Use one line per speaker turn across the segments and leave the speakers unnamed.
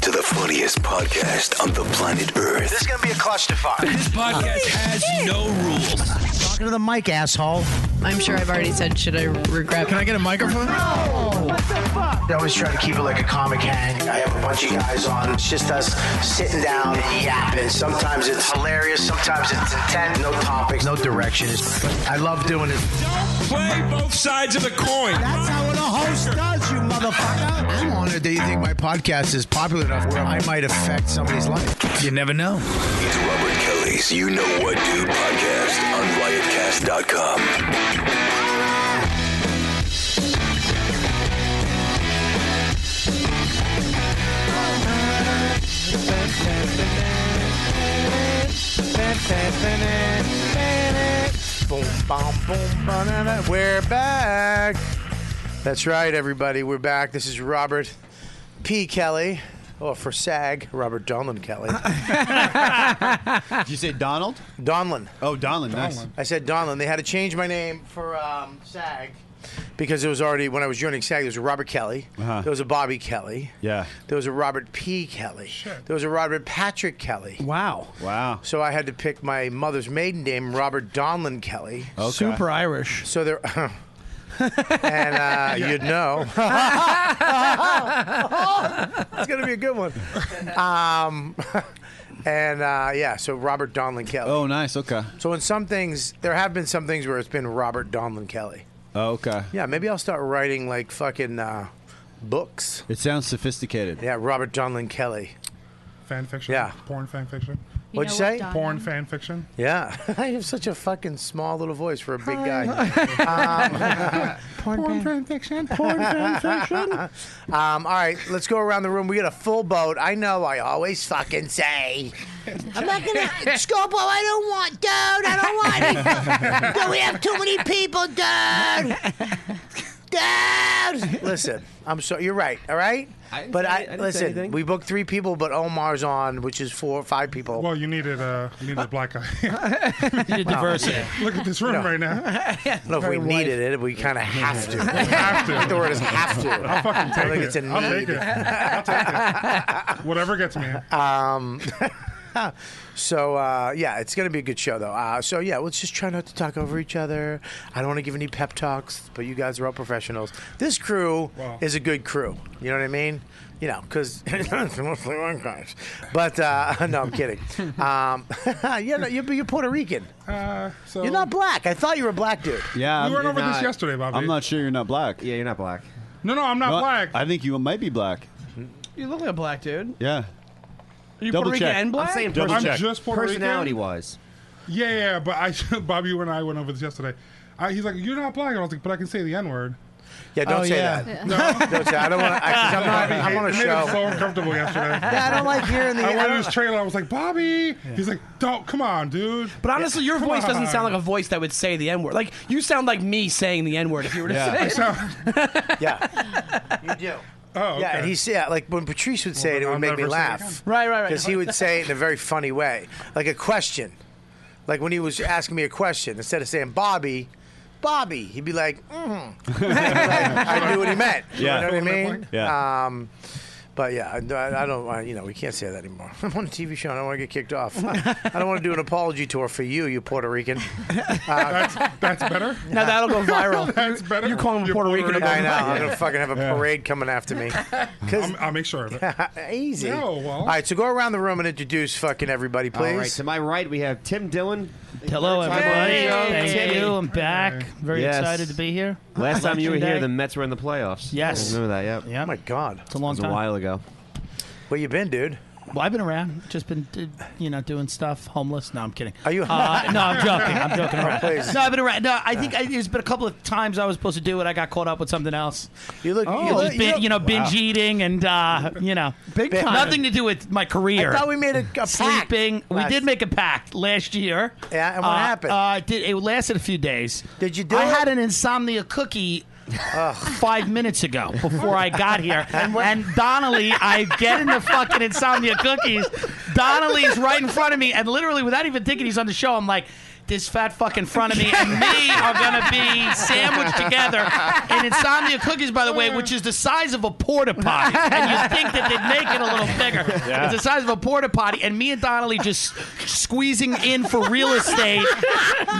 to the funniest podcast on the planet Earth.
This is gonna be a clusterfuck.
This podcast has no rules.
Talking to the mic, asshole.
I'm sure I've already said, should I regret?
Can I get a microphone?
I always try to keep it like a comic hang. I have a bunch of guys on. It's just us sitting down and yapping. Sometimes it's hilarious. Sometimes it's intent. No topics. No directions. I love doing it.
Play both sides of the coin.
That's how a host does, you motherfucker. I'm honored that you think my podcast is popular enough where I might affect somebody's life. You never know.
It's Robert Kelly's You Know What Dude podcast on riotcast.com.
Boom, bom, boom, banana. We're back. That's right, everybody. We're back. This is Robert P. Kelly, or for SAG, Robert Donlin Kelly.
Did you say Donald?
Donlin.
Oh, Donald. Nice.
I said Donlin. They had to change my name for um, SAG because it was already when I was joining SAG. There was a Robert Kelly.
Uh-huh.
There was a Bobby Kelly.
Yeah.
There was a Robert P. Kelly. There was a Robert Patrick Kelly.
Wow.
Wow.
So I had to pick my mother's maiden name, Robert Donlin Kelly.
Okay.
Super Irish.
So there. and uh, you'd know. it's going to be a good one. Um, and uh, yeah, so Robert Donlin Kelly.
Oh, nice. Okay.
So in some things, there have been some things where it's been Robert Donlin Kelly.
Oh, okay.
Yeah, maybe I'll start writing like fucking uh, books.
It sounds sophisticated.
Yeah, Robert Donlin Kelly.
Fan fiction?
Yeah.
Porn fan fiction?
What'd you say?
Porn fan fiction?
Yeah, I have such a fucking small little voice for a big guy. Uh,
Porn, fan fiction?
Um, all right, let's go around the room. We got a full boat. I know. I always fucking say, I'm not gonna Scopo. I don't want, dude. I don't want. it. Do we have too many people, dude? Dude, listen. I'm sorry. You're right. All right.
didn't
but
say-
I,
I didn't say
listen.
anything.
We booked three people, but Omar's on, which is four, five people.
Well, you needed a you needed a black guy.
diversity.
Look at this room right now.
I don't know if we needed it. We kind of have to.
Have to.
the word is have to.
I'll fucking take
I think
it.
it's a
I'll take
need.
it. I'll take it. Whatever gets me.
Um, So uh, yeah, it's gonna be a good show though. Uh, so yeah, let's just try not to talk over each other. I don't want to give any pep talks, but you guys are all professionals. This crew
Wow.
is a good crew. You know what I mean? You know, because it's mostly white guys. But uh, no, I'm kidding. Um, yeah, no, you're, you're Puerto Rican.
Uh, so
You're not black. I thought you were a black dude.
Yeah.
We went
I'm- you're
over this
not-
yesterday, Bobby.
I'm not sure you're not black.
Yeah, you're not black.
No, no, I'm not
Well,
black.
I think you might be black.
You look like a black dude.
Yeah.
Are you
Double
Puerto Rican
check.
and black?
I'm saying
Double
I'm
person-
check.
just Puerto
personality
Rican.
wise.
Yeah, yeah, yeah, but I, Bobby, you and I went over this yesterday. I, he's like, "You're not black," and I was like, "But I can say the N word."
Yeah, don't
Oh,
say
yeah.
that. Don't say. I don't want to. I'm not. I'm on a
it made him
show.
so uncomfortable yesterday.
I don't like hearing the.
I
I
went in
don't-
his trailer. I was like, "Bobby," he's like, "Don't, come on, dude."
But honestly, your
Come
voice doesn't
on.
sound like a voice that would say the N word. Like, you sound like me saying the N word if you were to
Yeah.
say
I
it.
sound-
Yeah. You do.
oh, okay.
Yeah, and he's yeah, like when Patrice would say it, it
then
would
I'll
make me
never say it
laugh.
again.
Right, right, right.
Because he uh, would say it in a very funny way, like a question. Like when he was asking me a question, instead of saying Bobby, Bobby, he'd be like, mm. Like, I knew what he meant.
Yeah.
You know what I mean?
Yeah.
Um, but yeah, I, I don't want, you know, we can't say that anymore. I'm on a TV show and I don't want to get kicked off. I don't want to do an apology tour for you, you Puerto Rican.
that's, that's better.
Now that'll go viral.
That's better.
You call him
You're
Puerto Rican.
Puerto
I know. I'm going to fucking have a parade coming after me. Because
I'm, I'll make sure of it.
easy.
No, well.
All right, so go around the room and introduce fucking everybody, please.
All right, to my right, we have Tim Dillon.
Hello,
Hey,
everybody.
Thank
Thank
you.
you. I'm back. Very
Yes.
excited to be here.
Last time you were
Election
here,
day.
the Mets were in the playoffs. I
Yes.
remember that, yeah.
Yeah,
Oh my God.
it's a
It
long
was
time.
a while ago.
Where you been, dude?
Well, I've been around. Just been, d- you know, doing stuff. Homeless. No, I'm kidding.
Are you-
Uh, no, I'm joking. I'm joking around.
please.
No, I've been around. No, I think I, there's been a couple of times I was supposed to do it. I got caught up with something else.
You look.
Oh,
you,
Just
look
bin-
look-
you know, binge eating and uh, you know, big
time.
Nothing to do with my career.
I thought we made a, a pact.
Sleeping. We
Last-
did make a pact last year.
Yeah, and what
Uh,
happened?
Uh, it did, it lasted a few days.
Did you do
I
it?
had an insomnia cookie. Five minutes ago, before I got here, and, Donnelly, I get in the fucking insomnia cookies. Donnelly's right in front of me, and literally without even thinking he's on the show, I'm like, this fat fuck in front of me and me are gonna be sandwiched together in insomnia cookies, by the way, which is the size of a porta potty. And you think that they'd make it a little bigger.
Yeah.
It's the size of a porta potty, and me and Donnelly just squeezing in for real estate,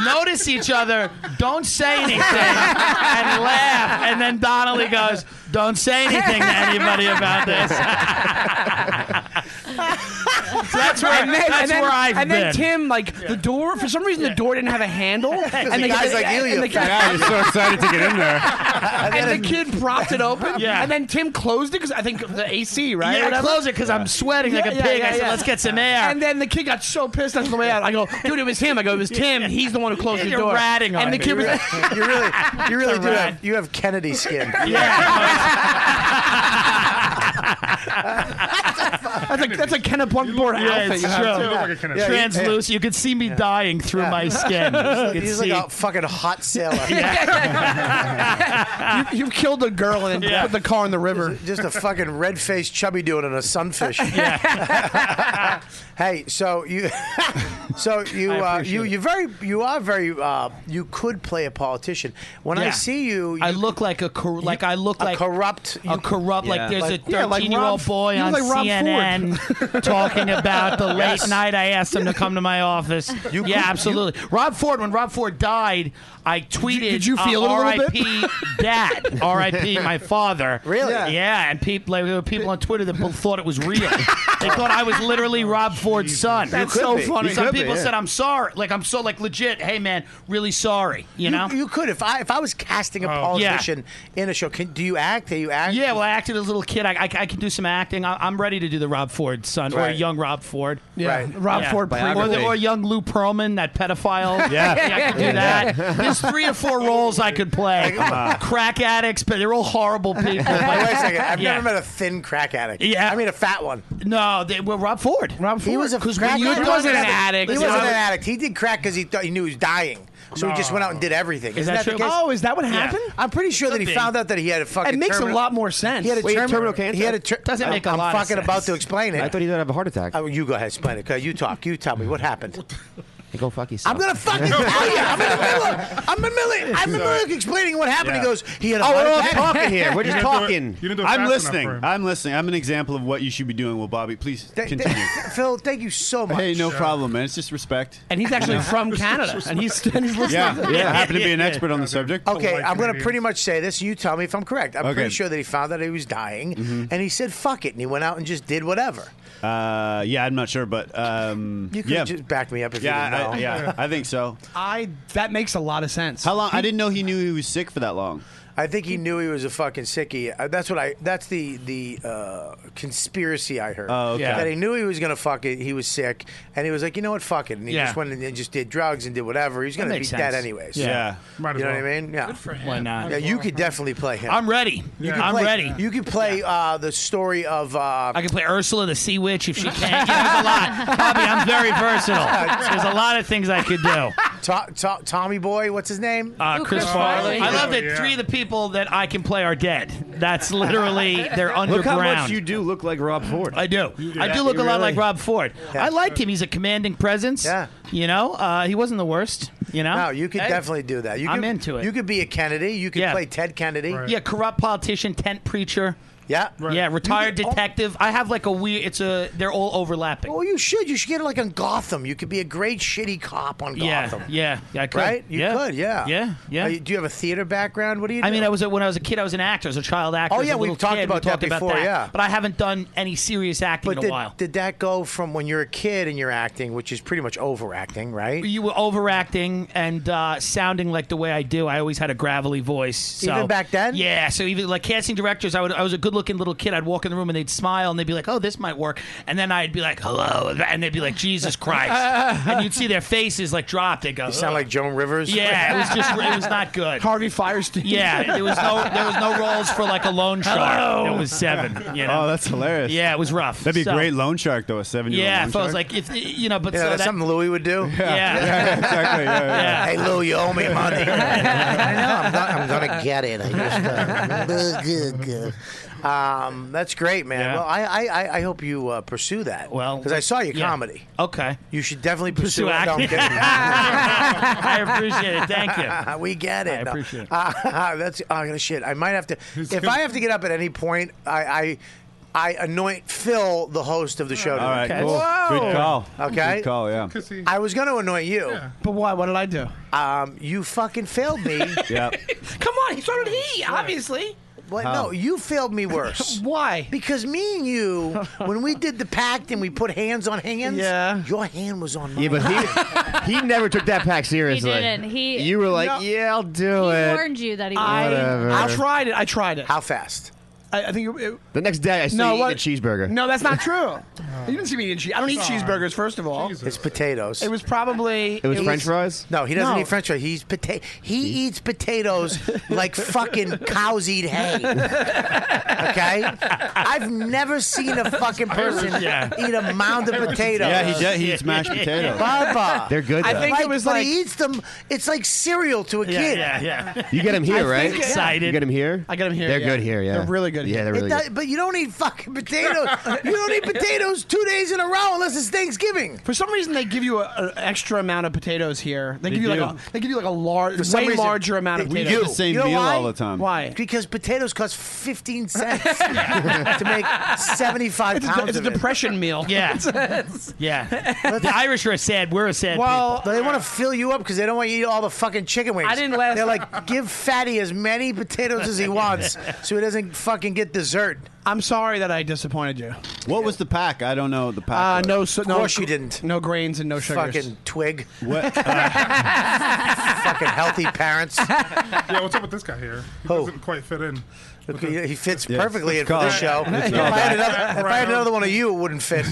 notice each other, don't say anything, and laugh. And then Donnelly goes, Don't say anything to anybody about this. That's where-
and then,
that's
and then,
where I've
And then
been.
Tim, like the door, for some reason the door didn't have a handle. and
the guy's like, "Ew, you fat
Yeah, you're so excited to get in there.
and the kid propped it open. Yeah. And then Tim closed it because I think the AC, right?
Yeah, I closed it 'cause I'm sweating like a pig. I said, "Let's get some air."
And then the kid got so pissed on the way out. I go, dude, it was him. I go, it was Tim. He's the one who closed
You're
the door.
ratting on
and the
me.
kid
You're
was
right.
You really, you really
It's
do
a
have you have Kennedy skin.
that's like that's a Kenneth Bunkport
Yeah,
outfit
it's
you have
true.
too.
Yeah, he-
Translucent. You could see me dying through my skin. You could
He's
see.
like a fucking hot sailor.
you, you killed a girl and then put the car in the river.
Just a fucking red faced chubby dude and a sunfish. hey, so you, so you,
I
uh,
appreciate
you,
it.
you very, you are very, uh, you could play a politician. When I
Yeah.
see you,
I look like a cor- like I look like
corrupt,
a corrupt.
Yeah.
Like there's
Like-
a
yeah,
13
like
year
Rob-
old boy
you
on
look like Rob
CNN
Ford.
talking about the late
Yes.
night. I asked him to come to my office.
You
yeah,
could-
absolutely. Rob Ford. When Rob Ford died, I tweeted.
did you feel it
uh,
a little bit?
R.I.P. Dad. R.I.P. My father.
Really?
Yeah.
Yeah.
and people like, there were people on Twitter that thought it was real. they thought I was literally Rob Ford's son.
That's You could so be. funny. You
Some
could be,
people
yeah.
said I'm sorry. Like I'm so like legit. Hey man, really sorry. You know.
you could if I if I was casting
Oh,
a
Yeah.
politician in a show. Can, do you act? Do you act?
Yeah, well, I acted as a little kid. I, I, I can do some acting. I, I'm ready to do the Rob Ford son or a
Right.
young Rob Ford.
Yeah. Right. Rob Ford
or, the,
biography.
or young Lou Pearlman, that pedophile.
Yeah.
I could do that.
Yeah.
There's three or four roles I could play. Crack addicts, but they're all horrible people.
Hey, wait a second. I've never met a thin crack addict.
Yeah.
I mean a fat one.
No, they, well, Rob Ford. Rob Ford.
He was a crack
you-
addict.
he wasn't an addict.
He wasn't
Yeah.
an addict. He did crack because he thought he knew he was dying. So he just went out and did everything.
Is
Isn't
that
the
true?
case?
Oh, is that what happened?
I'm pretty sure that he
Could be.
found out that he had a fucking.
It makes a
terminal-
lot more sense.
He had a
Wait,
terminal,
terminal cancer?
He had a ter-
Doesn't make a
I'm
lot
I'm
of
fucking
sense.
about to explain it.
I thought he would have a heart attack.
Oh, you go ahead, explain it. You talk. You tell me what happened.
Hey, go fuck yourself.
I'm gonna fucking tell you. I'm in the middle. Of, I'm in the middle. I'm in the middle of explaining what happened.
Yeah.
He goes. He had. A
Oh,
heart
we're all
attack.
talking here. We're just talking. I'm
for him.
listening. I'm listening. I'm an example of what you should be doing. Well, Bobby, please continue.
Phil, thank you so much.
Hey, no problem, man. It's just respect.
And he's actually from Canada, and he's and he's listening.
Yeah, yeah. I happen to be an expert on the subject.
Okay, I'm going to pretty much say this. You tell me if I'm correct. I'm
Okay. Mm-hmm.
pretty sure that he found out he was dying, and he said "fuck it," and he went out and just did whatever.
Uh, yeah, I'm not sure, but um,
You could
yeah.
just back me up if
yeah,
you didn't know.
I, yeah, I think so.
I that makes a lot of sense.
How long? I didn't know he knew he was sick for that long.
I think he knew he was a fucking sickie. Uh, That's what I. That's the the uh, conspiracy I heard.
Oh, okay. Yeah.
That he knew he was gonna fuck it. He was sick, and he was like, you know what, fuck it. And he
Yeah.
just went and just did drugs and did whatever. He's
That
gonna be
makes
dead
sense.
anyways.
Yeah. Yeah. Might as
you know
well.
what I mean? Yeah. Good
for him. Why not?
Yeah, you could definitely play him.
I'm ready.
You could
I'm
play-
ready.
You could play uh, the story of. Uh,
I can play Ursula the Sea Witch if she can. Yeah, there's a lot. Bobby, I'm very versatile. There's a lot of things I could do.
To- To- Tommy Boy, what's his name? Oh,
Uh, Chris Farley. I love that three of the people that I can play are dead. That's literally they're underground.
Look how much you do look like Rob Ford.
I do.
do.
I do
Yeah,
look a
you
lot
really-
like Rob Ford. I liked him. He's a commanding presence. Yeah. You know, uh, he wasn't the worst. You know.
No, you could
Hey,
definitely do that. You
I'm
could,
into it.
You could be a Kennedy. You could
Yeah.
play Ted Kennedy.
Yeah, corrupt politician, tent preacher.
Yeah.
Yeah, retired detective. I have like a weird. It's a. They're all overlapping.
Well, Oh, you should. You should get it like on Gotham. You could be a great shitty cop on
Yeah,
Gotham.
yeah, yeah, I could.
Right? You
Yeah.
could, yeah.
Yeah, yeah.
Are you- do you have a theater background? What do you do?
I mean, I was a, when I was a kid, I was an actor, I was a child actor.
Oh,
as a
yeah,
little
we've talked
kid.
about
we
that
talked about
before,
that.
yeah.
But I haven't done any serious acting
but
in a
did,
while.
did that go from when you're a kid and you're acting, which is pretty much overacting, right?
You were overacting and uh, sounding like the way I do. I always had a gravelly voice. So.
Even back then?
Yeah. So even like casting directors, I would I was a good-looking little kid. I'd walk in the room and they'd smile and they'd be like, "Oh, this might work," and then I'd be like, "Hello," and they'd be like, "Jesus Christ," and you'd see their faces like drop. They go,
You sound
"Ugh."
like Joan Rivers.
Yeah, it was just it was not good.
Harvey Firestein.
Yeah, there was no there was no roles for like a loan shark.
Hello.
It was seven. You know?
Oh, that's hilarious.
Yeah, it was rough.
That'd be
So-
a great loan shark though. A seven year old.
Yeah,
loan
if I was
shark.
like, if you know, but
Yeah,
so
that's
that-
something Louis would do.
Yeah. Yeah,
exactly. Yeah, yeah.
Hey, Lou, you owe me money. I know. I'm, not, I'm gonna get it. I just, uh, Um, that's great, man.
Yeah.
Well, I, I, I- I hope you uh, pursue that. Well, because I saw your
yeah.
comedy.
Okay.
You should definitely pursue,
Pursue
it. No, I'm
acting.
kidding.
I appreciate it. Thank you.
we get it.
I appreciate it.
Uh, that's oh gonna shit. I might have to. if I have to get up at any point, I. I I anoint Phil the host of the show.
All right,
tonight.
cool. Whoa. Good call.
Okay,
Good call, yeah.
I was going to anoint you,
but why? What did I do?
Um, you fucking failed me.
yeah.
Come on, so did he, obviously.
Well,
How?
no, you failed me worse.
Why?
Because me and you, when we did the pact and we put hands on hands, yeah. your hand was on mine.
Yeah, but he he never took that pack seriously.
didn't. He-
you were like,
No.
yeah, I'll do
He
it.
warned you that he
I-
would.
Whatever.
I tried it. I tried it. How
fast?
I, I think it,
the next day, I see
No,
you
what-
eating a cheeseburger.
No, that's not true. you didn't see me eating cheese. I don't eat
Sorry.
cheeseburgers, first of all.
It's potatoes.
It was probably.
It was French
fries.
No, he doesn't
No.
eat French fries. He's pota- He eats potatoes like fucking cows eat hay. Okay, I've never seen a fucking person
Yeah.
eat a mound of potatoes.
Yeah, he does. He eats mashed potatoes.
Baba.
They're good, I though. think it was
but
like-
he eats them. It's like cereal to a kid.
yeah, yeah.
You get them here,
I
right?
think- yeah.
You get them here. I
get them here,
They're
yeah.
good here. Yeah,
They're really good
Yeah,
here.
they're
It
really
does-
good.
but you don't eat fucking potatoes. you don't eat potatoes two days in a row unless it's Thanksgiving.
For some reason, they give you an extra amount of potatoes here. They,
They
give you like
do.
a they give you like a large,
For
way
some reason,
larger amount of
they
potatoes.
do. You know why?
Why?
Because potatoes cost fifteen cents to make seventy-five
It's a,
pounds
it's a
of it.
depression meal.
Yeah.
yeah. The Irish are sad. We're a sad
Well, they want to fill you up because they don't want you to eat all the fucking chicken wings.
I didn't last-
They're like, give Fatty as many potatoes as he wants, so he doesn't fucking get dessert.
I'm sorry that I disappointed you.
What was the pack? I don't know the
Uh,
pack.
no, so,
Of
no,
course
you didn't.
No grains and no sugars.
Fucking twig.
What? uh,
fucking healthy parents.
yeah, what's up with this guy here? He doesn't quite fit in.
He fits
Yeah,
perfectly
it's
in for this
called-
show.
it's
If
called
I, had
that.
another, if I had another one of you, it wouldn't fit.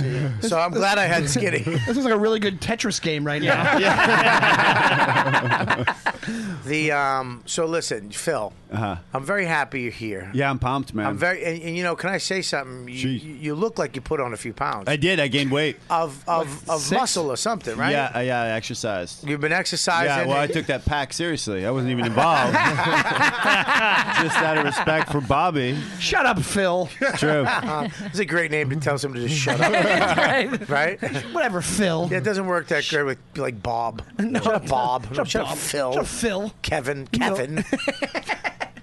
So I'm glad I had Skinny.
This is like a really good Tetris game right now.
The um. So listen, Phil. Uh-huh. I'm very happy you're here.
Yeah, I'm pumped, man.
I'm very, and, and you know, can I say something? You, you you look like you put on a few pounds
I did. I gained weight.
of of, of
Uh, six?
muscle or something, right?
Yeah, I- yeah, I exercised.
You've been exercising.
Yeah, well, I took that pack seriously. I wasn't even involved. Just out of respect for Bobby.
Shut up, Phil.
True.
Um, it's a great name to tell someone to just shut up. right.
Whatever, Phil.
Yeah, it doesn't work that great with like Bob. No. Shut up, Bob. No, Shut, up,
Bob.
Phil.
Shut up, Phil.
Kevin. Kevin.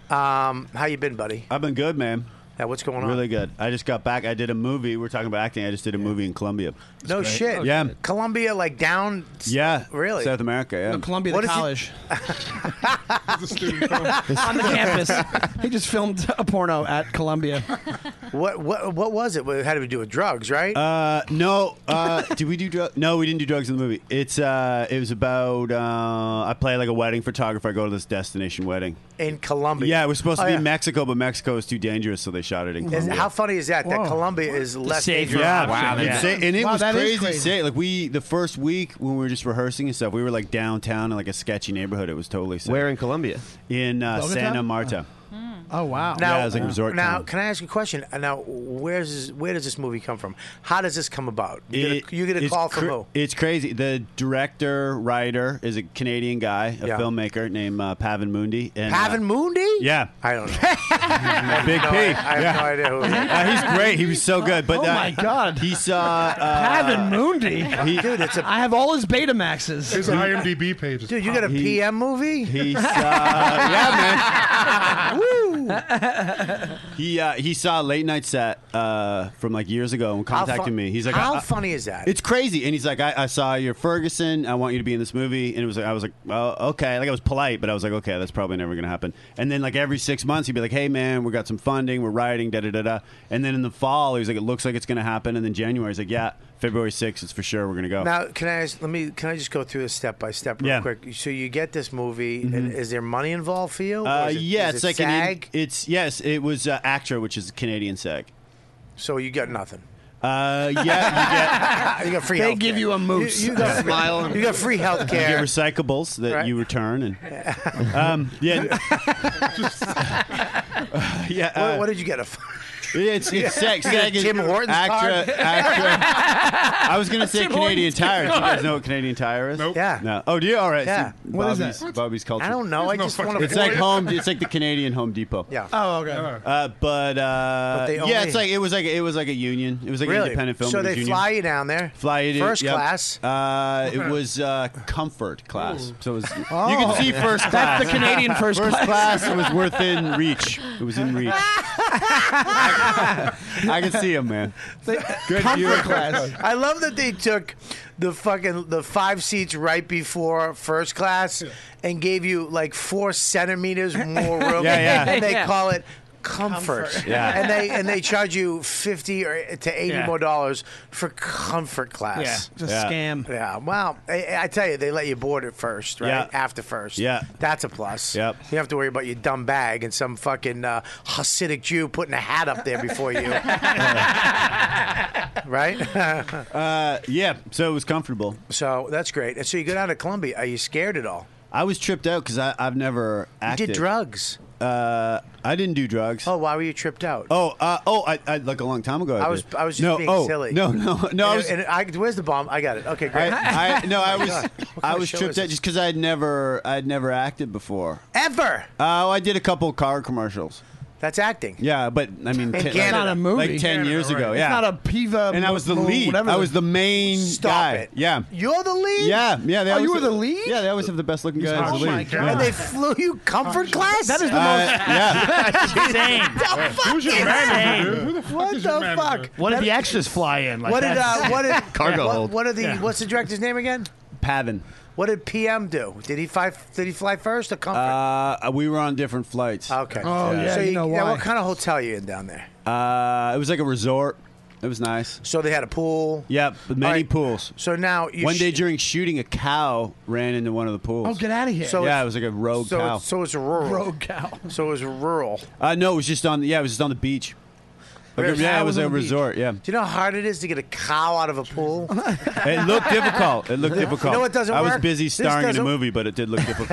um, how you been, buddy?
I've been good, man.
Yeah, what's going on?
Really good. I just got back. I did a movie. We're talking about acting. I just did a movie in Colombia.
No shit.
Yeah.
Columbia, like down.
Yeah.
Really?
South America. Yeah.
Columbia
What
the
is it-
college. On the campus. He just filmed a porno at Columbia.
What what what was it? What- How did we do it? Drugs, right?
Uh, no. Uh, did we do drugs? No, we didn't do drugs in the movie. It's uh, it was about uh, I play like a wedding photographer. I go to this destination wedding.
in Colombia.
Yeah, it was supposed
Oh,
to be
yeah.
Mexico, but Mexico is too dangerous, so they shot it in
And
Colombia.
how funny is that? That
Whoa.
Colombia is less
safe.
dangerous.
Yeah,
option.
It's sa- and it
Wow,
was
that is
crazy, safe. Like we, the first week when we were just rehearsing and stuff, we were like downtown in like a sketchy neighborhood. It was totally safe. Where
in Colombia?
In uh,
Bogota?
Santa Marta.
Oh wow!
Now,
Yeah, it was like a resort
now,
town.
can I ask you a question? Uh, Now, where's this- where does this movie come from? How does this come about? You get a, you get a
it's
call from
cra-
who?
It's crazy. The director, writer is a Canadian guy, a filmmaker named uh, Pavan Mundi. And, uh,
Pavan Mundi?
yeah,
I don't know.
Big
No,
P.
I- I have
yeah.
no idea who. it is.
Uh, he's great. He was so good. But
Oh
uh,
my God.
he saw uh,
Pavan Mundi.
He-
Dude, it's a.
I have all his Betamaxes.
His IMDb page.
Dude, you got a
He-
PM movie?
He's uh,
Woo!
he uh, he saw a late night set uh, from like years ago and
How
contacted
fu-
me. He's like, "Uh,
how
I- I-
funny is that?
It's crazy. And he's like, I, I saw your Ferguson. I want you to be in this movie. And it was like, I was like, oh, okay. Like I was polite, but I was like, okay, that's probably never gonna happen. And then like every six months, he'd be like, hey man, we got some funding, we're writing, da da da da. And then in the fall, he was like, it looks like it's gonna happen. And then January, he's like, yeah, February 6th, it's for sure. We're gonna go.
Now, can I ask, let me? Can I just go through this step by step real
Yeah. Mm-hmm.
quick? So you get this movie, and is there money involved for you? Or
Uh,
is it-
yeah,
is
it's
it
like
SAG?
an. in- It's yes, it was uh, actor, which is Canadian SAG.
So you got nothing.
Uh, yeah,
you got free.
They
healthcare.
give you a moose.
You, you got
Yeah. Smile.
You got free
you
health
get, you get
care.
recyclables that
Right.
you return and um, yeah, yeah.
what,
uh,
what did you get? A
It's, it's Sag.
You got
Sag is
Tim Hortons
Actra.
card?
Actra. I was going to say
Tim
Canadian
Hortons
Tire. Do you guys
card.
know what Canadian Tire is? Nope.
Yeah.
No. Oh, do you? All right.
Yeah.
Yeah.
What is that? What?
Bobby's culture.
I don't know. There's I no just fucking- wanna
It's like
afford it.
home. It's like the Canadian Home Depot.
Yeah.
Oh, okay.
Uh, but uh,
But they
yeah,
only-
it's like it was like it was like a union. It was like an
Really?
independent film.
So
it was
they
union.
fly you down there?
Fly you to-
First
yep.
class?
Uh, it was uh, comfort class. So it was you
Oh.
can see first
That's
class.
the Canadian first
First
class.
class was within reach. It was in reach. I can see him, man.
Comfort
you.
class. I love that they took the fucking the five seats right before first class and gave you like four centimeters more room.
Yeah, yeah.
And they
Yeah.
call it comfort.
Comfort. Yeah.
And they and they charge you fifty or to eighty
Yeah.
more dollars for comfort class.
Yeah, it's a Yeah. scam.
Yeah. Wow. I, I tell you, they let you board at first, right?
Yeah.
After first.
Yeah.
That's a plus.
Yep.
You don't have to worry about your dumb bag and some fucking uh, Hasidic Jew putting a hat up there before you. right?
uh, yeah, so it was comfortable.
So that's great. And so you go down to Columbia. Are you scared at all?
I was tripped out because I've never
You
acted.
did drugs.
Uh, I didn't do drugs.
Oh, why were you tripped out?
Oh, uh, oh, I, I like a long time ago.
I was
did.
I was just
no,
being
oh,
silly.
No, no, no. I
And-
was,
and I- where's the bomb? I got it. Okay, great.
I, I, no, I
Oh my
was,
God. What kind
I
of
was
show
tripped
is
out
this?
just because I'd never, I'd never acted before.
Ever.
Oh, I did a couple car commercials.
That's acting.
Yeah, but I mean, ten-
Canada. It's not a movie.
Like ten
Canada,
years
right.
ago.
It's
Yeah,
not a
Piva. And I was the
mo-
lead.
whatever
I
the-
was the main
Stop
guy.
it.
Yeah.
You're the lead.
Yeah, yeah. They
Oh,
always
you were the
lead. Yeah, they always have the best looking guy. as the lead. Yeah.
And they flew you comfort class. That is
the Uh,
That's
most- yeah.
insane.
The fuck
Who's your
is
manager,
that?
dude? Who the fuck
What
is
the
your
fuck?
What did
That-
the extras fly in? Like
what did
that's-
uh, what did what, What are the
Yeah.
what's the director's name again?
Pavin.
What did PM do? Did he fly? Did he fly first or comfort?
Uh, we were on different flights.
Okay.
yeah,
so
you know
Oh, yeah,
why.
what kind of hotel are you in down there?
Uh, it was like a resort. It was nice.
So they had a pool.
Yep, but many pools.
So now you
one
sh-
day during shooting, a cow ran into one of the pools.
Oh, get outta here. So
yeah,
it's-
it was like a rogue
so
cow.
It's, so it's rural. Rogue cow. So it was rural.
uh, no, it was just on. Yeah, it was just on the beach. Like,
Really?
yeah,
Cow
it
was
was
on
a
the beach.
resort. Yeah,
Do you know how hard it is to get a cow out of a pool?
it looked difficult. It looked difficult.
You know what doesn't
I was
work?
busy
This
starring in a
doesn't-
movie, but it did look difficult.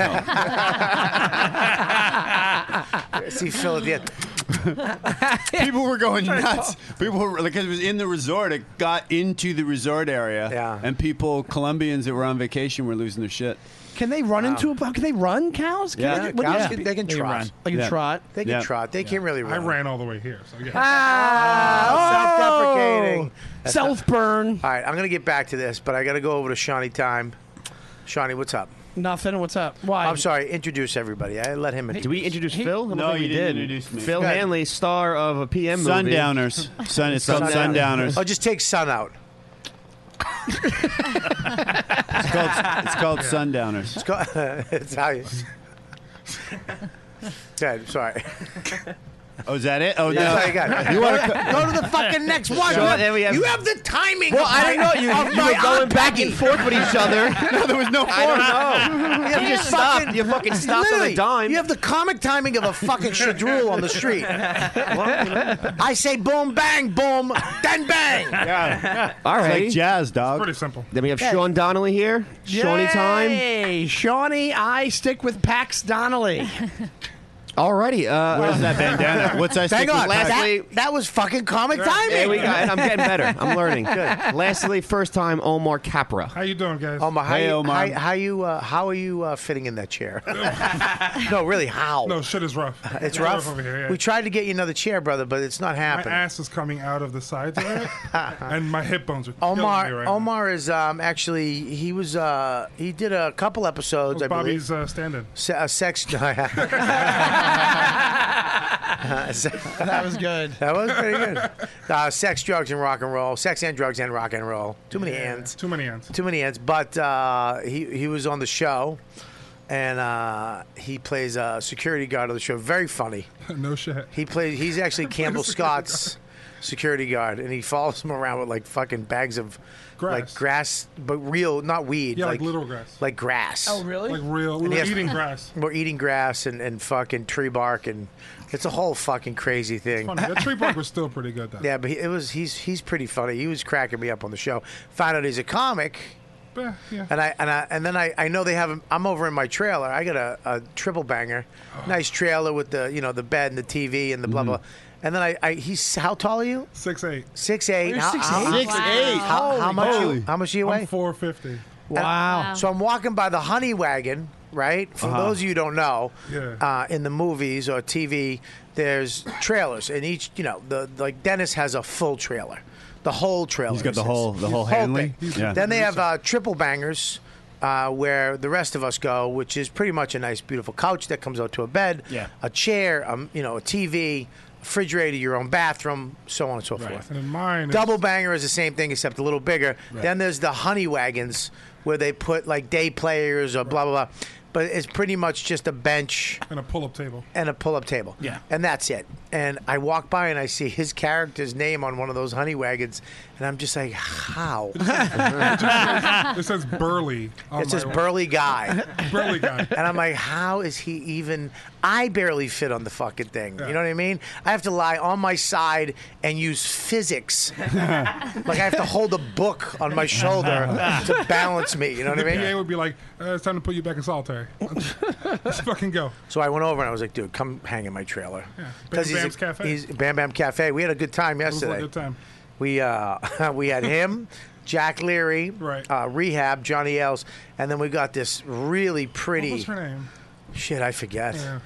See Phil at the end.
People were going
Trying to
nuts. People were like, 'cause it was in the resort. It got into the resort area. Yeah. And people, Colombians that were on vacation, were losing their shit.
Can they run into a? Can they run cows? Can
Yeah.
They,
Cows
yeah.
can- they can trot.
run. They can
Yeah.
trot.
They can trot. They can't really run.
I ran all the way here. So yeah.
Oh.
Ah, self-deprecating.
Self-burn.
All right, I'm gonna get back to this, but I gotta go over to Shawnee time. Shawnee, what's up?
Nothing. What's up? Why?
I'm sorry. Introduce everybody. I let him.
Hey,
Introduce.
did we introduce
Hey,
Phil? I don't No, think we you didn't did. introduce me.
Phil
Go ahead.
Hanley, star of a PM movie.
Sundowners. Sun. It's called Sundowners.
Oh, just take sun out.
It's called, it's called Sundowners.
It's, called, it's how you. Yeah, sorry.
Oh, is that it? Oh,
That's
no.
all you got.
You wanna
go,
co-
to the fucking next one.
Sure,
You-
then we have-
you have the timing.
Well,
of
I don't
my-
know. You,
of
you
my
were going
aunt
back
Peggy.
and forth with each other.
no, there was no
I don't know.
You have
You
the
just stopped.
fucking-
You fucking stopped on a
Literally,
dime.
You have the comic timing of a fucking shadrul on the street. I say boom, bang, boom, then bang.
Yeah.
All right.
It's like jazz, dog.
pretty simple.
Then we have Sean Donnelly here. Shawnee time.
Hey, Shawnee, I stick with Pax Donnelly.
Alrighty. Uh,
Where's that bandana? What's I
Hang
stick
on.
with last
That, that was fucking comic timing.
There we go. I'm getting better. I'm learning.
Good.
Lastly, first time Omar Capra.
How you doing, guys?
Omar, how,
Hey,
you,
Omar.
How, how you? Uh, how are you uh, fitting in that chair? no, really, how?
No, shit is rough.
it's rough.
over here. yeah.
We tried to get you another chair, brother, but it's not
my
happening.
ass is coming out of the sides of it, and my hip bones are killing me
Omar,
right now.
Omar is um, actually he was uh, he did a couple episodes. I
Bobby's
believe.
uh, stand-in.
Se- uh, sex. that
was good.
That was pretty good. Uh, sex, drugs, and rock and roll. Sex and drugs and rock and roll. Too many hands.
Too many hands.
Too many hands. But uh, he he was on the show, and uh, he plays a security guard on the show. Very funny.
no shit.
He plays. He's actually Campbell Scott's security guard, and he follows him around with like fucking bags of like grass, but real, not weed.
Yeah, like literal grass.
Like grass.
Oh,
really?
Like real. We were
And he has-
eating grass.
We're eating grass and, and fucking tree bark, and it's a whole fucking crazy thing.
Funny. That tree bark was still pretty good though.
Yeah, but he, it was he's he's pretty funny. He was cracking me up on the show. Found out he's a comic,
But, eh, yeah.
and I and I and then I, I know they have. him- I'm over in my trailer.
Oh. Mm-hmm.
I got a, a triple banger, nice trailer with the you know the bed and the TV and the blah blah. And then I, I he's how tall are you?
Six eight.
Six eight.
You're
How,
six
how-
eight? Six
how-
eight.
How, how
Holy
much?
moly.
You, how much do you
I'm
weigh?
Four fifty.
Wow. So I'm walking by the honey wagon, right? For
Uh-huh.
those of you who don't know,
Yeah.
uh, in the movies or TV, there's trailers, and each you know the like Dennis has a full trailer, the whole trailer.
He's got the whole- the whole
thing.
Hanley? Yeah.
Then they have uh, triple bangers. Uh, where the rest of us go, which is pretty much a nice, beautiful couch that comes out to a bed,
Yeah.
a chair, um, you know, a TV, refrigerator, your own bathroom, so on and so forth.
And mine.
Double banger is the same thing except a little bigger.
Right.
Then there's the honey wagons where they put like day players or blah blah blah. But it's pretty much just a bench
and a pull-up table
and a pull-up table.
Yeah.
and that's it. And I walk by and I see his character's name on one of those honey wagons, and I'm just like, how?
it says burly. on
It's this
my-
burly guy.
burly guy.
And I'm like, how is he even? I barely fit on the fucking thing.
Yeah.
You know what I mean? I have to lie on my side and use physics. like I have to hold a book on my shoulder to balance me. You know what I
The
mean?
PA would be like, uh, "It's time to put you back in solitary." Let's fucking go.
So I went over and I was like, dude, come hang in my trailer.
Bam
he's a-
Bam's Cafe.
He's Bam Bam Cafe. We had a good time
was a
yesterday.
good time.
We uh, we had him, Jack Leary, uh, Rehab, Johnny Ailes, and then we got this really pretty.
What was her name?
Shit, I forget.
Yeah.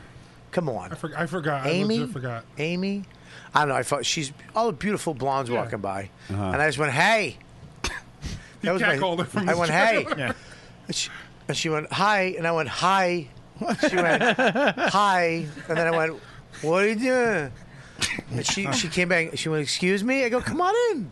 Come on.
I, for- I forgot. I
Amy.
legit forgot.
Amy. I don't know. I thought she's all the beautiful blondes walking by,
Uh-huh.
and I just went, "Hey." That was my.
catcalled her from
I
his
went, "Hey,"
trailer. Yeah.
and, she, and she went, "Hi," and I went, "Hi." She went, "Hi," and then I went, "What are you doing?" And she she came back. She went, "Excuse me." I go, "Come on in."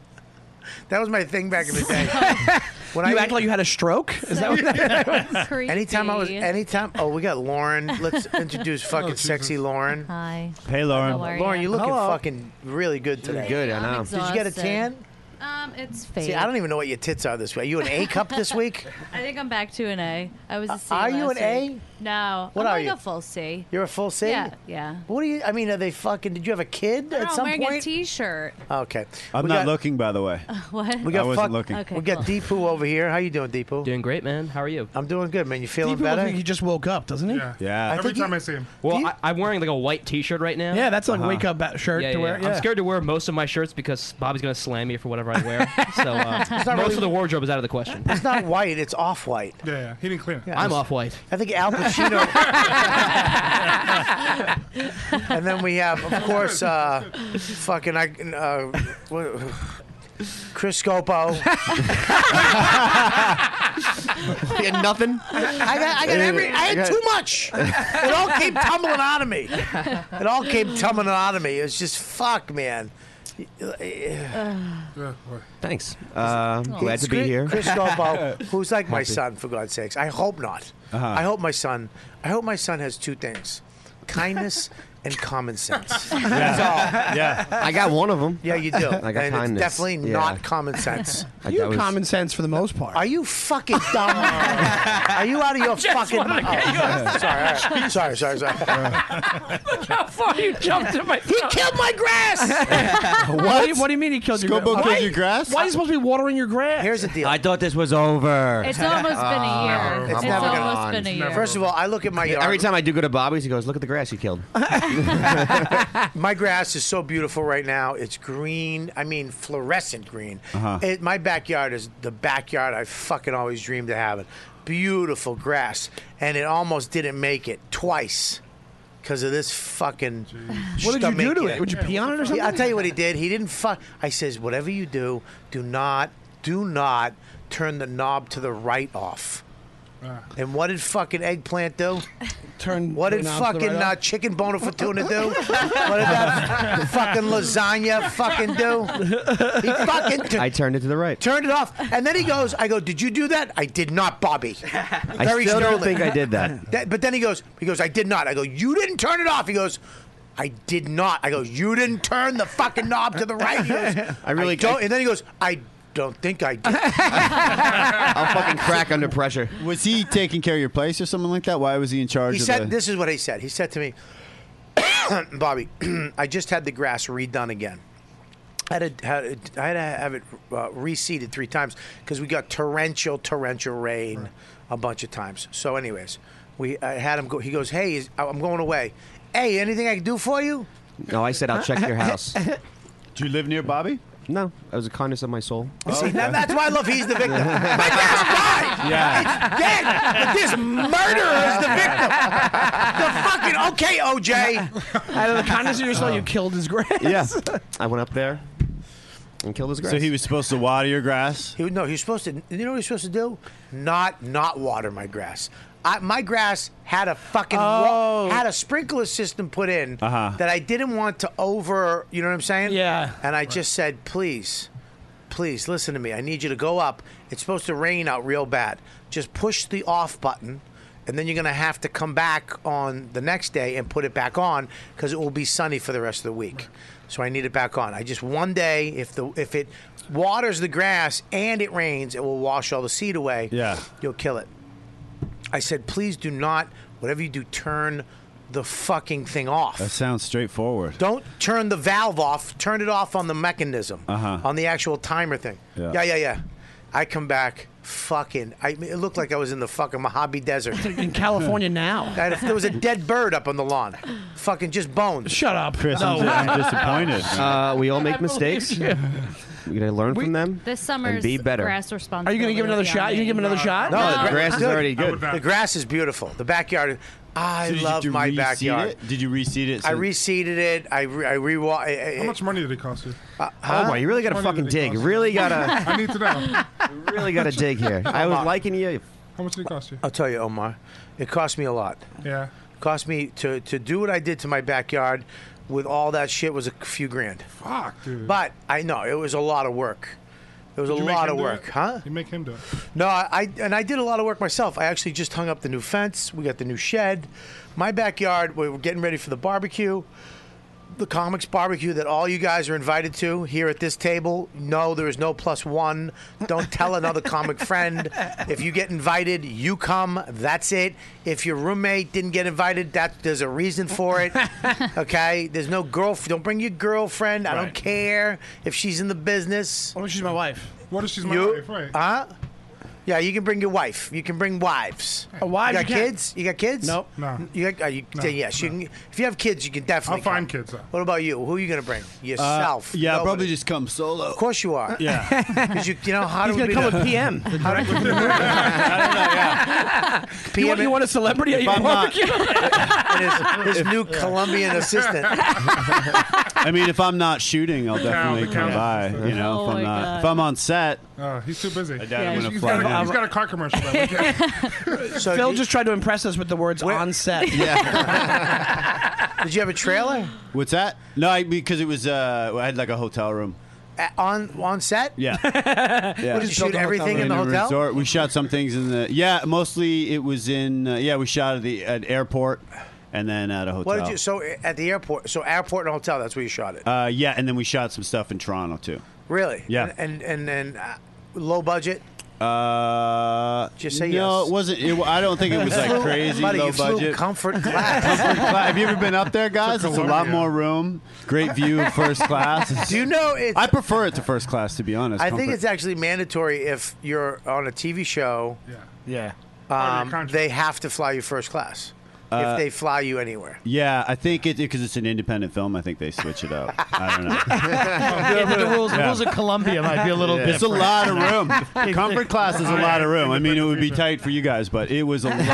That was my thing back in the day. When
You act like you had a stroke? Is that what that was?
Anytime I was, anytime. Oh, we got Lauren. Let's
Oh,
introduce fucking sexy Lauren.
Hi.
Hey, Lauren.
How are
Lauren,
ya?
you're looking
Hello.
fucking really good today.
Good, I I'm know.
Did you get a
exhausted.
tan?
Um, it's fake.
See, I don't even know what your tits are this way. You an A cup this week?
I think I'm back to an A. I was a C.
are you
last
an
week. No.
What
I'm
are
like
you?
a full C.
You're a full C.
Yeah, yeah.
What do you? I mean, are they fucking? Did you have a kid
I don't know,
at
I'm
some
wearing a
point?
T-shirt.
okay.
I'm
We
not
got-
looking, by the way.
What?
We got
I wasn't
fuck,
looking. Okay,
we got
cool.
Deepu over here. How you doing, Deepu? Doing great, man. How are you? I'm doing good, man. You feeling
People
better?
think he just woke up, doesn't he? Yeah.
Yeah.
Every time I see him.
Well, I, I'm wearing like a white T-shirt right now. Uh-huh.
Yeah, that's like wake up ba- shirt
Yeah,
to
yeah,
wear.
yeah. I'm scared to wear most of my shirts because Bobby's gonna slam me for whatever I wear. so uh,
It's
most
not really-
of the wardrobe is out of the question.
It's not white. It's off white.
Yeah, yeah. He didn't clean it.
I'm off white.
I think Al Pacino. and then we have, of course, uh, fucking I, uh, what- Chris Scopo.
you had nothing.
I got, I got every, I had too much. It all came tumbling out of me. It all came tumbling out of me. It was just fuck, man.
Thanks. Uh, glad
Oh. It's
to be
Chris-
here.
Chris Scopo, who's like my
Happy. Uh-huh.
son, for God's sakes. I hope not. I hope my son. I hope my son has two things: kindness and common sense. That's all.
Yeah.
I got one of them.
Yeah, you do.
I got
and
kindness.
It's definitely
Yeah.
not common sense.
I- that was-
sense for the most part.
Are you fucking dumb? Are you out of your
just
fucking?
wanted to get you
Oh, sorry, all right. sorry, sorry, sorry.
How far you jumped in my
He killed my grass.
what? do you, what do you mean he killed your
Scobo
grass?
killed
Why-
your grass?
Why are you supposed to be watering your grass?
Here's the deal. Ah,
I thought this was over.
It's almost been a year.
Come
it's
on.
almost been a year.
First of all, I look at my yard.
Every time I do go to Bobby's, he goes, "Look at the grass you killed."
my grass is so beautiful right now. It's green. I mean, fluorescent green.
Uh-huh.
It, my backyard is the backyard I fucking always dreamed of having. Beautiful grass, and it almost didn't make it twice because of this fucking.
What did you do to it? Would you pee
on it or
something?
I'll tell you what he did. He didn't fuck. I says, whatever you do, do not, do not turn the knob to the right off. And what did fucking eggplant do?
Turn.
What did
the knob to the
fucking
right
uh,
off?
chicken bona fortuna do? what did that fucking lasagna fucking do? He fucking t-
I turned it to the right.
turned it off, and then he goes, "I go, did you do that? I did not, Bobby."
I still don't think I did that.
That- but then he goes, he goes, "I did not." I go, "You didn't turn it off." He goes. I did not. I go. You didn't turn the fucking knob to the right. He goes, I really don't. and then he goes, I don't think I did.
I'll fucking crack under pressure.
Was he taking care of your place or something like that? Why was he in charge
He
of
said,
the-
"This is what he said." He said to me, "Bobby, I just had the grass redone again. I had, to, had it- I had to have it uh, reseeded three times because we got torrential, torrential rain a bunch of times. So, anyways, we I had him go. He goes, "Hey, is, I'm going away. Hey, anything I can do for you?"
No, I said I'll check your house.
Do you live near Bobby? Oh,
No, that was a kindness of my soul.
See, now that's why I love he's the victim. My dad's alive.
Yeah.
It's dead. But this murderer is the victim. The fucking okay, OJ.
Out of the kindness of your soul, you killed his grass.
Yeah. I went up there and killed his grass.
So he was supposed to water your grass?
He, no, he was supposed to. You know what he's supposed to do? Not not water my grass. I, my grass had a fucking wa- had a sprinkler system put in
Oh. Uh-huh.
that I didn't want to over. You know what I'm saying? Yeah. And I just said, please, please listen to me. I need you to go up. It's supposed to rain out real bad. Just push the off button. And then you're gonna have to come back on the next day and put it back on because it will be sunny for the rest of the week. So I need it back on. I just one day, if the if it waters the grass and it rains, it will wash all the seed away. Yeah, you'll kill it. I said, please do not, whatever you do, turn the fucking thing off.
That sounds straightforward.
Don't turn the valve off. Turn it off on the mechanism,
Uh-huh.
on the actual timer thing.
Yeah.
yeah, yeah. yeah. I come back, fucking. I, it looked like I was in the fucking Mojave Desert
in California now.
there was a dead bird up on the lawn, fucking just bones.
Shut up,
Chris, I'm di- I'm disappointed. Uh, we all make I believe mistakes. you. We're going to learn from them
This
and
summer's
be better.
grass responsibility.
Are you gonna give another shot? You gonna give him another shot?
No, the grass is already good.
The grass is beautiful. The backyard. I
So did
love
you
my
reseed
backyard.
it? Did you reseed it?
I
so-
reseeded it. I re- I re. How
much money did it cost you?
Uh,
Oh boy, you really got to fucking dig. Really got to.
I need to know.
really got to dig here. I was liking you.
How much did it cost you?
I'll tell you, Omar. It cost me a lot.
Yeah.
It cost me to to do what I did to my backyard with all that shit was a few grand.
Fuck, dude.
But I know it was a lot of work. It was
Did
a
you make
lot
him
of
do
work,
it?
huh?
You make him do it.
No, I, I and I did a lot of work myself. I actually just hung up the new fence. We got the new shed. My backyard. We were getting ready for the barbecue, the comics barbecue that all you guys are invited to here at this table. No, there is no plus one. Don't tell another comic friend. If you get invited, you come. That's it. If your roommate didn't get invited, that there's a reason for it. Okay. There's no girl. Don't bring your girlfriend. I don't care if she's in the business.
What if she's my wife?
What if she's my
You-
wife? Right.
Huh? Yeah, you can bring your wife. You can bring wives. A You
wife,
got
you can.
kids? You got kids?
Nope.
No.
You got? Are you,
No,
then yes, you can. If you have kids, you can definitely.
I'll find
come.
kids, though.
What about you? Who are you gonna bring?
Uh,
Yourself.
yeah, I'll
Nobody.
probably just come solo.
Of course you are.
Yeah.
Because you, you know how
He's
do we
gonna
do
come with PM.
How do we do
You want, you want a celebrity at
If
your
I'm not-
barbecue?
And his, his new Colombian assistant.
I mean, if I'm not shooting, I'll definitely
the
come
cow.
by. You know,
Oh
if I'm
my
not,
God.
if I'm on set,
Uh, he's too busy. I
doubt I'm gonna
he's,
fly
got a,
down.
he's got a car commercial. That weekend.
So
Phil
you-
just tried to impress us with the words on set.
Did you have a trailer
what's that? No, I, because it was. Uh, I had like a hotel room.
A- on on set?
Yeah. yeah.
What, did you shoot everything in the
a
hotel?
resort. We shot some things in the. Yeah, mostly it was in. Uh, yeah, we shot at the at airport, and then at a hotel.
What did you? So uh, at the airport. So airport and hotel. That's where you shot it.
Uh, yeah, and then we shot some stuff in Toronto too.
Really?
Yeah.
And and and, uh, low budget.
Uh,
Just say
no,
yes.
it wasn't. It, wa- I don't think it was like
Flew-
crazy
buddy,
low
you flew
budget.
comfort class.
Have you ever been up there, guys? It's a lot
Columbia.
more room. Great view of first class.
Do you know it's-
I prefer it to first class, to be honest.
I think
Comfort-
it's actually mandatory if you're on a TV show.
Yeah.
Um, they have to fly you first class
Uh,
if they fly you anywhere.
Yeah, I think it because it's an independent film. I think they switch it up. I don't know.
Yeah, the rules,
Yeah.
rules of Columbia might be a little
Yeah.
different.
It's a lot of room. Comfort class is a lot of room. I mean, it would be tight for you guys, but it was a lot.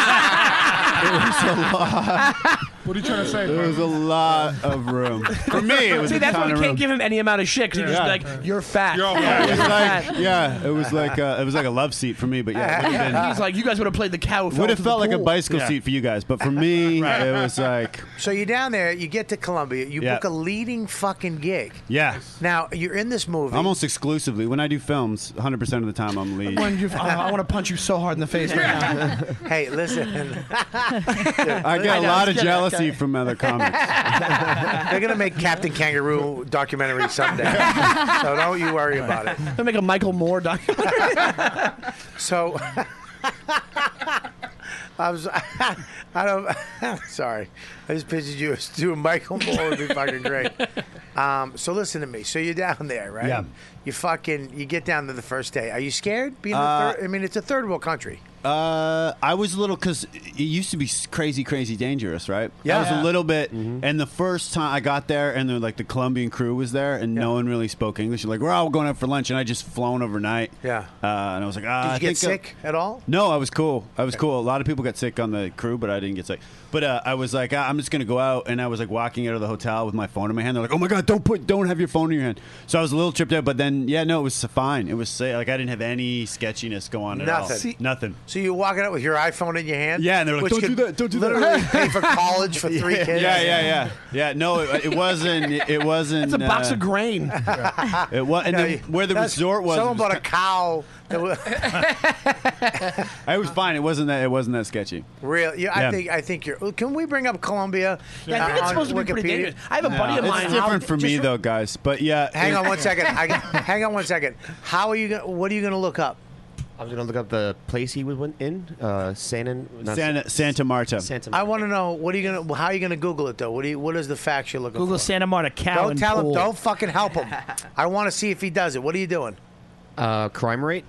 it was a lot.
What are you trying to say?
It was a lot of room for me. It was
See,
a
that's
ton
why we
of
can't
room.
give him any amount of shit because
Yeah.
he'd just be like, "You're fat."
You're
Yeah, it was
You're
like
fat.
yeah, it was like uh, it was like a love seat for me, but yeah, it would have been
He's like, "You guys would have played the
oh,
cow."
would have felt like a bicycle seat for you guys, but for me, it was like
So you're down there, you get to Columbia, you
Yeah.
book a leading fucking gig.
yeah.
Now you're in this movie.
Almost exclusively when I do films, 100 percent of the time I'm lead.
I want to punch you so hard in the face right now.
hey, listen,
I get
I
a
know,
lot of
it's good, it's
jealousy
good.
from other comics.
they're gonna make Captain Kangaroo documentary someday, so don't you worry about it.
They make a Michael Moore documentary.
So I was I don't sorry. I just pictured you as doing Michael Moore would be fucking great. Um, so listen to me. So you're down there, right?
Yeah.
You fucking you get down there the first day. Are you scared? Being the
Uh,
third, I mean, it's a third world country.
Uh, I was a little because it used to be s- crazy, crazy dangerous, right? I was
Yeah.
a little bit.
Mm-hmm.
And the first time I got there, and the, like the Colombian crew was there, and no one really spoke English. They're like, we're all going out for lunch, and I just flown overnight.
Yeah.
Uh, and I was like, ah,
Did
I
you get
think, uh,
sick at all?
no, I was cool. I was cool. A lot of people got sick on the crew, but I didn't get sick. But uh, I was like, "Ah, I'm just gonna go out, and I was like walking out of the hotel with my phone in my hand. They're like, Oh my god, don't put, don't have your phone in your hand. So I was a little tripped out, but then yeah, no, it was fine. It was sa- like I didn't have any sketchiness going on. at all.
Nothing. See-
Nothing.
So you're walking out with your iPhone in your hand?
Yeah, and they were like,
Which
"Don't do
could
that, don't do that."
Literally pay for college for three
yeah,
kids.
Yeah, yeah, yeah, yeah. No, it, it wasn't. It, it wasn't. uh,
That's a box of
grain. It was, and
No,
then
you-
where the
that's-
resort was. it
Someone
was
bought a cow. That was,
I was fine. It wasn't that. It wasn't that sketchy.
real. Yeah, I
Yeah.
think. I think you're. Can we bring up Colombia?
Yeah, I think
uh,
it's
on
supposed to be pretty
Wikipedia?
dangerous. I have a buddy
No,
of mine.
It's different for me though, guys. But yeah,
Hang
it-
on one second. I, hang on one second. How are you? Gonna, what are you going to look up?
I was gonna look up the place he was went in. Uh, Sanin. not-
Santa, Santa Marta.
Santa.
I want to know what are you going to? How are you going to Google it though? What do you? What is the facts you're looking
Google
for?
Santa Marta cow
Don't
and
tell him.
pool.
Don't fucking help him. I want to see if he does it. What are you doing?
Uh, crime rate.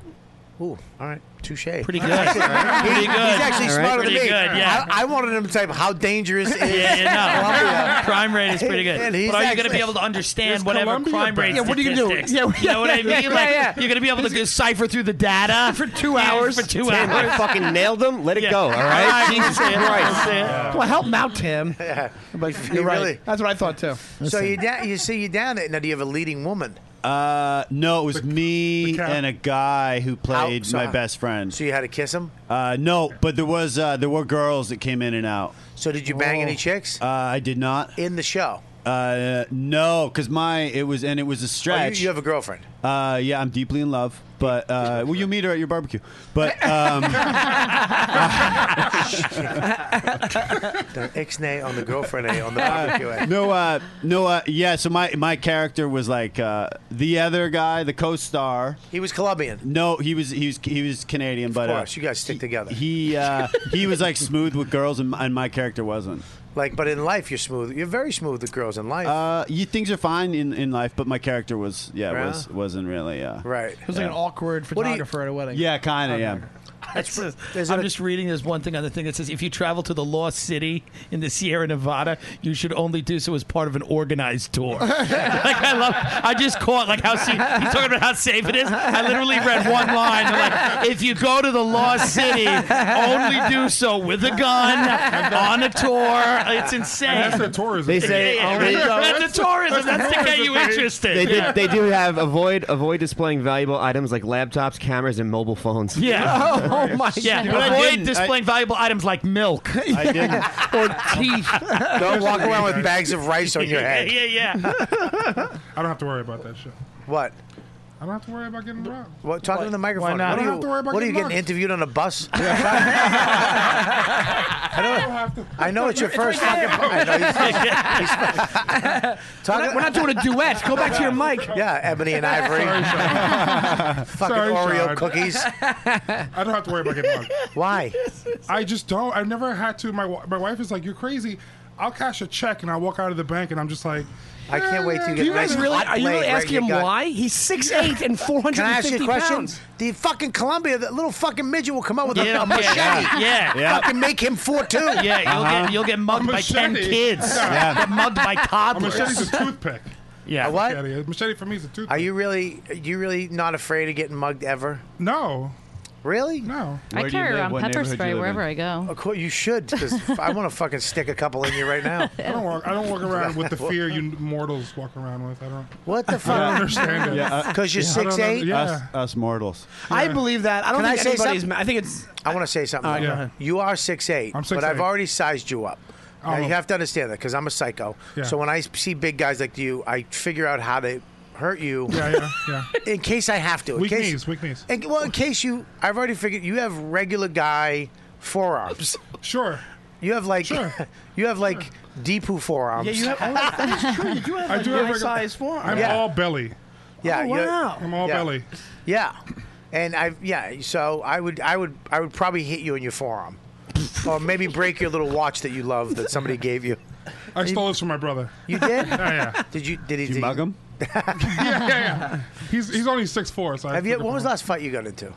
Ooh, all right, touche.
Pretty
good. Pretty
He- He's
good.
actually
All right.
smarter
Pretty
than me.
good,
yeah.
I, I wanted him to type how dangerous is
Yeah, yeah, no.
Colombia.
crime rate is pretty good.
And
But
he's
are you going to
actually-
be able to understand whatever
Colombia
crime
bad?
rate
Yeah, what are you gonna do?
statistics?
Yeah,
you know what I mean?
yeah,
Like,
yeah.
You're going to be able to decipher through the data for two hours. For two
Tim,
hours.
I fucking nailed him. Let it
Yeah.
go. All right. Jesus
that's it,
Christ.
that's it.
Well, help him out, Tim.
Yeah.
But
You
you're right.
really-
That's what I thought too.
So you down? You see you down it now? Do you have a leading woman?
Uh, no, it was me and a guy who played
so-
my best friend.
So you had to kiss him?
Uh, no, but there was uh, there were girls that came in and out.
So did you bang any chicks?
Uh, I did not
in the show.
Uh, no, because my it was and it was
Oh,
a
you-
stretch.
you have a girlfriend.
Uh, yeah, I'm deeply in love, but uh, well, you meet her at your barbecue. But um,
the ixnay on the girlfriend A on the barbecue eh? A.
no, uh, no, uh, yeah. So my my character was like uh, the other guy, the co-star.
He was Colombian.
No, he was he was he was Canadian, but
Of
uh,
course, you guys stick together.
he uh, he was like smooth with girls, and, and my character wasn't.
Like, but in life, you're smooth. You're very smooth with girls in life.
Uh, you things are fine in, in life, but my character was yeah
Yeah.
was wasn't really yeah
right.
It was like an awkward
What do you-
photographer at a wedding.
yeah kind of yeah.
That's, I'm just reading this one thing on the thing that says if you travel to the Lost City in the Sierra Nevada, you should only do so as part of an organized tour. like I love, I just caught like how se- he's talking about how safe it is. I literally read one line like if you go to the Lost City, only do so with a gun on a tour. It's insane.
that's the tourism.
They say-
Yeah,
they-
that's the tourism.
that's the
That's to get
tourism
you
thing.
interested.
They did. They do have avoid avoid displaying valuable items like laptops, cameras, and mobile phones.
Yeah.
Oh
Oh
Yeah.
But I
Avoid
didn't.
displaying valuable items like milk.
I didn't.
or teeth.
Don't walk around with bags of rice on your head.
Yeah, yeah.
I don't have to worry about that shit.
What?
I don't have to worry about getting robbed.
What? Talking to the microphone.
not? I don't
What are you,
have to worry about
what are you
getting
getting
marked.
interviewed on a bus?
I don't have to.
I know it's your first
right
fucking. I know, he's- he's- Talking-
We're not doing a duet. Go back to your mic.
Yeah, Ebony and Ivory. Fucking
Sorry,
Oreo
Sean.
cookies.
I don't have to worry about getting mugged.
Why?
I just don't. I've never had to. My wa- my wife is like, "You're crazy." I'll cash a check and I walk out of the bank and I'm just like,
I can't wait till you
"Eh,
get
eh,
nice
eh."
and hot blade right in your gut.
He's 6'8" and
Can I ask you a
450
question?
pounds.
The fucking Columbia, that little fucking midget will come out with
Yeah,
a, a machete.
yeah, yeah. Yeah.
Fucking make him four Uh-huh. two.
Yeah, you'll get you'll get mugged by ten
machete.
kids.
Yeah.
Get mugged by
A machete's
toddlers.
a toothpick.
Yeah.
A what?
Machete. A machete for me is a toothpick.
Are you really? Are you really not afraid of getting mugged ever?
No.
Really?
No.
I carry around pepper spray wherever I go.
Of course you should, because I want to fucking stick a couple in you right now.
I don't walk. I don't walk around with the fear you mortals walk around with. I don't.
What the
I
fuck?
don't understand it.
Yeah, uh,
Because you're
Yeah.
six
I don't
eight.
know. Yeah.
Us, us mortals.
I believe that. I don't
Can I
think
say
anybody's.
something?
I think it's.
I want to say something.
All right,
though.
go ahead.
You are six eight.
I'm
But
6'8".
I've already sized you up. Now,
Oh.
you have to understand that because I'm a psycho.
Yeah.
So when I see big guys like you, I figure out how to hurt you.
Yeah, yeah, yeah.
In case I have to. In
Weak
case,
knees, weak knees.
In, well, in case you, I've already figured you have regular guy forearms.
Sure.
You have like, you have like Deepu forearms.
Yeah, you have. Oh, that- that is true. You do have
I
like,
do have
my
regular-
size form.
I'm
Yeah.
all belly.
Yeah,
Oh,
you're-
wow.
I'm all
yeah.
belly.
Yeah, and I yeah. So I would I would I would probably hit you in your forearm, or maybe break your little watch that you love that somebody gave you.
I stole this from my brother.
You did?
Yeah, yeah.
Did you? Did he? Did
You mug him?
yeah, yeah, yeah. He's he's only six four. So I
Have you?
figured
When was
from-
the last fight you got into?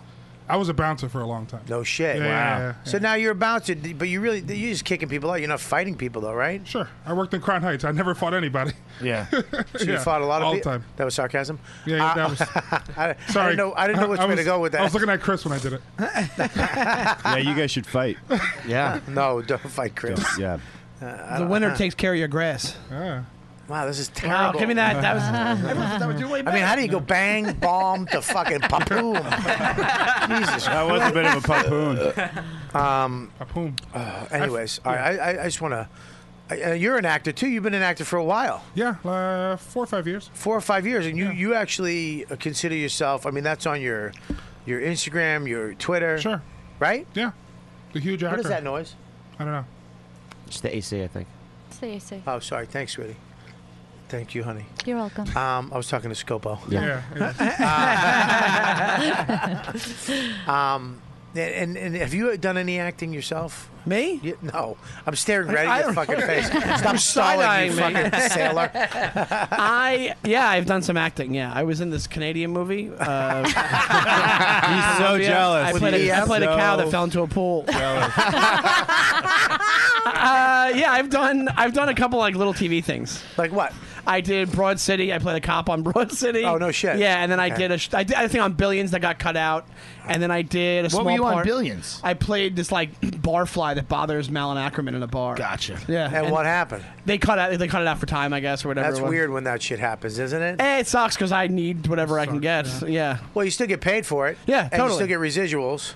I was a bouncer for a long time.
No shit.
Yeah, yeah, yeah,
So now you're a bouncer, d- but you really you're just kicking people out. You're not fighting people though, right?
Sure. I worked in Crown Heights. I never fought anybody.
Yeah. so you
Yeah,
fought a lot of
all the
people.
time.
That was sarcasm.
Yeah, yeah, that was-
I, I
Sorry.
didn't know. I didn't know which way
was-
to go with that.
I was looking at Chris when I did it.
yeah, you guys should fight.
Yeah. no, don't fight Chris.
yeah.
Uh,
The winner takes care of your grass.
Wow, this is
Wow,
terrible.
give me that. That was. everyone thought that was your way
I mean, how do you go bang, bomb to fucking papoom? Jesus,
That was a bit of a
papoon. Um,
papoon.
anyways, all right, I, I, I just want to. Uh, you're an actor too. You've been an actor for a while.
Yeah, uh, four or five years.
Four or five years, and you you actually uh, consider yourself. I mean, that's on your your Instagram, your Twitter. Sure. Right.
Yeah. The huge
What is
actor.
that noise?
I don't know.
It's the AC, I think.
Say, say.
Oh, sorry. Thanks, sweetie. Thank you, honey.
You're welcome.
Um, I was talking to Scopo.
Yeah.
Um, and, and have you done any acting yourself?
Me?
no, I'm staring
I-
right at
I
your
don't
fucking
know.
face.
You're
Stop stalling, you
side-eyeing me.
fucking sailor.
I yeah, I've done some acting. Yeah, I was in this Canadian movie. Uh, He's
so jealous.
I played, a, I
He's
played a cow
so
that fell into a pool. uh, yeah, I've done I've done a couple like little TV things.
Like what?
I did Broad City. I played a cop on Broad City.
Oh, no shit.
Yeah, and then I
Okay.
did a sh- I did a thing on Billions that got cut out, and then I did a
What
small
were you on
part-
Billions?
I played this like barfly that bothers Malin Ackerman in a bar. Gotcha. Yeah.
And, what happened?
They cut out. They cut it out for time, I guess, or whatever.
That's
it was.
weird when that shit happens, isn't it?
Eh, it sucks because I need whatever I can get. Yeah. yeah.
Well, you still get paid for it.
Yeah,
and
totally.
you still get residuals.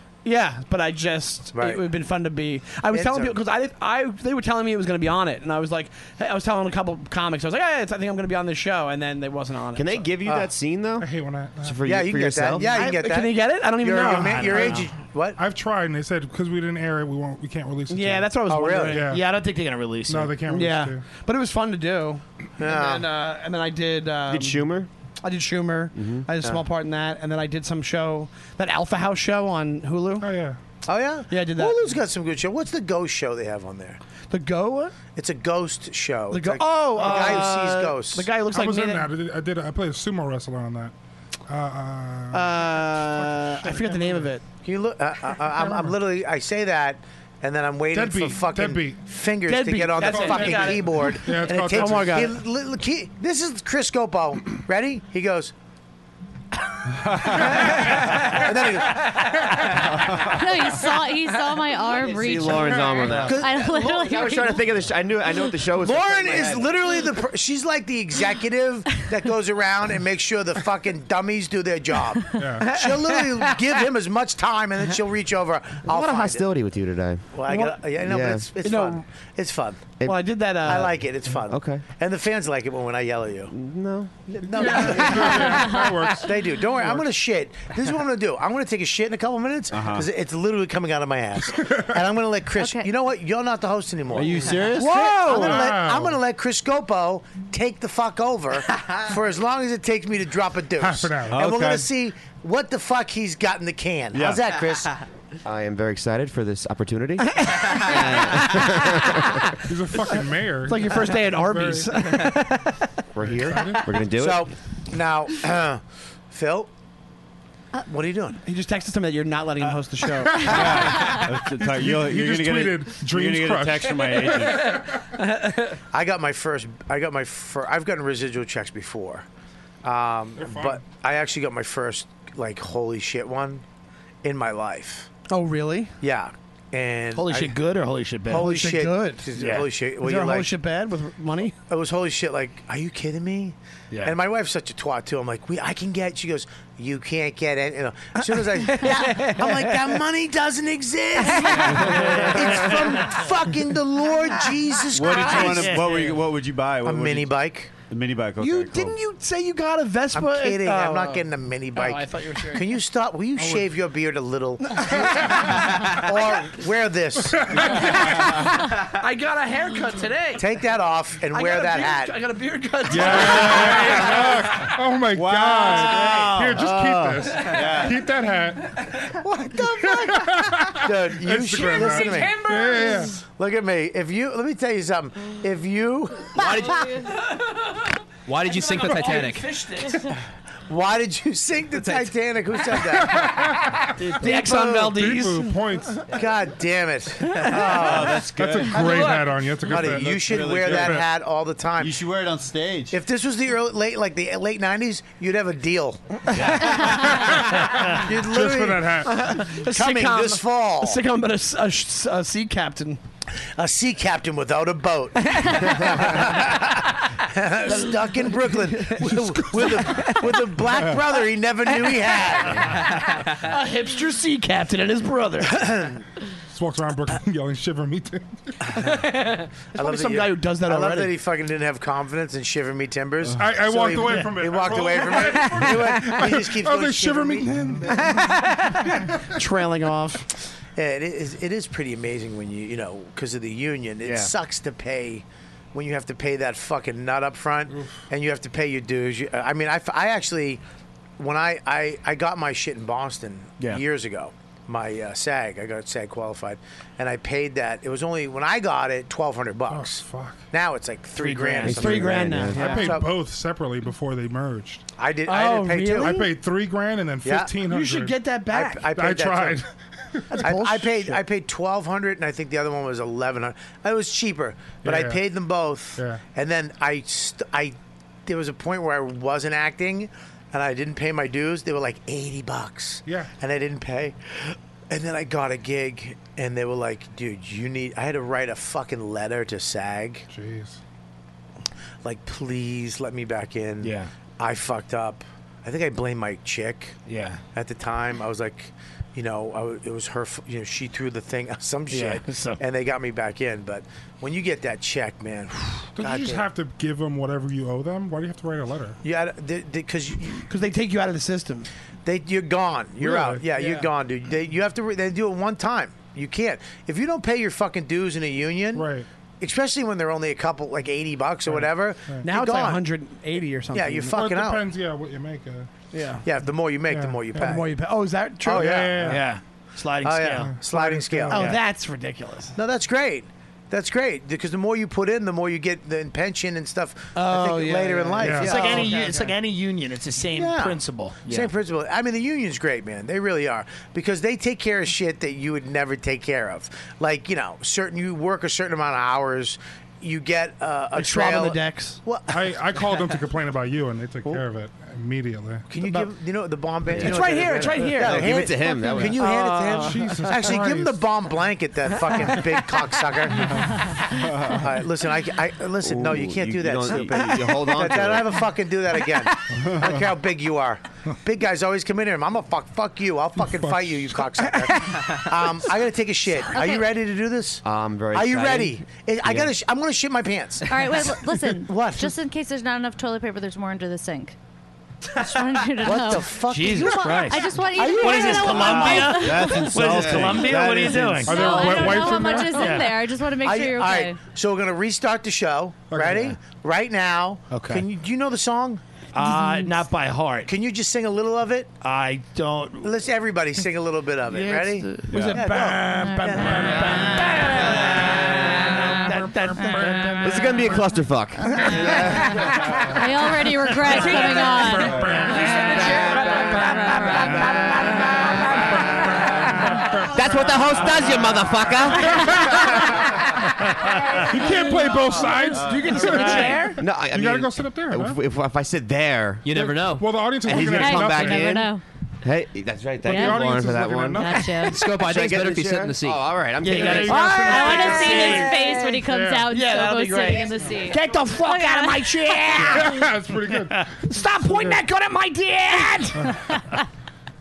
but I just
Right.
it would have been fun to be. I was
It's
telling
a-
people because I, did- I they were telling me it was going to be on it, and I was like, I was telling a couple comics, I was like, yeah, it's, I think I'm going to be on this show, and then they wasn't on it.
Can they
so.
give you
Ah.
that scene though? I
hate when I. uh,
for you, for yourself?
Can they get it? I don't even know.
what?
I've tried, and they said because we didn't air it, we won't, we can't release it.
Yeah,
to
that's what
you.
I was
Oh,
wondering.
Oh, Yeah.
I don't think they're gonna release
No,
it.
they can't release
Yeah,
it.
but it was fun to do.
Yeah.
And then, uh, and then I did. Um,
Did
Schumer?
I did Schumer.
Mhm.
I did a small
Yeah.
part in that, and then I did some show, that Alpha House show on Hulu.
Oh yeah.
Oh yeah.
Yeah, I did that.
Hulu's got some good show. What's the ghost show they have on there?
The Go? What?
It's a ghost show.
The
It's
go-
like
oh,
the guy who
uh,
sees ghosts.
the guy who looks
I
like
was
me
in
that-
that. I did. I, did, I played a sumo wrestler on that. Uh, uh,
Uh, I forget the name of it.
Can you look? Uh, uh, I'm, I'm literally. I say that, and then I'm waiting
Deadbeat,
for fucking
deadbeat.
fingers to
Deadbeat,
get on the
that's it. I
fucking
got it.
keyboard.
Yeah, it's
and
called
takes,
Deadbeat. Oh my God.
He, li- look, he- this is Chris Scopo. Ready? He goes. and then he goes.
no, he saw he saw my arm
See
reach.
Lauren's arm on that.
I literally.
I was trying to think of the. Sh- I knew. I knew what the show was.
Lauren is literally the. Per- she's like the executive that goes around and makes sure the fucking dummies do their job.
Yeah.
She'll literally give him as much time, and then she'll reach over. I'll
what a
find
hostility with you today.
It. Well, I got, yeah, no, but it's, it's
You know,
fun. It's fun.
It- Well, I
did that. Uh,
I like it. It's fun.
Okay.
And the fans like it when, when I yell at you.
No.
No.
That works. Uh-huh.
They do. Don't worry. I'm going to shit. This is what I'm going to do. I'm going to take a shit in a couple minutes because it's literally coming out of my ass. and I'm going to let Chris. You know what? You're not the host anymore. Are you
serious?
Whoa. I'm going
Wow.
to let Chris Scopo take the fuck over for as long as it takes me to drop a deuce.
Half an hour.
And we're
Okay.
going to see what the fuck he's got in the can. How's that, Chris?
I am very excited for this opportunity.
He's a fucking mayor.
It's like your first day at Arby's.
We're here. We're gonna do
so,
it.
now, Phil, what are you doing?
Uh, He just texted something that you're not letting him host the show.
You're, you're
He
gonna
just
get a-
tweeted,
you're
"Dreams
gonna get a
crushed."
text from my agent.
I got my first. I got my. Fir- I've gotten residual checks before, um, but I actually got my first like holy shit one in my life.
oh, really?
Yeah, and
Holy
I-
shit
good or holy shit
Holy, shit,
good.
Just- Holy shit. Well,
Is
you're
there a
like,
holy shit bad with money?
It was holy shit. Like, are you kidding me?
Yeah.
And my wife's such a twat too. I'm like, we, I can get. She goes, you can't get it. You know, as soon as I, yeah, I'm like, that money doesn't exist. it's from fucking the Lord Jesus
What did
Christ.
you want? To, what, were you, what would you buy? What, a
mini
bike. A mini bike. Okay,
you
cool.
didn't you say you got a Vespa?
I'm kidding. I'm
Oh.
not getting a mini bike.
Oh, I thought you were serious.
Can you stop? Will you shave your beard a little? or wear this.
I got a haircut today.
Take that off and
I
wear
got a
that
beard-
hat.
I got a beard cut.
Yeah. oh my god. Here, just
Oh.
keep this. Keep that hat.
What the fuck? Dude, you
Instagram
should listen to me.
hat. Yeah, yeah, yeah.
Look at me. If you let me tell you something. If you
Why did you sink the Titanic?
fished it.
Why did you sink the Titanic? Who said that?
The Exxon Valdez. Deepu
points. God damn it! Oh,
that's good. That's a great
Look,
hat on you. That's a good
buddy,
hat.
you
That's
should
really
wear
good.
that hat all the time. You
should wear it on stage.
If this was the early, late, like the late '90s, you'd have a deal. you'd
Just for
literally-
that hat.
Coming this fall.
A sitcom about a s- a, sh- a sea captain.
A sea captain without a boat. Stuck in Brooklyn with, with a, with a black brother he never knew he had.
A hipster sea captain and his brother.
Just walks around Brooklyn yelling, "Shiver me!" too."
I love
probably some
you-
guy who does that
I love
already.
that he fucking didn't have confidence and shiver me timbers.
I- I walked
Uh-huh. he,
away from it.
He walked
I
away from it. He went- he just keeps
I was
going,
like, "Shiver me!"
Trailing off.
Yeah, it is. It is pretty amazing when you you know because of the union. It
Yeah.
sucks to pay when you have to pay that fucking nut up front and you have to pay your dues. You, I mean, I, f- I actually when I, I I got my shit in Boston
Yeah.
years ago. My uh, SAG, I got SAG qualified, and I paid that. It was only when I got it twelve hundred bucks.
Oh,
fuck! Now it's like three, grand. or something like that.
I paid
So-
both separately before they merged.
I did- I didn't Oh, pay two. really?
I paid three grand and then
Yeah.
fifteen hundred.
You should get that back. I- I
I,
paid that too.
tried.
I, I paid I paid twelve hundred, and I think the other one was eleven hundred. It was cheaper, but I
Yeah.
paid them both.
Yeah.
And then I st- I there was a point where I wasn't acting, and I didn't pay my dues. They were like eighty bucks. Yeah. And I didn't pay. And then I got a gig, and they were like, "Dude, you need." I had to write a fucking letter to SAG. Jeez. Like, please let me back in. Yeah. I fucked up. I think I blamed my chick.
Yeah.
At the time, I was like, you know, I w it was her. f- You know, she threw the thing, some
Yeah,
shit, and they got me back in. But when you get that check, man,
Don't you
God
just
damn.
have to give them whatever you owe them? Why do you have to write a letter?
Yeah, because because
they take you out of the system.
They you're gone. You're
Really?
out. Yeah,
Yeah.
you're gone, dude. They, you have to. re- They do it one time. You can't if you don't pay your fucking dues in a union. Right. Especially when they're only a couple, like eighty bucks or whatever.
Now
you're
it's like
gone.
180 or something.
you're
Well,
fucking
it
out.
depends, yeah, what you make. Uh,
Yeah.
Yeah, the more you make, the more you pay.
The more you pay. Oh, is that true?
Oh, yeah, yeah, yeah.
yeah. Sliding
Oh,
scale.
yeah. Sliding scale.
Oh,
yeah.
that's ridiculous.
No, that's great. That's great because the more you put in, the more you get the pension and stuff. I
Oh,
think,
yeah,
later
yeah,
in life. Oh,
yeah. It's like any u- it's like
any union. It's the same
principle. Yeah.
Same principle. I mean, the union's great, man. They really are because they take care of shit that you would never take care of. Like you know, certain you work a certain amount of hours, you get uh, a
They're
trail.
swabbing the
decks.
What?
I, I called them to complain about you, and they took care of it immediately.
Can you give you know the bomb blanket?
It's right here, it's right here. No, give it to him. That
Can
was-
you hand it to him?
Jesus
Actually, give him the bomb blanket, that fucking big cocksucker. All right, listen, I, I listen. no, you
Ooh,
can't
you-
do
you
that.
don't-
stupid.
you- you hold on
That,
to
that,
it.
I'll never fucking do that again. I don't care how big you are. Big guys always come in here. I'm gonna fuck fuck you. I'll fucking fight you, you cocksucker. um, I gotta take a shit. Are you ready to do this?
I'm very.
Are you
excited.
ready? I, I
Yeah.
gotta. Sh- I'm gonna shit my pants.
All right, wait, l- listen.
what?
Just in case there's not enough toilet paper, there's more under the sink. Just wanted you to
What
know.
the fuck?
You want- I just want you
Are
to know
What is
I
this,
don't know what my-
Colombia?
That's
What is
insulting.
this, Colombia?
That
what are you
is
doing?
ins- Are there No, I wet don't know wipes
how in much there? is in there. I just wanna make
Are
sure
you-
you're
all
okay.
right, so we're gonna restart the show. Ready? Right now.
Okay.
Can you, do you know the song?
Uh, not by heart.
Can you just sing a little of it?
I don't.
Let's everybody sing a little bit of it.
Yeah,
Ready?
uh,
it's the- Was it
Yeah, go.
bam, bam,
This is gonna be a clusterfuck.
I already regret coming on.
That's what the host does, you motherfucker.
You can't play both sides. Do you get to sit in a chair?
No, I, I
you gotta
mean,
go sit up there.
If, if, if I sit there, you never know.
Well, the audience is
and he's
looking
gonna
at
come
nothing.
back
You never
in.
know.
Hey, that's right. Thank
The
you,
audience
Lauren, for
is
that
looking at
one.
nothing. Gotcha.
Scope, I think it's better if you sit in the seat. Oh, all right. I'm
Yeah, you
taking
gotta
it.
sit in the seat.
I want to see
Yeah.
his face when he comes
Yeah.
out and
Yeah, that'll
Sobo's
be great.
sitting in the seat.
Get the fuck out of my chair!
That's pretty good.
Stop pointing that gun at my dad!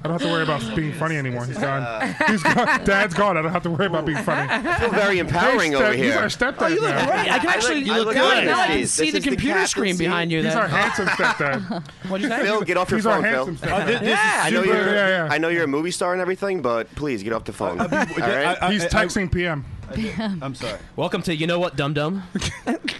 I don't have to worry about being funny anymore. He's gone. He's gone. Dad's gone. I don't have to worry about being funny. I
feel very empowering
hey,
over
He's
here.
our stepdad
Oh, you look
now.
great.
I can
I
actually
look- I look
now-
good.
Now I can
This
see
is
the
the
computer screen behind you.
He's
there.
our handsome stepdad.
What'd you say?
Phil, get off your
He's our
phone, Phil.
handsome
Oh,
stepdad.
Uh, thi- this is I know
super-
you're.
yeah, yeah.
I know you're a movie star and everything, but please get off the phone. all right?
He's texting PM.
I'm sorry.
Welcome to you know what, dum dum.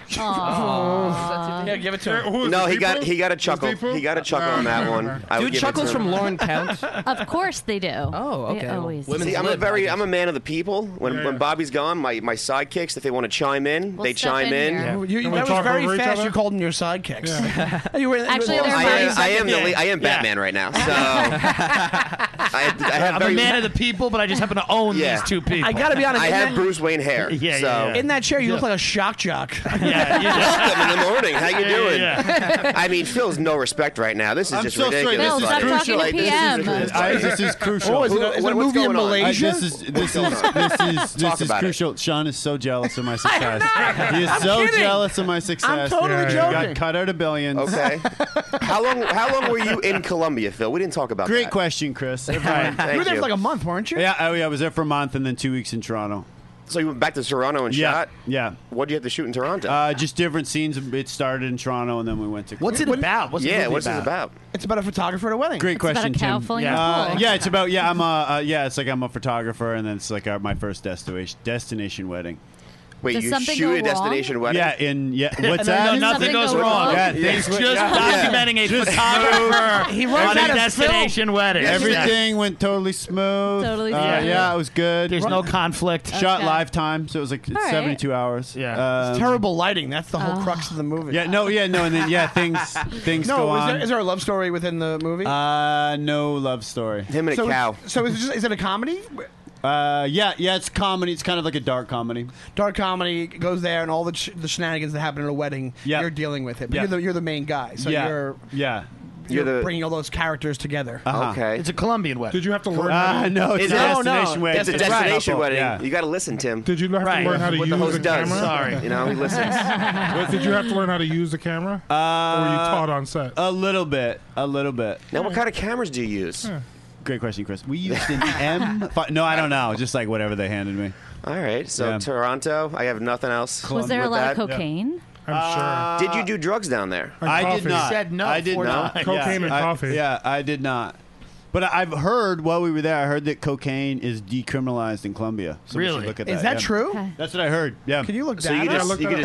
Yeah, give it to him.
No, he got he got a chuckle. He got a chuckle on
Uh,
that one. I would
Dude,
give it
chuckles
to him.
from Lauren Count.
Of course they do. Oh,
okay,
They
well,
always
women's
See, I'm a
lib,
very I'm a man of the people. When
Yeah.
when Bobby's gone, my my sidekicks, if they want to chime in,
We'll
they
step
chime
in
in.
here.
You, you, that was very fast. You called them your sidekicks. you were,
Actually,
well,
they're
I am, I am the
Yeah.
le- I am Batman right now, so I, I have
I'm
very,
a man of the people, but I just happen to own
Yeah.
these two people.
I gotta be honest,
I
in
have
that-
Bruce Wayne hair.
Yeah, yeah,
so.
yeah.
In that chair, you look like a shock jock.
Welcome in the morning. How you
Yeah, yeah,
doing?
yeah.
I mean, Phil's no respect right now. This is
I'm
just
so sorry.
ridiculous.
This is
Like,
crucial.
like, this is ridiculous.
I- this is crucial.
Who- what- what's going on?
I- This is this is this is
Talk
this is
about it.
crucial. Sean is so jealous of my success. he is
I'm
so
kidding.
jealous of my success.
totally
He
joking.
Got cut out of billions.
Okay. How long? How long were you in Colombia, Phil? We didn't talk about
Great
that.
question, Chris.
Thank You were there for you. like a
month, weren't
Yeah, I, yeah, I was there for a month and then two weeks in Toronto.
So you went back to Toronto and
yeah,
shot.
Yeah.
What do you have to shoot in Toronto?
Uh, just different scenes. It started in Toronto and then we went to.
yeah, what's it about?
It's about a photographer at a wedding.
Great question, Tim. yeah.
yeah.
Uh, yeah, it's about yeah. I'm a uh, yeah. It's like I'm a photographer, and then it's like our, my first destination destination wedding.
Wait,
Does you something shoot go a destination wrong? wedding?
Yeah, in yeah. What's
No, no,
that?
nothing Something goes go wrong. wrong?
Yeah,
Yeah.
things-
It's just
yeah.
documenting a
Just
photographer
smooth.
He runs on a out of destination film. wedding.
Everything went totally smooth.
Totally
Uh,
smooth.
yeah, it was good.
There's no conflict.
Shot
Okay.
live time, so it was like
All right.
72 hours. Yeah,
It's terrible lighting. That's the whole crux of the movie.
Um, Yeah, no, yeah, no, and then yeah, things things
no,
go
is
on.
There, is there a love story within the movie?
Uh, no love story. Him
so, So is it, just, is it a comedy?
Uh, yeah, yeah, it's comedy. It's kind of like a dark comedy.
Dark comedy goes there, and all the sh- the shenanigans that happen at a wedding,
Yeah.
you're dealing with it. But
Yeah.
you're the you're the main guy, so
yeah,
you're
yeah.
you're, bringing all those characters together.
Uh-huh. Okay.
It's a Colombian wedding.
Did you have to learn?
Uh, no, it's
Is
a
it-
destination wedding.
It's a
It's a
destination
couple,
wedding.
yeah.
You got to listen, Tim.
Did you have
Right.
to learn how to
What
use
the host
a
does.
camera?
Sorry. You know, he listens.
What, did you have to learn how to use a camera?
Uh,
or were you taught on set?
A little bit. A little bit.
Now, what kind of cameras do you use?
Great question, Chris. We used an M. fi- No, I don't know. Just like whatever they handed me.
All right. So Toronto, I have nothing else.
Was there a
with
lot of
that.
cocaine?
Uh, Did you do drugs down there?
I did not. I did not.
Cocaine
yeah,
and
I-
coffee.
Yeah, I did not. But I- I've heard while we were there, I heard that cocaine is decriminalized in Colombia. So we should
Really?
Look at
Is that
that yeah.
true? Okay.
That's what I heard. Yeah. Can
you look
So you just- you could just- you could- Yeah.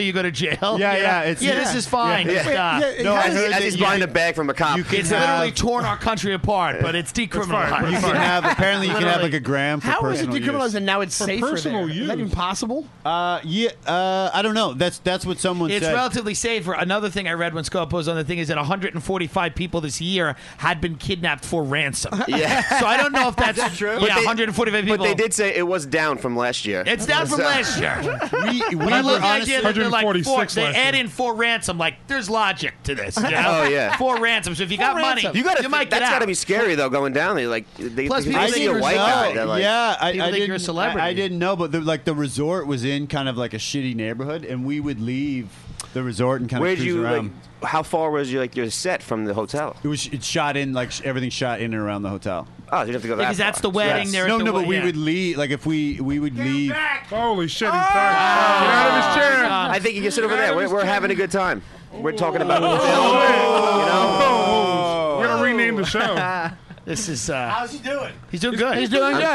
you
go to jail.
Yeah, yeah. It's,
yeah, this is fine.
Yeah.
Just stop.
No, I heard
As he's buying a bag from a cop.
You can
it's
have-
literally torn our country apart, but it's decriminalized.
You can have apparently you can have like a gram for
How is it
personal use.
decriminalized and now it's
For
safer?
personal
there? Is that
use.
even possible?
Uh, yeah, uh, I don't know. That's that's what someone
It's
said.
relatively safer. Another thing I read when Scopo was on the thing is that 145 people this year had been kidnapped for ransom.
Yeah.
so I don't know if that's
But
Yeah,
they-
145 people.
But they did say it was down from last year.
It's down from
So-
last year.
we
But I love the idea that they're like four, they
last
add in four ransom. Like there's logic to this. you
Oh,
know?
yeah.
four ransom. So if you got money,
You
you,
gotta.
might
Think,
get
that's
out.
gotta be scary though, going down there. Like they,
Plus,
they
people
see
think
a
you're
white
so-
guy. They're like,
Oh, yeah, I,
People
I
think
didn't,
you're a celebrity.
I, I didn't know, but the, like the resort was in kind of like a shitty neighborhood, and we would leave the resort and kind
Where'd
of cruise
you
around.
like? How far was your like your set from the hotel?
it was it shot in like sh- everything shot in and around the hotel.
Oh, you have to go that far.
Yes. No, no, but we would leave. Like if we we would leave.
Holy shit! He's back. Get out of his chair.
I think you can sit over
Get out
there.
of
We're,
his
we're
chair.
having a good time. We're talking about the film.
We're gonna rename the show.
this is. Uh,
How's he doing?
He's doing good.
I'm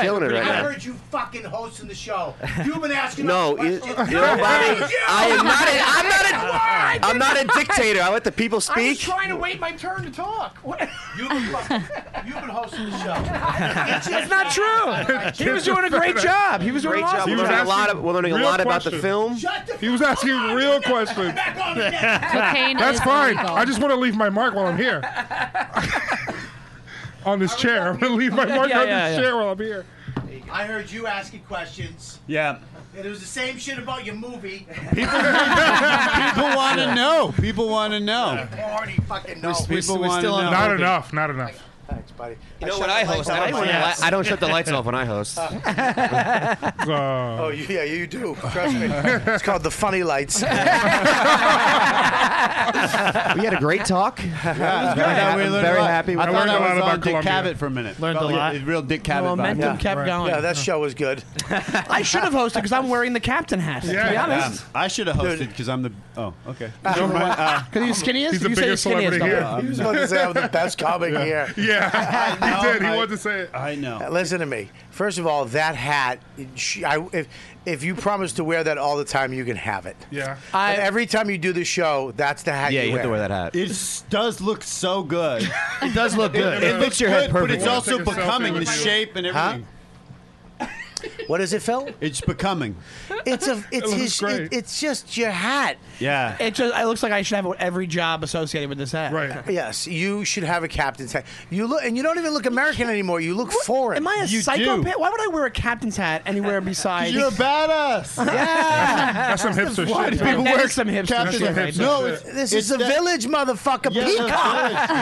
feeling it
I
right now.
heard you fucking hosting the show. You've been asking.
No,
us
you, you know,
questions.
Bobby, I am not. A, I'm not a.
I
I'm not a dictator. I let the people
I was
speak.
trying to wait my turn to talk. What? You've been, fucking, you've been hosting the show.
That's not true. He was doing a great job. He was doing
Great
an
job.
awesome
We're learning a lot of- we're learning a
real
lot about the
questions.
film.
He was asking real questions.
Cocaine
That's
is
fine.
illegal.
I just want to leave my mark while I'm here. on this chair. I'm going to leave my mark
Yeah,
on
yeah,
this
yeah.
chair while I'm here.
I heard you asking questions.
Yeah.
And it was the same shit about your movie.
People want to know. People want to know.
already fucking know.
People wanna know.
Not enough. Not enough.
Thanks, buddy.
You know when I host, I don't,
Yes.
I don't shut the lights off when I host.
oh,
yeah, you do. Trust me. it's called the funny lights.
We had a great talk.
I thought we
I'm
learned
very
a lot.
happy. with
I thought
that.
I was on Dick Cavett for a minute.
Learned a
Felt like
lot.
Real Dick Cavett. vibe.
momentum kept going.
Yeah, that show was good.
I should have hosted because I'm wearing the captain hat. To be honest.
Um, I should have hosted because I'm the. Oh, okay.
Because he's skinniest.
He's the
you say
biggest
skinniest,
celebrity
though.
here. He was about to say I'm the
best comic
Yeah.
Yeah.
here.
he did. He wanted to say it.
I know.
Listen to me. First of all, that hat. She, I, if if you promise to wear that all the time, you can have it.
Yeah.
But every time you do the show, that's the hat. you wear.
It s- does look so good.
it does look
good. It
It, looks
fits your head
good, but it's
perfectly.
also
Take a selfie
becoming the
with you.
shape and
Huh?
everything.
What is it, Phil?
It's becoming.
It's a. It's
looks
his.
great.
it- it's just your hat.
Yeah.
It just it looks like I should have every job associated with this hat.
Right.
Yes, you should have a captain's hat. You look, and you don't even look American anymore. You look foreign.
Am I a psychopath? Why would I wear a captain's hat anywhere besides?
You're a
badass.
That's some hipster
Why
shit.
do people
That
wear
is some hipster
captain's
shit.
hat?
No,
it's-
This is
it's
the
that-
village, motherfucker. Peacock.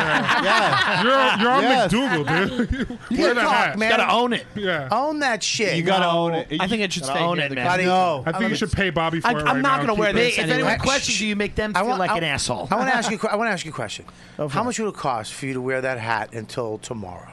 Yeah. You're, you're on McDougal, dude. Wear that
Peacock,
hat.
man. Gotta own
it.
Yeah.
Own that shit.
You gotta own it.
I think it should
Gotta
stay
own
here,
it,
the
man.
captain.
No. I think you should pay Bobby for
I-
it
I'm
right
not
now.
gonna wear
Keep
this
it.
anyway. If anyone
questions you, you make them feel like an asshole.
I want to ask you. a que- I want to ask you a question. How much would it cost for you to wear that hat until tomorrow?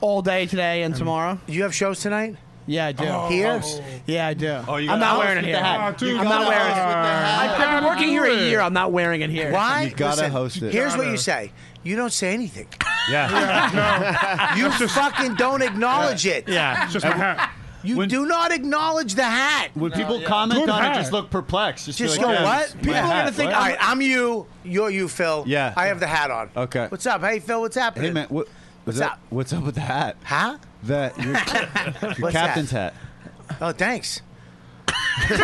all day today and tomorrow.
Um, You have shows tonight?
Yeah, I do.
Oh. Here?
Yeah, I do.
Oh, you
I'm
got
not
hours
wearing it
with
here.
the hat. Oh, dude,
I'm
you
not
got
wearing it.
hours with the
Uh,
hat.
I've been working here a
Dude.
year. I'm not wearing it here.
Why? Listen, Here's what
Gotta.
you say. You don't say anything.
Yeah.
you fucking don't acknowledge it.
Yeah. It's just my hat.
You do not acknowledge the hat.
When people comment on it, just look perplexed. Just, be
Just
like,
go,
"Yeah,
what?
it's my
People are
hat,
gonna think.
what?"
All right, I'm you. You're you, Phil.
Yeah.
I have the hat on.
Okay.
What's up? Hey, Phil. What's happening?
Hey man, what,
What's
what's that,
up?
What's up with the hat?
Huh?
That your, your
What's
captain's hat.
Oh, thanks.
It's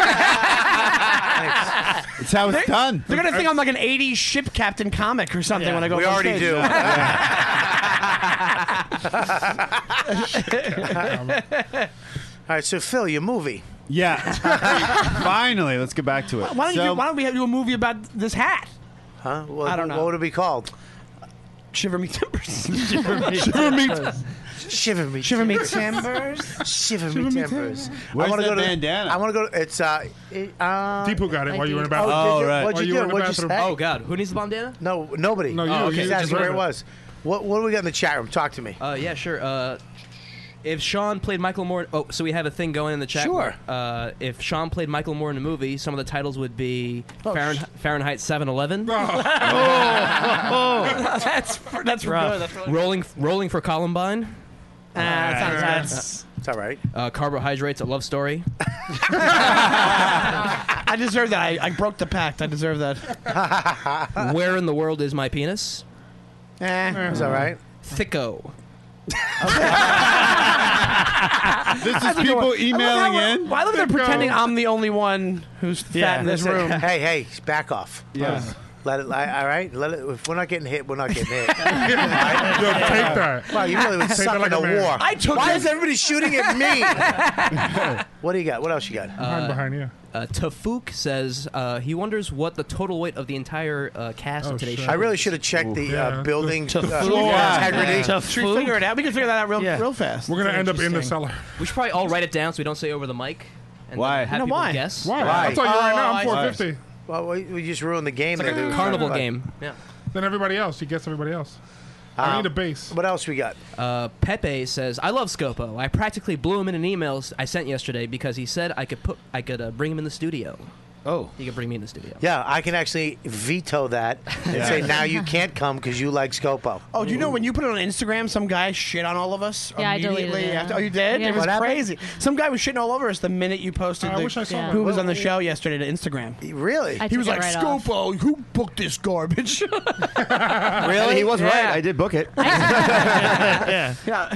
how it's
They're-
done.
They're gonna think I'm like an '80s ship captain comic or something when I go.
we
up on
already
stage.
do. All right, so Phil, your movie.
Yeah. Finally, let's get back to it.
Why don't you? Do,
So-
why don't we have- do a movie about this hat?
Huh? Well,
I don't know.
What would it be called?
Shiver me timbers.
Shiver me
Shiver me
timbers. Shiver me.
Shiver me
timbers. Shiver me timbers.
Where's
I want to
that
go to
bandana?
I want to go. to- It's uh. It, uh
Deepu got it while you were in the bathroom.
Oh, did you?
While
What'd you
were
do?
in the
What'd you
bathroom.
say?
Oh God, who needs the bandana?
No, nobody.
No, you-
Oh,
you
Just
just
asked where
heard
it
it.
was. What What do we got in the chat room? Talk to me.
Uh, yeah, sure. Uh, if Sean played Michael Moore, oh, so we have a thing going in the chat.
Sure.
Uh, if Sean played Michael Moore in a movie, some of the titles would be
Oh,
Fahrenheit, Fahrenheit 7/11.
that's that's
Rough.
good. That's really
Oh. rolling, rolling for Columbine.
Ah, that
Uh,
sounds that's-
It's all right.
Uh, carbohydrates, a love story.
I deserve that. I, I broke the pact. I deserve that.
Where in the world is my penis?
Eh, it's all right.
Thicko.
This
I
is
think I
people
want- I
emailing
love how
in.
we're- Why love they're pretending I'm the only one who's fat
Yeah,
in this
that's it.
room?
Hey, hey, back off.
Yeah.
Let it lie. All right. Let it. If we're not getting hit, we're not getting hit. All right?
Yo, take that.
Wow, you really would
Take that
suck
like
in
a
a
man.
war.
I took
Why
this-
is everybody shooting at me? what do you got? What else you got?
Uh,
behind you.
Uh, Tafuk says uh, he wonders what the total weight of the entire uh, cast
Oh,
of today's show.
I really should have checked the uh, building uh, integrity.
Should we figure it out? We can figure that out real, real fast.
We're gonna end up in the cellar.
We should probably all write it down so we don't say over the mic. And
Why?
then Have
No,
people
why?
guess.
Why? I'll tell you right now, I'm 450.
Well, we, we just ruined the game.
Oh, It's like
there,
a
dude.
carnival
But-
game. Yeah.
Then everybody else. He gets everybody else. I
Um,
need a base.
What else we got?
Uh, Pepe says, "I love Scopo. I practically blew him in an email s- I sent yesterday because he said I could put, I could uh, bring him in the studio. Oh, he could bring me in the studio.
Yeah, I can actually veto that and
Yeah.
say now you can't come because you like Scopo.
Oh, do you know when you put it on Instagram, some guy shit on all of us?
Yeah, I deleted
immediately
it.
After, oh, you did?
Yeah.
It was
What happened?
crazy. Some guy was shitting all over us the minute you posted.
I
the-
wish I saw Yeah.
who
that.
was on the show yesterday to Instagram.
Really?
I
he was
took
like,
it right off.
"Scopo, who booked this garbage?"
Really? He was
Yeah.
right. I did book it.
yeah. yeah.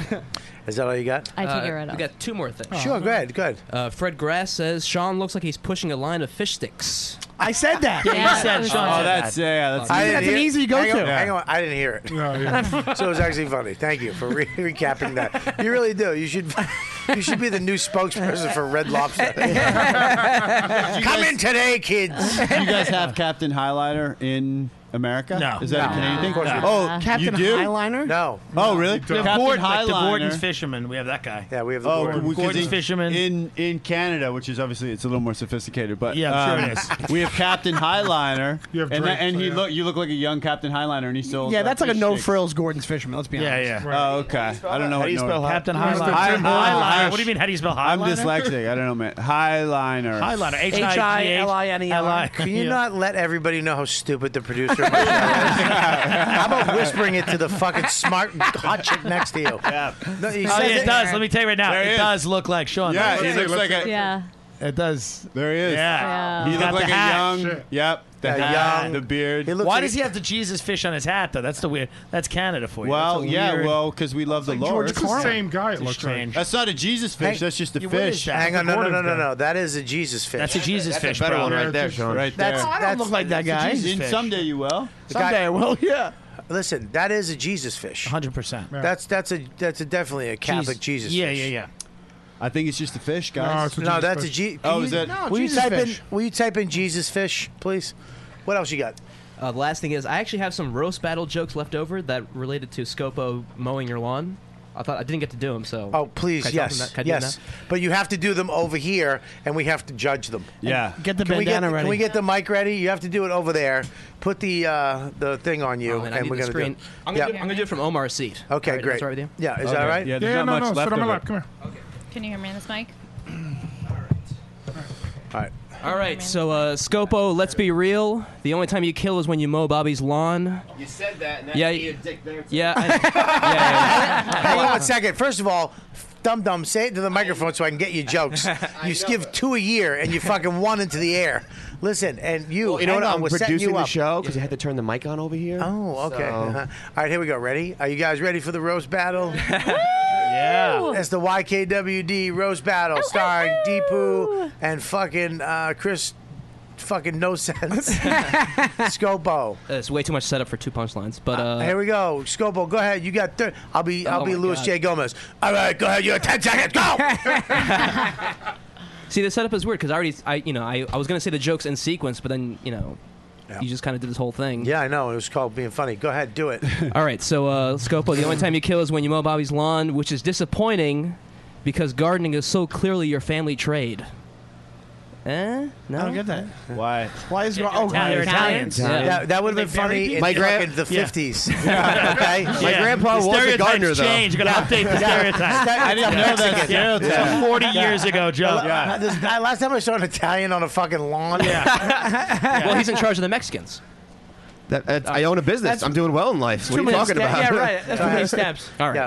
Is that all you got?
I took
Uh,
it right
we
off.
got two more things.
Sure, go ahead, go ahead.
Uh, Fred Grass says Sean looks like he's pushing a line of fish sticks.
I said that.
Yeah, he said Sean.
Oh, that's yeah, that's
I didn't
That's an
hear-
easy go-to.
Hang on, hang on, I didn't hear it. so it was actually funny. Thank you for re- recapping that. You really do. You should. You should be the new spokesperson for Red Lobster. Come in today, kids.
Do you guys have Captain Highlighter in America?
No.
Is that
No.
a Canadian thing?
Of course we do.
Oh,
Captain
you do?
Highliner.
No.
Oh, really?
The,
Captain
Gordon, like the
Highliner.
Gordon's fisherman. We have that guy.
Yeah, we have the
Oh,
Gordon.
because
Gordon's
in,
fisherman.
in in Canada, which is obviously it's a little more sophisticated, but
Yeah, I'm sure
um,
it is.
We have Captain Highliner,
You have
and,
Drake,
and
so
he
yeah.
look you look like a young Captain Highliner, and he still
Yeah, that's like a no frills Gordon's fisherman. Let's be honest.
yeah.
Oh, okay. I don't know
How
what
do you
no-
spell Highliner?
Captain
Where's the
Highliner.
Jim Highliner?
What do you mean? How do you spell
I'm
Highliner?
dyslexic. I don't know, man. Highliner.
Highliner. H
H i
I
l i n e
L I.
r.
Can you not let everybody know how stupid the producer after me. How about whispering it to the fucking smart hot chick next to you? Yeah. No, he
Oh,
says
yeah, it does. Let me tell you right now.
There he
It
is.
does look like Sean.
Yeah,
That's
he
it.
looks like a-
Yeah.
It does.
There he is.
Yeah.
He
He's got
looked like
the
a
hat.
young. Yep. The
The
hat,
young-
The beard.
Why does he have the Jesus fish on his hat though? That's the weird. That's Canada for you.
Well,
That's a
yeah,
weird-
well, because we love the Lord.
It's the Carlin. same guy, it
It's
looks like.
strange. That's not a Jesus
Hey,
fish. that's just a
yeah, what is
fish.
that?
Hang on, no, no, no, no, no. That is a Jesus fish.
That's a Jesus
That's a fish, better bro. one right there, Sean. Right
That's,
there. No, I don't
that's-
look like that
that's a
guy.
Jesus
In
fish.
someday you will.
The guy-
Someday I will, yeah.
Listen, that is a Jesus fish.
100%.
That's that's a that's a definitely a Catholic Jesus. fish.
I think it's just a fish, guys.
No, that's a G.
Oh, is that?
will you type in? Will you type in Jesus fish, please? What else you got?
Uh, the last thing is, I actually have some roast battle jokes left over that related to Scopo mowing your lawn. I thought I didn't get to do them, so.
Oh, please,
Can I tell them
yes,
that- can I do them
yes.
now?
But you have to do them over here, and we have to judge them.
Yeah. Get the
Can we
bandana
Can we
ready.
get the mic ready? You have to do it over there. Put the uh, the thing on you,
Oh, man, I
and
need
we're
the
gonna
screen.
do. it.
I'm gonna,
Yeah.
do, I'm gonna do it from Omar's seat.
Okay,
All right,
great.
That's all right with you?
Yeah, is that all right?
Come
Can you hear me on this mic?
All right.
All right, so uh, Scopo, let's be real. The only time you kill is when you mow Bobby's lawn.
You said that,
and that Yeah, gave you a
dick there.
Yeah. I-
Hold on one second. First of all, Dum Dum, say it to the microphone so I can get your jokes. You give two a year and you fucking one into the air. Listen, and you,
you know
hang
what?
on,
I'm
we're setting
producing
you
the
up.
show because I had to turn the mic on over here.
Oh, okay.
So-
Uh-huh. All right, here we go. Ready? Are you guys ready for the roast battle? yeah. That's the YKWD roast battle starring Deepu and fucking uh, Chris fucking No Sense. Scopo.
Uh, it's way too much setup for two punchlines, but uh,
Here we go. Scopo, go ahead. You got third. I'll be I'll
Oh
be
my
Louis
God.
J. Gomez. All right, go ahead. You have 10 seconds. Go.
see the setup is weird because I already, I you know, I, I was gonna say the jokes in sequence, but then you know, you just kind of did this whole thing.
Yeah, I know. It was called being funny. Go ahead, do it.
All right, so uh, Scopo, the only time you kill is when you mow Bobby's lawn, which is disappointing because gardening is so clearly your family trade. Eh? No, I don't get that.
Why?
Why is
oh, Italians.
Yeah.
That, that would have been funny in
My gran-
fucking the
Yeah.
50s.
Yeah.
okay?
My Yeah. grandpa The was a stereotypes gardener, though. change. Gotta update the stereotypes. I didn't know that stereotype. Yeah. 40 years ago, Joe.
Well, uh,
Yeah.
this- I- last time I saw an Italian on a fucking lawn. Yeah.
well, he's in charge of the Mexicans.
That, that- I own a business. I'm doing well in life. What are you talking about?
All right,
Yeah, too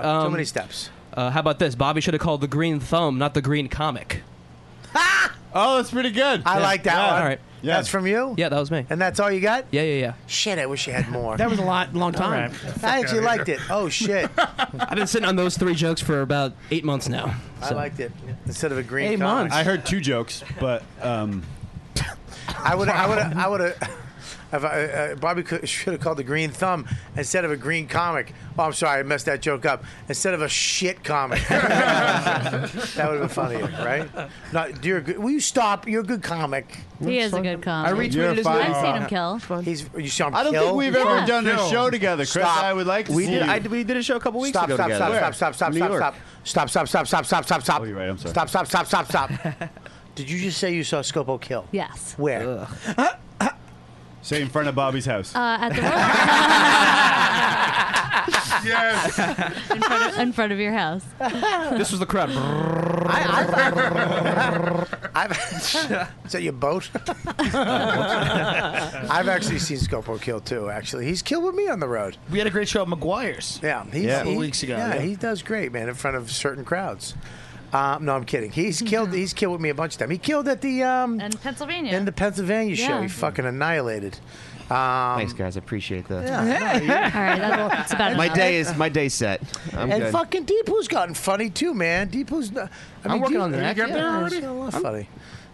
um,
many steps.
Uh, how about this? Bobby should have called the Green Thumb, not the Green Comic.
Oh, that's pretty good.
I
Yeah.
like that
Yeah.
one.
All right.
Yeah. That's from you?
Yeah, that was me.
And that's all you got?
Yeah, yeah, yeah.
Shit, I wish you had more.
That was a lot, long time.
I actually liked it. Oh, shit.
I've been sitting on those three jokes for about eight months now.
I
so.
liked it. Instead of a green
Eight
comic.
months.
I heard two jokes, but um,
I would. I would. I would. If I, uh, Bobby could, should have called the green thumb instead of a green comic. Oh, I'm sorry, I messed that joke up. Instead of a shit comic, that would have been funnier, right? Not, you're a good, will you stop? You're a good comic.
He is a good comic. I've seen him kill.
He's, you saw him
I don't
kill?
think we've ever done this show together, Chris.
Stop.
I would like to
We
see
did-
you.
I- we
did a show a couple
Stop! Stop! Stop! Stop! Stop! Stop! Stop! Stop! Stop! Stop! Stop! Stop! Stop! Stop! Stop! Oh, you're right. I'm sorry. Stop! Stop! Stop! Stop! Stop! Did you just say you saw Scopo kill?
Yes.
Where?
say in front of Bobby's house.
Uh, at the
yes.
in, front of, in front of your house.
This was the crowd.
I've, is that your boat? I've actually seen Scopo kill too. Actually, he's killed with me on the road.
We had a great show at McGuire's.
Yeah, he's,
a couple
he-
weeks ago.
Yeah, he does great, man, in front of certain crowds. Um, no, I'm kidding. He's killed. He's killed with me a bunch of times. He killed at the um,
in Pennsylvania.
in the Pennsylvania show.
Yeah.
He fucking annihilated. Um,
Thanks, guys. I appreciate that.
Yeah, no, you-
All right, that- that's about
My
enough.
day is my day set. I'm
and
good.
fucking Deepu's gotten funny too, man. Deepu's. Not, I
I'm
mean,
working on that,
Did you get
yeah.
there already?
Yeah.
A lot funny.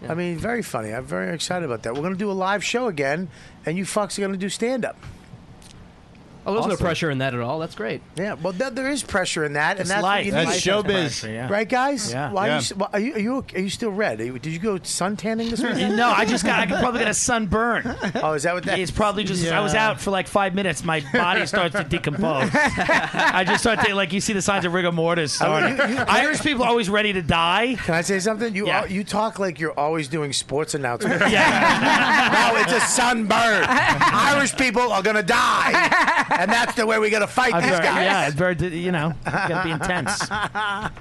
I mean, very funny. I'm very excited about that. We're gonna do a live show again, and you fucks are gonna do stand up.
Oh, there's
Awesome.
no pressure in that at all. That's great.
Yeah, well, th- there is pressure in that, and
It's
that's
life.
what you
That's
need.
showbiz. Pressure, yeah.
right, guys?
Yeah.
Why Are,
Yeah.
you, s- why- are you are you are you still red? Are you- did you go suntanning this weekend?
no, I just got. I could probably get a sunburn.
Oh, is that what that?
It's probably just. I was
Yeah.
out for like five minutes. My body starts to decompose. I just start to like. You see the signs of rigor mortis. starting.
Oh, you- you-
Irish people are always ready to die.
Can I say something? You
Yeah.
al- you talk like you're always doing sports announcements. no, it's a sunburn. Irish people are gonna die, and that's the way we gotta fight
I'm
these
very-
guys.
Yeah, it's very. You know, it's gonna be intense.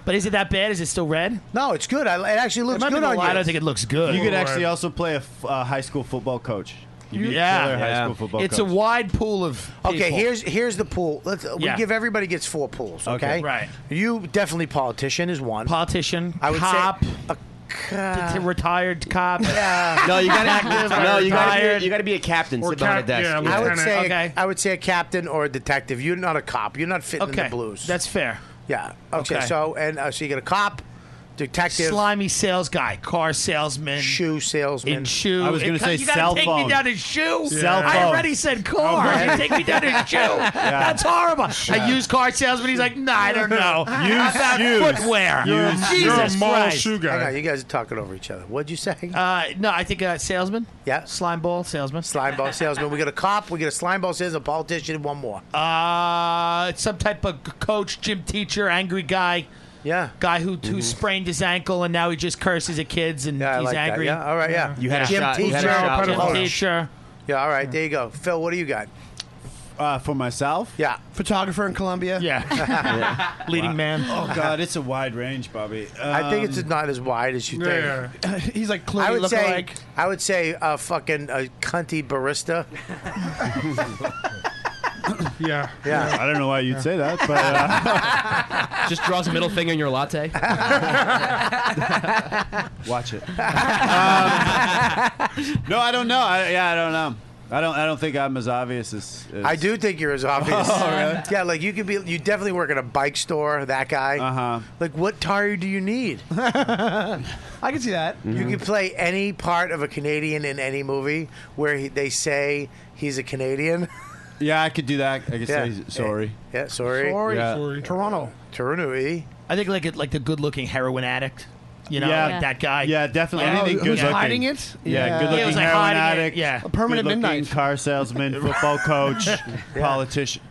But is it that bad? Is it still red?
No, it's good. I, it actually looks
might be
good
the
on you.
light. I don't think it looks good.
You could actually also play a f- uh, high school football coach. You beat Taylor high school football
It's
coach.
a wide pool of.
Okay,
people.
here's here's the pool. Let's we
Yeah.
give everybody gets four pools. Okay,
Okay. Right.
You definitely politician is one. Politician. I would
cop,
say a cop.
T- retired cop.
No, you gotta-
Detective,
no, you gotta be-
retired.
you gotta
be a captain.
Or sit behind a cap- desk. yeah,
I would
lieutenant.
say
Okay.
I would say a captain or a detective. You're not a cop. You're not fitting in
Okay,
the blues. That's fair. Yeah. Okay.
Okay.
So and uh, so you get a cop, detective,
Slimy sales guy, car salesman,
shoe salesman.
In shoe.
I was gonna
It-
say
you gotta
cell
take
phone.
me down to shoe.
Cell
I
phone.
already said car.
Oh,
you
right.
take me down to shoe.
Yeah.
That's horrible. A used car salesman. He's like, nah, I don't know. How about footwear. Jesus Christ.
I know, you guys are talking over each other. What'd you say?
Uh, no, I think uh, salesman.
Yeah.
Slime ball salesman.
Slime ball salesman. We got a cop. We got a slime ball salesman. A politician. One more.
Uh, some type of c- coach, gym teacher, angry guy.
Yeah.
Guy who, who sprained his ankle and now he just curses at kids and he's
like that.
angry.
Yeah, all right, yeah. You had a Gym shot. You had a teacher. shot.
Gym
Hold on.
teacher.
Yeah. All right. There you go. Phil, what do you got?
Uh, for myself?
Yeah.
Photographer in Colombia?
Yeah.
Leading man.
Oh God, it's a wide range, Bobby.
I think it's
Um,
not as wide as you
Yeah.
think.
He's like
I would say
lookalike.
I would say a fucking a cunty barista.
yeah.
Yeah.
I don't know why you'd say that, but uh,
Just draws a middle finger in your latte.
watch it. Um, no, I don't know. I, yeah, I don't know. I don't. I don't think I'm as obvious as. as
I do think you're as obvious.
Oh, really?
Yeah, like you could be. You definitely work at a bike store. That guy. Uh
Uh-huh.
huh. Like, what tire do you need?
I can see that. Mm-hmm.
You can play any part of a Canadian in any movie where he, they say he's a Canadian.
Yeah, I could do that. I could
Yeah.
say sorry.
Yeah, sorry. eh?
Sorry, Yeah.
sorry.
Toronto. Toronto.
I think like like the good looking heroin addict. You know,
Yeah.
like that guy.
Yeah, definitely. Anything good looking. Yeah, good looking
It was like
heroin
hiding it,
addict.
Yeah.
good-looking car salesman, football coach, politician.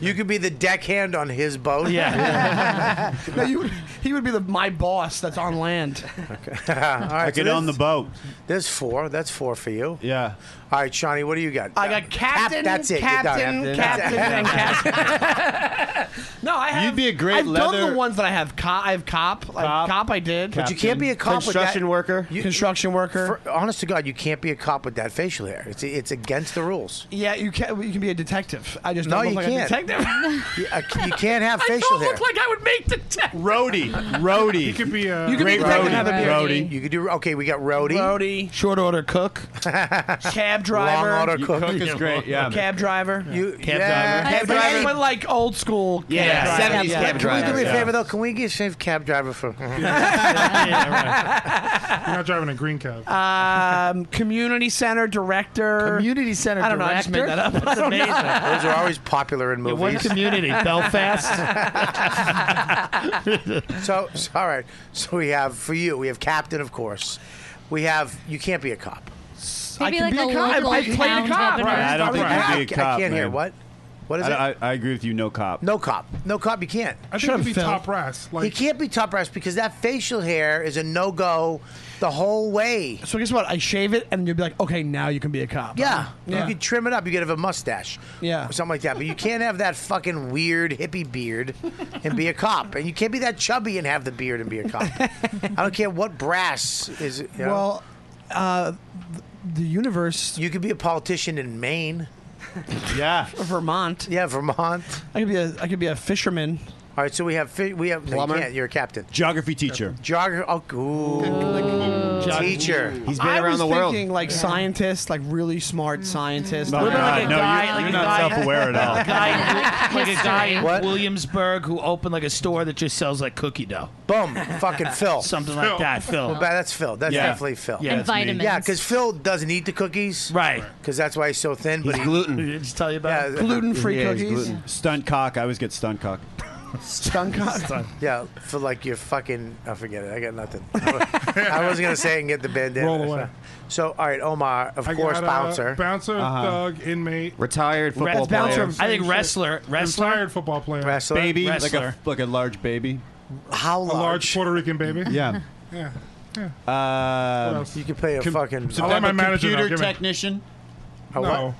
You could be the deckhand on his boat.
no, you would, he would be the my boss that's on land.
All right,
I get
there's-
on the
boat.
There's four. That's four for you.
Yeah.
All right, Shawnee, what do you got?
I got captain,
that's it.
captain,
You're done.
captain, and No, I have.
You'd be a great
I've done
leather-
the ones that I have. Co- I have cop. Like, cop. I did.
But you can't be a cop. with that.
worker. construction worker.
For- honest to God, you can't be a cop with that facial hair. It's it's against the rules.
Yeah, you can. You can be a detective. I just
No,
don't look
you
like
can't.
a detective.
You, uh, you can't have facial hair.
like I would make detective.
Roadie, roadie. You could
be a
You could be detective. Have a beard.
You could do okay. We got roadie.
Roadie.
Short order cook.
Cab driver.
Long order cook.
Cab driver.
You
cab
yeah,
driver. Cab driver. But like old school. cab driver. Yeah.
Can we do me a favor though? Can we get some cab driver for?
You're not driving a green cab.
Um, community center director.
Community center
I don't know. I just made
director?
that up.
That's
I don't know.
Those are always popular in movies.
One community, Belfast.
so, so all right. So we have for you. We have captain, of course. We have you can't be a cop.
I
Maybe
can
like
be
a
a cop.
local
I played
town
a cop.
governor.
Yeah, I don't think
I,
you'd be a
I
cop.
can't hear
man.
what. What is
I,
it?
I, I agree with you. No cop.
No cop. No cop. You can't.
I think it'd be top brass.
he
Like
can't be top brass because that facial hair is a no go the whole way.
So guess what? I shave it, and you'd be like, okay, now you can be a cop.
Yeah.
Yeah.
You could trim it up. You could have a mustache. Yeah. Or something like that. But you can't have that fucking weird hippie beard and be a cop. And you can't be that chubby and have the beard and be a cop. I don't care what brass is. You know?
Well, uh, the universe.
You could be a politician in Maine.
Yeah.
Vermont.
Yeah, Vermont.
I could be a I could be a fisherman.
All right, so we have fi- we have no, you
Plumber?
can't, you're a captain.
Geography teacher.
Jogger. Oh, ooh. teacher.
I was Thinking like scientist, like really smart scientist.
No, What about like a no, guy- you're- like a you're not guy- self-aware at all.
a guy, like a guy in
What?
Williamsburg who opened like a store that just sells like cookie dough.
Boom. Fucking Phil.
Something like that, Phil.
Well, that's Phil. That's
Yeah.
definitely Phil.
Yeah, And that's me. vitamins.
Yeah, because Phil doesn't eat the cookies.
Right.
Because that's why he's so thin. but he,
gluten.
Did just tell you about
Yeah.
Gluten-free
Yeah, it's
cookies?
gluten. Stunt cock. I always get stunt cock.
Stunt cock.
Yeah, for like your fucking. I forget it. I got nothing. I was gonna say it and get the bandana.
Roll away.
So, all right, Omar, of
I
course,
got, uh,
bouncer.
bouncer,
Uh-huh.
uh, thug, inmate.
Retired
Uh-huh. football player.
I think wrestler. Wrestler.
Retired football player.
Wrestler.
Baby, like
Wrestler.
a like a large baby.
How
A large Puerto Rican baby.
Yeah.
Yeah. Yeah.
Uh,
else? You
could play a fucking-
So
I'll let
I'm
my
a
manager know,
computer
give me-
technician.
A what?
No.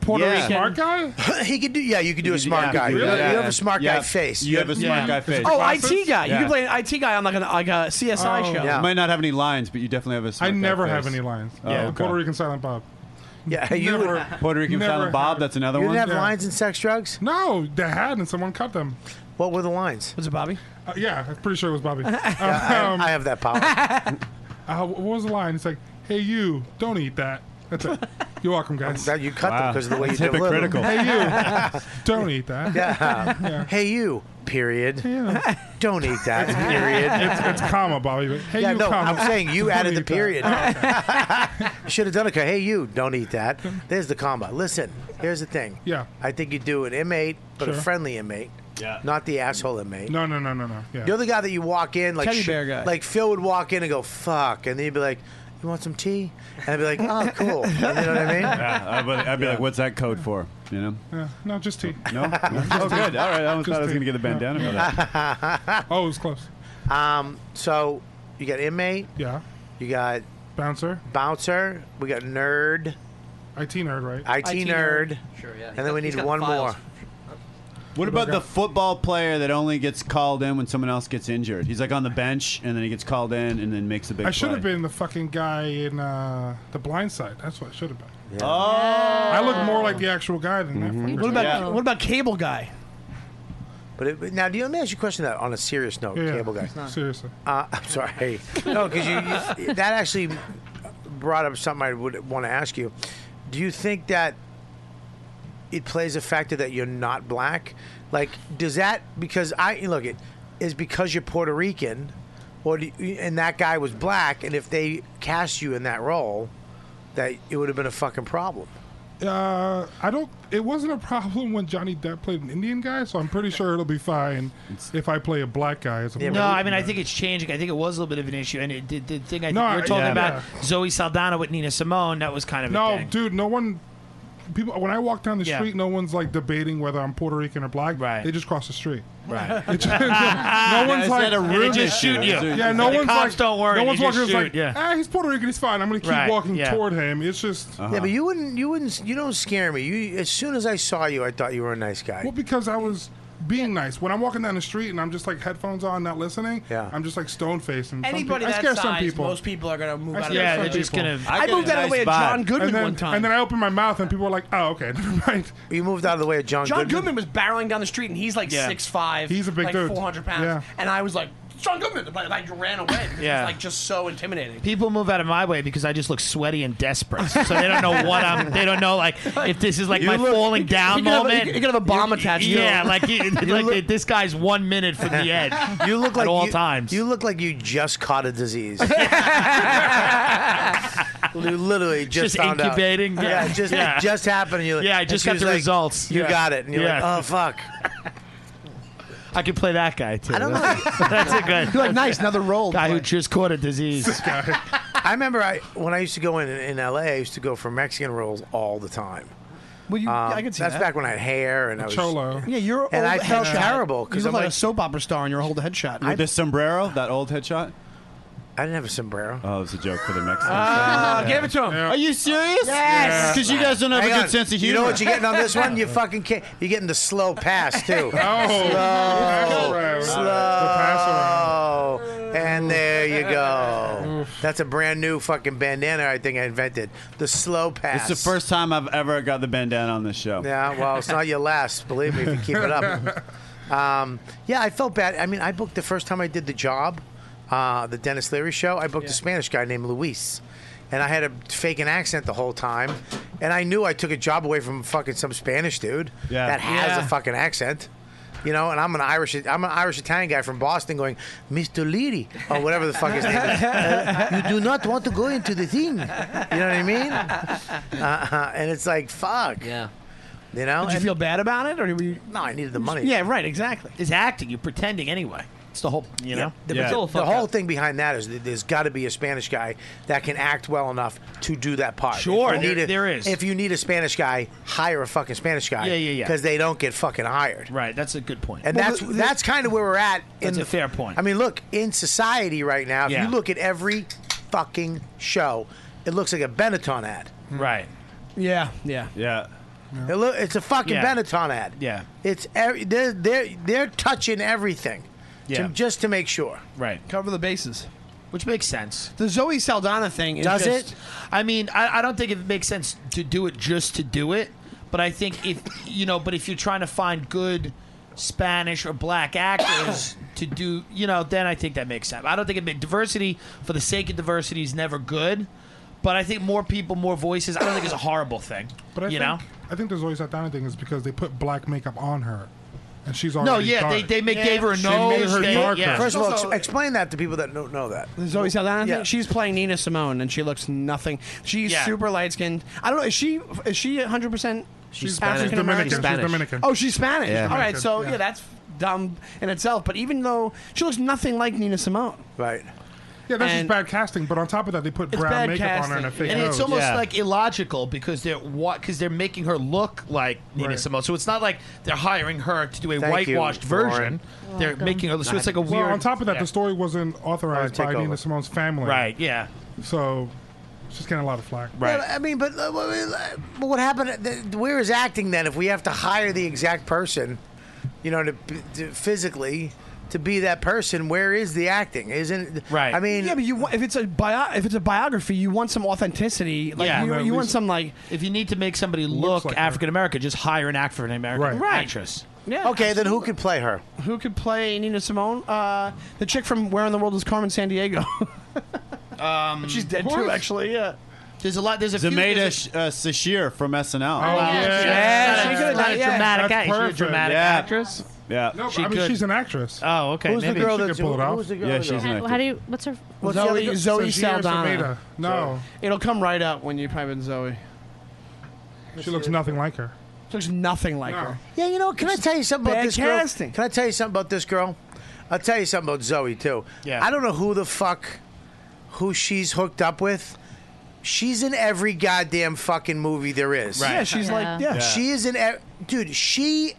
Puerto Yeah. Rican.
Smart guy?
he could do. Yeah, you could do a
You-
smart
yeah,
guy.
you could
You
do that.
you have a smart
Yeah.
guy face.
You have a smart guy face.
Oh,
Glasses?
IT guy. You
Yeah. Oh,
can play an IT guy on like, an, like a CSI show.
You might not have any lines, but you definitely have a. smart
Oh. I
guy
never
face.
have any lines.
Oh,
yeah.
okay.
Puerto Rican Silent Bob.
Yeah, you would-
Puerto Rican
Never
Silent Bob.
had-
That's another
You
one.
didn't have Yeah. lines
in sex, drugs?
No, they had, and someone cut them.
What were the lines?
Was it Bobby?
Uh, yeah, I'm pretty sure it was Bobby. Um,
I- I have that power.
uh, what was the line? It's like, "Hey, you, don't eat that." That's it. You're welcome, guys.
That you cut them because of the way you
did
deliver them.
Hey, you, don't eat that.
Yeah. Hey, you. Period. Don't eat that. Period.
It's- it's comma, Bobby. but Hey,
yeah,
you,
no,
comma.
I'm saying you
Don't
added the
eat that.
period. Should have done it. 'cause, Hey, you. Don't eat that. There's the comma. Listen. Here's the thing.
Yeah.
I think you do an inmate, but a
Sure.
friendly inmate.
Yeah.
Not the asshole inmate.
No, no, no, no, no. Yeah.
You're the guy that you walk in like
Teddy bear guy.
Like Phil would walk in and go fuck, and then you'd be like, "You want some tea?" And I'd be like, "Oh, cool." You know what I mean?
Yeah, I'd be, I'd be like, "What's that code for?" You know?
Yeah, no, just tea.
No. oh, good. All right. I almost
Just
thought I was
tea.
gonna get a bandana for that.
that.
oh, it was close.
Um, so you got inmate.
Yeah.
You got
bouncer.
Bouncer. We got nerd.
IT nerd, right?
IT,
IT
nerd.
nerd. Sure, yeah.
And then we
He's
need
got
one
files.
more.
What about the football player that only gets called in when someone else gets injured? He's like on the bench and then he gets called in and then makes the big
I should
play.
have been the fucking guy in uh, the Blind Side. That's what I should have been.
Yeah. Oh.
I look more like the actual guy than that.
Mm-hmm. What about what about Cable Guy?
But it, but now, do you let me ask you a question that on a serious note,
Yeah, yeah.
cable guy?
It's not- Seriously.
Uh, I'm sorry. No, because you, you- that actually brought up something I would want to ask you. Do you think that it plays a factor that you're not black? Like, does that because I look it is because you're Puerto Rican, or do you, and that guy was black, and if they cast you in that role, that it would have been a fucking problem.
Uh, I don't. It wasn't a problem when Johnny Depp played an Indian guy, so I'm pretty sure it'll be fine if I play a black guy. As a
no, I mean I think it's changing. I think it was a little bit of an issue, and it did the thing I think
No,
we
I-
were talking
yeah.
about Zoe Saldana with Nina Simone. That was kind of a
No,
thing.
dude, no one. People, when I walk down the
Yeah.
street, no one's like debating whether I'm Puerto Rican or black. Right. They just cross the street.
Right.
It's-
Yeah,
no one's
is
like
that a And they rude just issue? shoot you.
Yeah, no
The
one's
cops
like
don't worry,
No
they
one's
just
walking it's
shoot,
like,
yeah.
ah, he's Puerto Rican. He's fine. I'm gonna keep
Right,
walking
yeah.
toward him. It's just
Yeah, but you wouldn't, you wouldn't, you don't scare me. You as soon as I saw you, I thought you were a nice guy.
Well, because I was being nice. When I'm walking down the street and I'm just like headphones on, not listening.
Yeah.
I'm just like stone faced. And some
Anybody
peop- I
that
scare
size,
some people.
most people are gonna move
I
out. of
scare
their
some
comfort
people.
zone. I, moved out of the way of John Goodman
And then-
one time.
and then I opened my mouth and people were like, "Oh, okay, never mind."
You moved out of the way of
John Goodman? was barreling down the street, and he's like
Yeah.
six five.
He's a big
like
dude.
four hundred pounds.
Yeah.
And I was like, John Goodman, but I ran away. Because yeah,
Yeah.
was, like just so intimidating.
People move out of my way because I just look sweaty and desperate, so they don't know what I'm. They don't know like if this is like
You
my
look-
falling
you could-
down
you could have a-
moment.
you could have a bomb attached to
Yeah,
you.
like you,
You
like
look-
this guy's one minute from the edge.
You look like
at all
you,
times.
You look like you just caught a disease. you literally just,
Just
found out.
incubating?
Yeah,
Yeah.
just
Yeah.
it just happened. You
Yeah, I just got the results.
You
Yeah.
got it. And you're
Yeah.
like, oh fuck.
I could play that guy too.
I don't know.
That's a good.
You're like, nice,
another role. Guy who just caught a disease.
I remember I when I used to go in in LA, I used to go for Mexican rolls all the time.
Well, you,
Um,
I can see
that's
that.
back when I had hair and I was
Yeah, you're
and I felt terrible
because
because
you
I'm
look like,
like,
a soap opera star, and you're old headshot.
With the sombrero, that old headshot.
I didn't have a sombrero.
Oh, it was a joke for the Mexicans.
Ah,
Yeah.
give it to him.
Oh,
Are you serious?
Yes.
Because you guys don't have
Hang
a good
on.
sense of humor.
You know what you're getting on this one? You fucking can't. You're getting the slow pass too.
Oh.
slow, slow. And there you go. That's a brand new fucking bandana I think I invented. The slow
It's
pass.
the first time I've ever got the bandana on this show.
Yeah, well, it's not your last. Believe me, if you keep it up. Um, yeah, I felt bad. I mean, I booked the first time I did the job, uh, the Dennis Leary show. I booked a Spanish guy named Luis, and I had a fake an accent the whole time, and I knew I took a job away from fucking some Spanish dude
Yeah.
that has
Yeah.
a fucking accent. You know, and I'm an Irish, I'm an Irish Italian guy from Boston, going Mr. Leary or whatever the fuck his name is. Uh, you do not want to go into the thing. You know what I mean? Uh, and it's like fuck. Yeah. You know?
Did you
And-
feel bad about it, or were you?
No, I needed the money.
Yeah, right. Exactly.
It's acting. You're pretending anyway. It's the whole. You know.
The,
It's all
the
fucked
whole
up.
thing behind that is that there's got to be a Spanish guy that can act well enough to do that part.
Sure,
If you
there-
need a-
there is.
If you need a Spanish guy, hire a fucking Spanish guy.
Yeah, yeah, yeah.
Because they don't get fucking hired.
Right. That's a good point.
And
Well,
that's
the- the-
that's kind of where we're at.
That's a fair point.
I mean, look in society right now. If
Yeah.
you look at every fucking show, it looks like a Benetton ad.
Right.
Yeah. Yeah.
Yeah.
It look, it's a fucking
Yeah.
Benetton ad.
Yeah.
It's every, they're they're they're touching everything, to-
Yeah.
just to make sure.
Right.
Cover the bases.
which makes sense.
The Zoe Saldana thing is
Does
just-
it? I mean, I, I don't think it makes sense to do it just to do it, but I think if you know, but if you're trying to find good Spanish or black actors to do, you know, then I think that makes sense. I don't think it ma- diversity for the sake of diversity is never good, but I think more people, more voices, I don't think it's a horrible thing.
But I
you
think,
know.
I think the Zoe Saldana thing is because they put black makeup on her, and she's already
No, yeah,
dark.
they- they make- Yeah. gave her a nose, they- yeah.
First of all,
Also-
ex- explain that to people that don't know that.
The Zoe Saldana
Yeah.
thing. She's playing Nina Simone, and she looks nothing. She's
Yeah.
super light skinned. I don't know. Is she is she 100 percent
She's Spanish.
African
She's
American?
Dominican. She's Spanish. Dominican.
Oh, she's Spanish.
Yeah.
All right, so
Dominican,
yeah.
yeah.
that's dumb in itself. But even though she looks nothing like Nina Simone,
right?
yeah, that's just
and-
bad casting. But on top of that, they put
It's
brown
bad
makeup on her Oh, and a
casting.
fake
and
nose.
it's almost like illogical because they're what because they're making her look like Nina
Right.
Simone. So it's not like they're hiring her to do a
Thank you,
whitewashed version.
Lauren.
They're making her. So it's like a
well,
weird.
on top of that,
yeah.
the story wasn't authorized
Alright,
by
take over.
Nina Simone's family.
Right, yeah.
So she's getting a lot of flack.
Well, I mean, but, uh, well, uh, but what happened? th- Where is acting then? If we have to hire the exact person, you know, to, to physically to be that person, where is the acting? Isn't right? I mean,
yeah, but you want, if it's a bio, if it's a biography, you want some authenticity. Like
Yeah.
you,
Well, at
you want
least-
some like
if you need to make somebody look African American, just hire an African American
Right.
actress.
Yeah.
Okay, then who could play her?
Who could play Nina Simone? Uh, the chick from Where in the World is Carmen San Diego?
Um,
She's dead too, actually. Yeah.
There's a lot. There's a few-
Zameda
there's
Sh- uh, Sashir from
Oh,
SNL.
yeah. yeah.
Yeah,
She's
she
not a
could've done- yeah.
dramatic
That's
act- she's a
perfect.
dramatic
Yeah.
actress.
Yeah,
No, I mean, she's an actress.
Oh, okay.
Who's the
maybe.
girl
She could
that's-
pull it
who
off.
was the
girl Yeah, that- she's an
How,
actor.
how do you? What's her?
Well,
What's
Zoe,
the other-
Zoe
Sophia
Saldana.
Saavedra. No.
It'll come right up when you type in Zoe.
She looks nothing like her.
She looks nothing like her.
Yeah, you know, can I tell you something about
bad
this girl? Can I tell you something about this girl? I'll tell you something about Zoe too.
Yeah.
I don't know who the fuck who she's hooked up with. She's in every goddamn fucking movie there is.
Right. Yeah, she's like- Yeah. yeah.
She is in ev- dude, she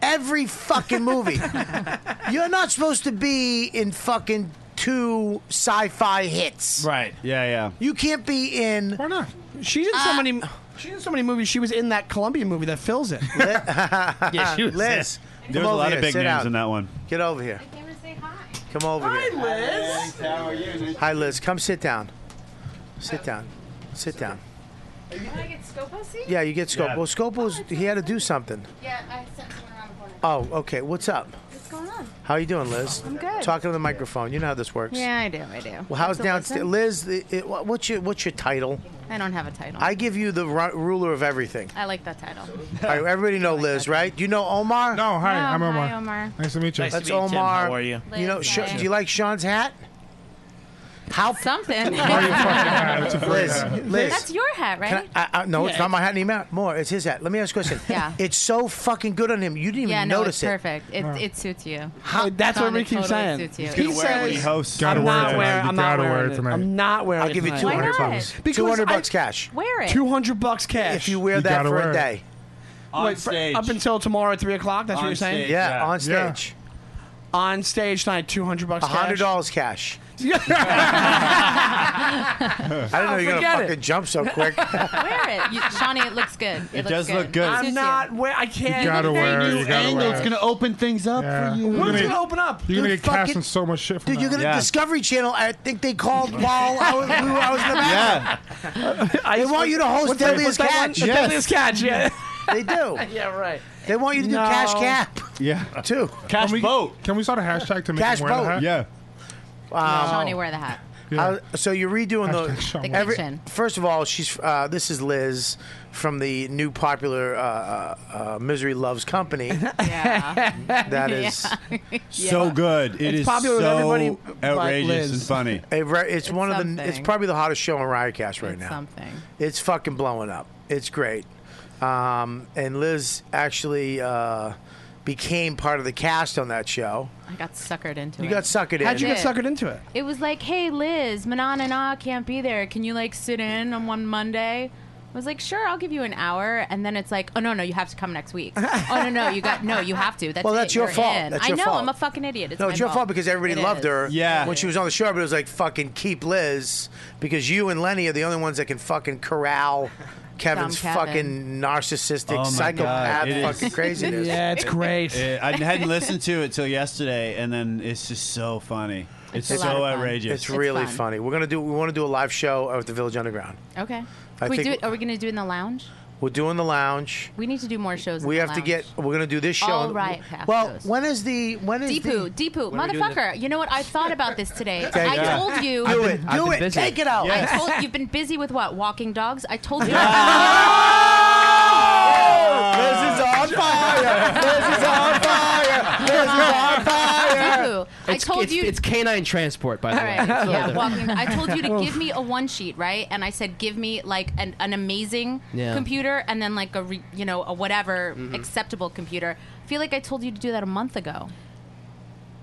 every fucking movie. You're not supposed to be in fucking two sci-fi hits.
Right.
Yeah, yeah.
You can't be in Uh,
Why not?
She's in so many. She's in so many movies. She was in that Columbia movie that fills it.
yeah,
she was
Uh, Liz.
there. There was
come
a lot
over
of
here,
big
sit
names
down.
in that one.
Get over here. Come over here.
Liz.
How are you?
Hi, Liz. Come sit down. Sit down. Sit down.
I get Scopo seat?
Yeah, you get Scopo.
Yeah.
Well, Scopo's he had to do something.
Yeah, I sent someone around the corner.
Oh, okay. What's up?
What's going on?
How you doing, Liz?
I'm good.
Talking to the microphone. You know how this works.
Yeah, I do. I do.
Well,
Have
how's
to
downstairs,
listen.
Liz? the- it- wha- What's your what's your title?
I don't have a title.
I give you the ru- ruler of everything.
I like that title.
All right, everybody know Liz, right? You know Omar? No,
hi, No, I'm Oh, hi, Omar. Omar.
Nice to meet you.
Nice to
That's
meet you, Tim.
Omar.
How are you?
You know,
Liz,
Sha-
hi.
do you like Sean's hat? How
something?
Liz, Liz.
That's your hat, right?
Can I, I, I, no, it's
Yeah.
not my hat anymore. More, it's his hat. Let me ask you a question.
Yeah.
it's so fucking good on him. You didn't
yeah,
even
no,
notice
it's
it.
perfect. It, it suits you.
How- That's
Tom,
what we
it
keep
totally
saying.
Suits you.
He says-
hosts.
Gotta
I'm
wear it
not
tonight. You
wearing. I'm not
gotta wear
wearing
it
it.
tonight.
I'm not wearing.
I'll
it
give you
tonight.
200 Why not? bucks.
Because
200
I-
bucks cash.
Wear it.
200 bucks cash.
If you wear You that gotta for a wear it. day.
On stage. Up until tomorrow at 3 o'clock, that's what
On
you're saying?
stage, Yeah, yeah. on Yeah. stage.
On stage tonight, 200 bucks cash.
$100 cash. I didn't know
Oh,
you were going to
forget it.
fucking jump so quick.
Wear it, you, Shawnee. It looks good. It, looks good. Suits
I'm
you.
not wear. I can't.
gotta wear it, you gotta wear it.
to open things up
Yeah. You're
When's
gonna-
going to open up?
You're gonna
Dude,
get cast
fucking-
in so much shit. From
Dude, you're
that.
going to Discovery Channel. I think they called while I was, we were- I was in the bathroom. They want you to host
What's that-
Deadliest
what's that
Catch.
one? Deadliest Catch, yeah.
They do.
yeah, right.
They want you to do
No.
cash cap.
Yeah.
Too.
Cash can we, boat. Can we start a hashtag to make
Cash
him wear the
boat.
hat?
Yeah.
Wow.
Shawnee, wear the hat.
Uh, so you're redoing
Hashtag
the,
Sean
The
every-
kitchen.
First of all, she's uh, this is Liz from the new popular uh, uh, uh, Misery Loves Company.
Yeah.
That is
So good. It
It's
is
popular with
so
everybody but
outrageous
Liz.
and funny.
It re- it's, one of the. It's
something.
probably the hottest show on Riotcast right
It's
now.
something.
It's fucking blowing up. It's great. Um, and Liz actually uh, became part of the cast on that show.
I got suckered into
You
it.
got suckered in.
How'd you get I did. suckered
into it?
It was like, hey, Liz, Manon and I can't be there. Can you like sit in on one Monday? I was like, sure, I'll give you an hour, and then it's like, oh no, no, you have to come next week. oh no, no, you got no, you have to. That's
Well,
it.
that's your
You're
fault.
in.
That's
I
your
know,
fault.
I'm a fucking idiot. It's
no,
my
it's your fault because everybody
It
loved
is.
her.
Yeah.
When she was on the show, but it was like fucking keep Liz because you and Lenny are the only ones that can fucking corral Kevin's
Dumb Kevin.
fucking narcissistic,
Oh my
psychopath,
God, it is-
fucking craziness.
Uh, I hadn't listened to it till yesterday, and then it's just so funny. It's, so outrageous.
It's really funny. We're gonna do. We want to do a live show at the Village Underground.
Okay.
I
Can we
think-
do it? Are we going to do it in the lounge?
We're doing the lounge.
We need to do more shows. In
We
the
have to
lounge.
get. We're gonna do this show.
All right, Pat.
Well, when is the when is
Deepu, Deepu,
When are we doing
motherfucker! You know what? I thought about this today.
Okay,
I
yeah.
told you.
Do it, do it, take it out.
I told you've been busy with what? Walking dogs. I told you.
This is on fire. This is on fire. This is on
fire. I
It's-
told
it's-
you.
It's canine transport, by
All
the way.
right.
It's
Yeah,
older.
walking. I told you to give me a one sheet, right? And I said, give me like an, an amazing
Yeah.
computer, and then like a re, you know a whatever
Mm-hmm.
Mhm.
acceptable computer. I feel like I told you to do that a month ago.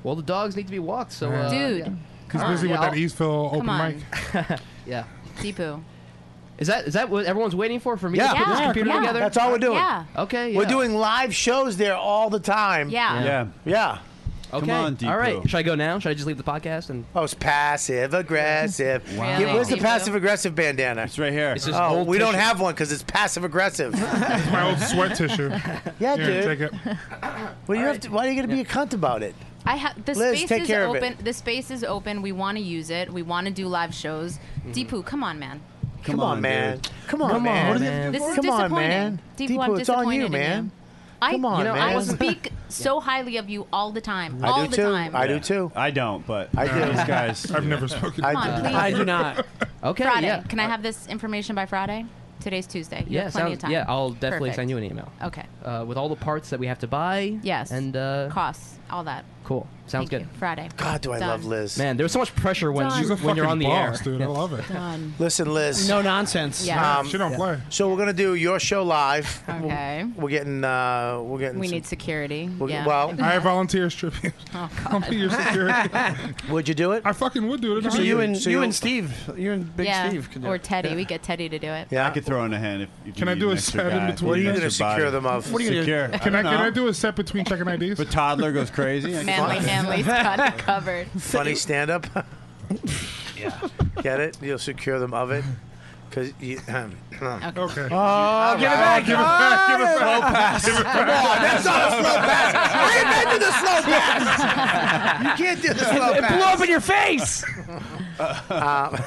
Well, the dogs need to be walked, so. Uh,
Dude.
yeah.
He's
Come
busy
on,
with
y'all.
that Eastville open
Come on.
mic.
Yeah.
Deepu.
Is that is that what everyone's waiting for? For me
Yeah.
to put this
Yeah.
computer
Yeah.
together?
That's all we're doing. Yeah.
Okay.
We're
yeah.
doing live shows there all the time.
Yeah.
Yeah.
Yeah.
Yeah.
Okay. All right. Should I go now? Should I just leave the podcast and?
Oh, it's passive aggressive.
Wow.
Yeah, where's the
Really?
passive aggressive bandana? It's
right here.
It's just
oh,
old
we don't
tissue.
have one because it's passive aggressive. it's
my old sweat tissue.
Yeah,
Here,
dude.
take it.
Well, you have to, why are you going to be a cunt about it?
I have the
Liz,
space
take
is
care of it.
open. The space is open. We want to use it. We want to do live shows.
Mm-hmm.
Deepu, come on, man.
Come, on, man. Come on,
Come
man.
on, man. This is
Come on,
disappointing.
man.
Deepu, I'm
it's on
disappointed
you,
in
man.
you. I,
Come on,
you know, I
man.
speak so highly of you all the time.
I
all
do
the
too.
time.
I do
too.
I don't, but
I do.
These guys.
I've never spoken.
Come on, please. I do
not.
Okay.
Friday.
Yeah.
Can I have this information by Friday? Today's Tuesday. You
yeah.
have plenty
sounds-
of time.
Yeah. I'll definitely
Perfect.
send you an email.
Okay.
Uh, with all the parts that we have to buy.
Yes.
And uh,
costs, all that.
cool. Sounds
Thank
good.
you. Friday.
God, do I
Done.
love Liz.
Man, there's so much pressure when you, when you're on the air. Yeah.
Done.
Listen, Liz. Um,
No nonsense.
Yeah.
She don't play.
So we're gonna do your show live.
Okay.
We're getting. Uh, we're getting.
We
some-
need security.
we're-
yeah.
Well,
I volunteer tribute.
Oh,
I'll be your security.
would you do it?
I fucking would do it.
So you and you and Steve, you and Big
yeah.
Steve, can do
or
it.
Teddy. We get Teddy to do it.
Yeah, I could throw in a hand if, if
Can
you
I
need
do
an
a
extra
set in
guy,
between?
need
What are you
an
gonna
extra body.
secure them of? What are you gonna-
Secure.
Can I,
don't
can I
know.
do a set between checking IDs?
If a toddler goes crazy. I
Manly
can-
Hanley's got it covered.
Funny stand up. yeah. Get it? You'll secure them of it. Cause you, um,
okay.
give
Oh,
it back, give it back, give it
Slow
back.
pass. Come on, that's not a slow pass. I invented the slow pass. You can't do the slow
It
pass.
blew up in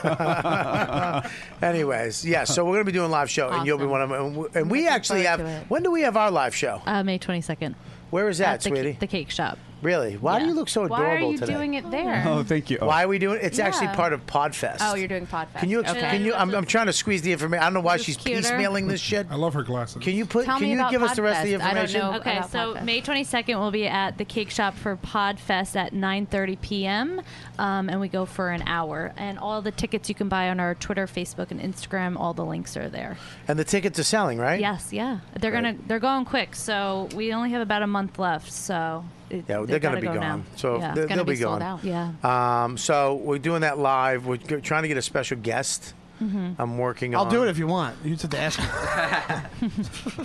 your face.
Um, anyways, yeah. So we're gonna be doing live show, and you'll be one of them. And we, and we actually have. When do we have our live show?
Uh, May 22nd.
Where is that,
At the, ca-
sweetie?
The cake shop.
Really? Why do you look so adorable
Why are you
today? Oh,
doing it there?
Oh, thank you.
Why are we doing? It's actually
Yeah.
part of Podfest.
Oh, you're doing podcast.
Can you? ex-
Okay.
Can you? I'm, I'm trying to squeeze the information. I don't know why she's
cuter.
piecemealing this shit. I
love her glasses.
Can you put?
Tell
can
me
you
about
give us the rest of the
Podfest. I don't
information?
know Okay, so May 22nd we'll be at the Cake Shop for Podfest at 9:30 p.m. Um, and we go for an hour. And all the tickets you can buy on our Twitter, Facebook, and Instagram. All the links are there.
And the tickets are selling, right?
Yes, yeah. They're gonna they're going quick. So we only have about a month left. So it,
Yeah, they're,
they've
gonna
gotta
be
go
gone.
now.
So
yeah.
they, will be, gone.
Yeah.
Um, so we're doing that live. We're g- trying to get a special guest.
Mhm.
I'm working on.
I'll do it if you want. You just have to ask. me.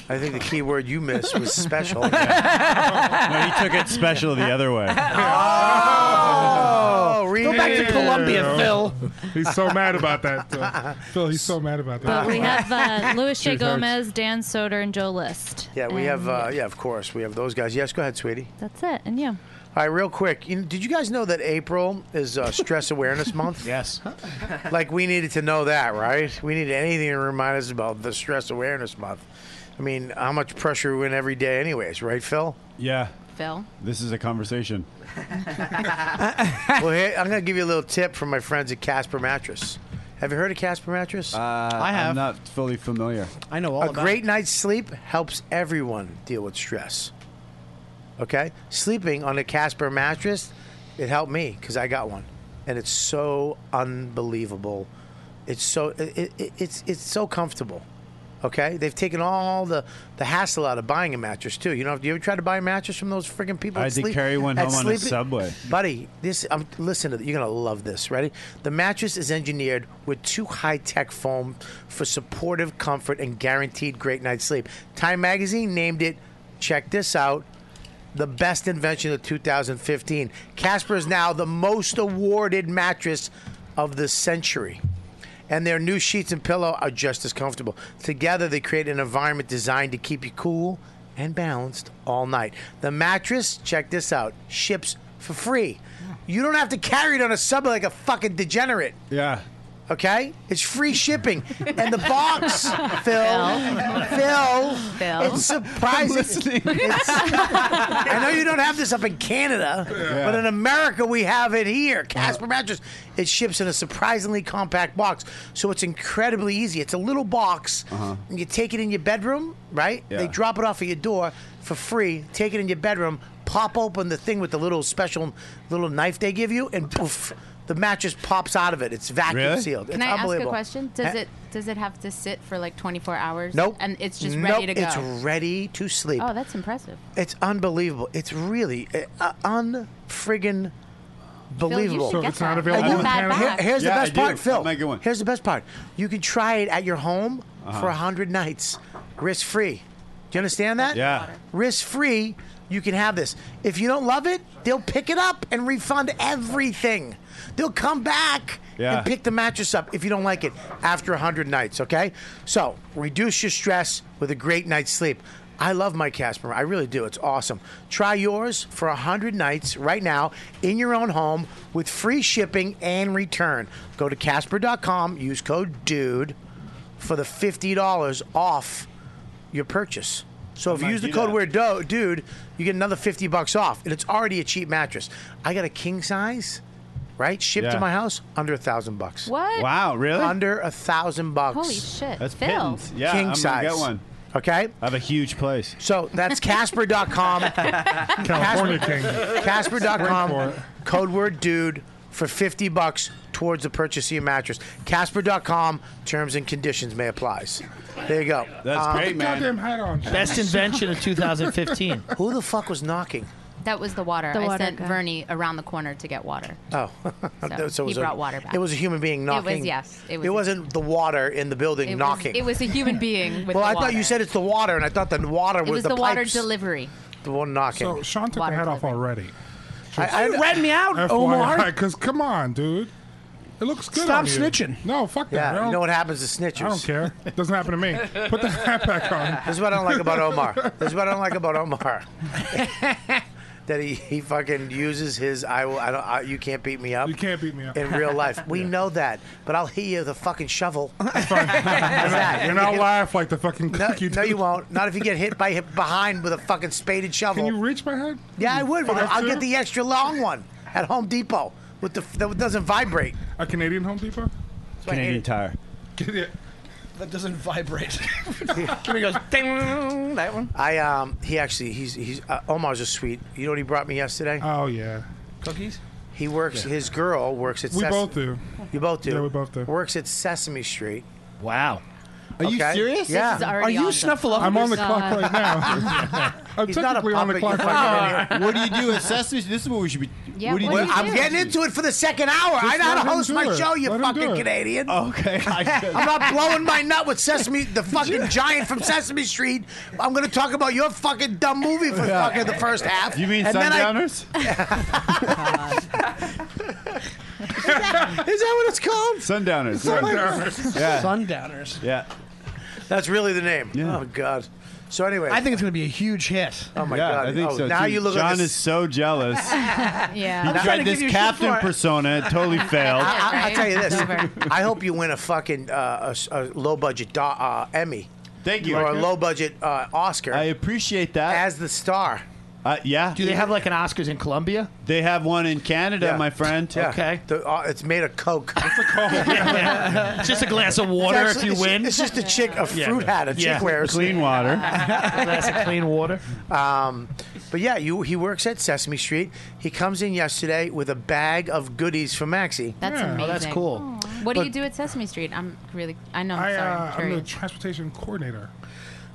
I think the key word you missed was special.
No, he took it special the other way.
Oh,
Go back to
Columbia, Phil.
He's so mad about that. uh, Phil, he's so mad about that.
But we have uh, Louis J.
Truth hurts.
Gomez, Dan Soder, and Joe List.
Yeah, we
And
have. Uh, yeah, of course, we have those guys. Yes, go ahead, sweetie.
That's it. And yeah.
All right, real quick. You, did you guys know that April is uh, Stress Awareness Month? yes. Like we needed to know that, right? We needed anything to remind us about the Stress Awareness Month. I mean, how much pressure we're in every day, anyways, right, Phil?
Yeah.
Phil.
This is a conversation.
well, here, I'm going to give you a little tip from my friends at Casper Mattress. Have you heard of Casper Mattress?
Uh, I I'm not fully familiar.
I know
a great night's sleep helps everyone deal with stress. Okay, sleeping on a Casper mattress, it helped me because I got one, and it's so unbelievable. It's so it, it, it's it's so comfortable. Okay, they've taken all the the hassle out of buying a mattress too. You know, have you ever tried to buy a mattress from those freaking people?
I
that
did
sleep-
carry one
that
home on a
sleep-
subway.
buddy. This um, listen to th- you're gonna love this. Ready? The mattress is engineered with two high-tech foam for supportive comfort and guaranteed great night's sleep. Time Magazine named it. Check this out. The best invention of 2015. Casper is now the most awarded mattress of the century. and their new sheets and pillow are just as comfortable. Together, they create an environment designed to keep you cool and balanced all night. The mattress, check this out, ships for free. You don't have to carry it on a subway like a fucking degenerate.
Yeah.
Okay? It's free shipping. And the box, Phil, Phil,
Phil.
it's surprising. It's- I know you don't have this up in Canada,
Yeah.
but in America we have it here. Casper mattress. It ships in a surprisingly compact box, so it's incredibly easy. It's a little box,
Uh-huh.
and you take it in your bedroom, right? They
Yeah.
drop it off at your door for free. Take it in your bedroom, pop open the thing with the little special little knife they give you, and poof, the mattress pops out of it. It's vacuum
Really?
sealed.
Can I
it's
ask a
unbelievable.
question? Does
Eh,
it does it have to sit for like 24 hours?
Nope.
And it's just
Nope,
ready to go.
It's ready to sleep.
oh, that's impressive.
It's unbelievable. It's really uh, unfriggin' believable.
should So get it's not that. available
And you-
in Canada?
here- here's
Yeah,
the
I
best
do.
part, Phil.
I'll make you one.
Here's the best part. You can try it at your home
Uh-huh.
for 100 nights, risk free. Do you understand that?
Yeah.
Risk free, you can have this. If you don't love it, they'll pick it up and refund everything. They'll come back
Yeah.
and pick the mattress up if you don't like it after 100 nights, okay? So reduce your stress with a great night's sleep. I love my Casper. I really do. It's awesome. Try yours for 100 nights right now in your own home with free shipping and return. Go to Casper.com, use code DUDE for the $50 off your purchase. So if you
might
use the
do
code
that.
word do- dude, you get another 50 bucks off. And it's already a cheap mattress. I got a king size, right? Shipped
Yeah.
to my house under a thousand bucks.
What?
Wow, really?
Under a thousand bucks.
Holy shit.
That's
Phil.
pittance. Yeah,
King
I'm
size.
gonna get one.
Okay.
I have a huge place.
So that's Casper.com.
California
Casper-
King.
Casper.com.
Wait for
Code word dude for 50 bucks towards the purchase of your mattress. Casper.com. Terms and conditions may apply. There you go. Um,
Put the Goddamn hat on.
Best invention of 2015.
Who the fuck was knocking?
That was the water.
The
I
water
sent Vernie around the corner to get water.
Oh,
So he
a-
brought water back.
It was a human being
It was-
knocking.
yes, it
it,
was a-
was not the water in the building
It was-
knocking.
it was a human being with
well,
the
I
water.
thought you said it's the water, and I thought the water
it was the,
the
water
pipes.
delivery.
The one knocking.
So Sean took her hat off already.
I- I- You read me out,
FYI,
Omar.
Because come on, dude. It looks good.
Stop
on you.
snitching.
No, fuck that.
Yeah,
I
you
don't-
know what happens to snitches.
I don't care. Doesn't happen to me. Put the hat back on.
This is what I don't like about Omar. This is what I don't like about Omar. that he, he fucking uses his I will I don't I, you can't beat me up. You
can't beat me up
in real life. We know that, but I'll hit you with a fucking shovel. How's that?
And I'll laugh like the fucking
No,
cookie.
no, you won't. Not if you get hit by hit behind with a fucking spaded shovel. Can you
reach my head?
Yeah, I would. But
Five
I'll
two?
get the extra long one at Home Depot with the that doesn't vibrate.
A Canadian Home Depot.
Canadian Tire.
That doesn't vibrate. Jimmy goes, ding, that one.
I um he actually he's he's uh, Omar's a sweet. You know what he brought me yesterday?
Oh yeah.
Cookies.
He works.
Yeah.
His girl works at.
We
Ses-
both do.
You both do.
Yeah, we both do.
Works at Sesame Street.
Wow.
Are you serious?
Yeah.
This is already Are you on the- Snuffleupagus? I'm on the clock right now. I'm
He's not Oh, a
technically on the
puppet,
clock
you
right
fucking
now. What
idiot.
do you do at
Sesame Street? This is what we should be.
Yeah,
what do you
what
do?
do you I'm do? getting into it for the second hour. I know how to host my show, you fucking Canadian.
Okay. I-
I'm not blowing my nut with Sesame, the fucking giant from Sesame Street. I'm going to talk about your fucking dumb movie for fucking the first half.
You mean
and then I-
Sundowners?
is, that- is that what it's called?
Sundowners.
Sundowners.
Yeah.
Sundowners.
Yeah.
That's really the name. Oh God. So anyway,
I think it's going to be a huge hit.
Oh my
yeah,
God.
I think
Oh,
so.
now
too.
you look at
John
this-
is so jealous.
yeah.
He
I'm trying to
tried
give
this
you shit
captain
for it.
persona, it totally failed.
I, will tell you
It's over.
this. I hope you win a fucking uh, a, low budget do- uh, Emmy.
Thank you.
Or a low budget uh, Oscar. I
appreciate that.
As the star.
Uh, yeah.
Do they have like an Oscars in Colombia?
They have one in Canada, my friend.
Yeah. The- uh, it's made of Coke. It's a
Oh,
Coke.
It's just a glass of water
It's
if you
actually-
win.
It's just a chick, a
Yeah.
fruit hat a chick
Yeah.
wears.
Clean
water.
glass of clean water.
Um, but yeah, you, he works at Sesame Street. He comes in yesterday with a bag of goodies for Maxie.
That's amazing.
Oh, that's cool.
What do
But-
you do at Sesame Street? I'm really. I know. I'm
I,
sorry.
uh,
I'm
I'm the
curious.
transportation coordinator.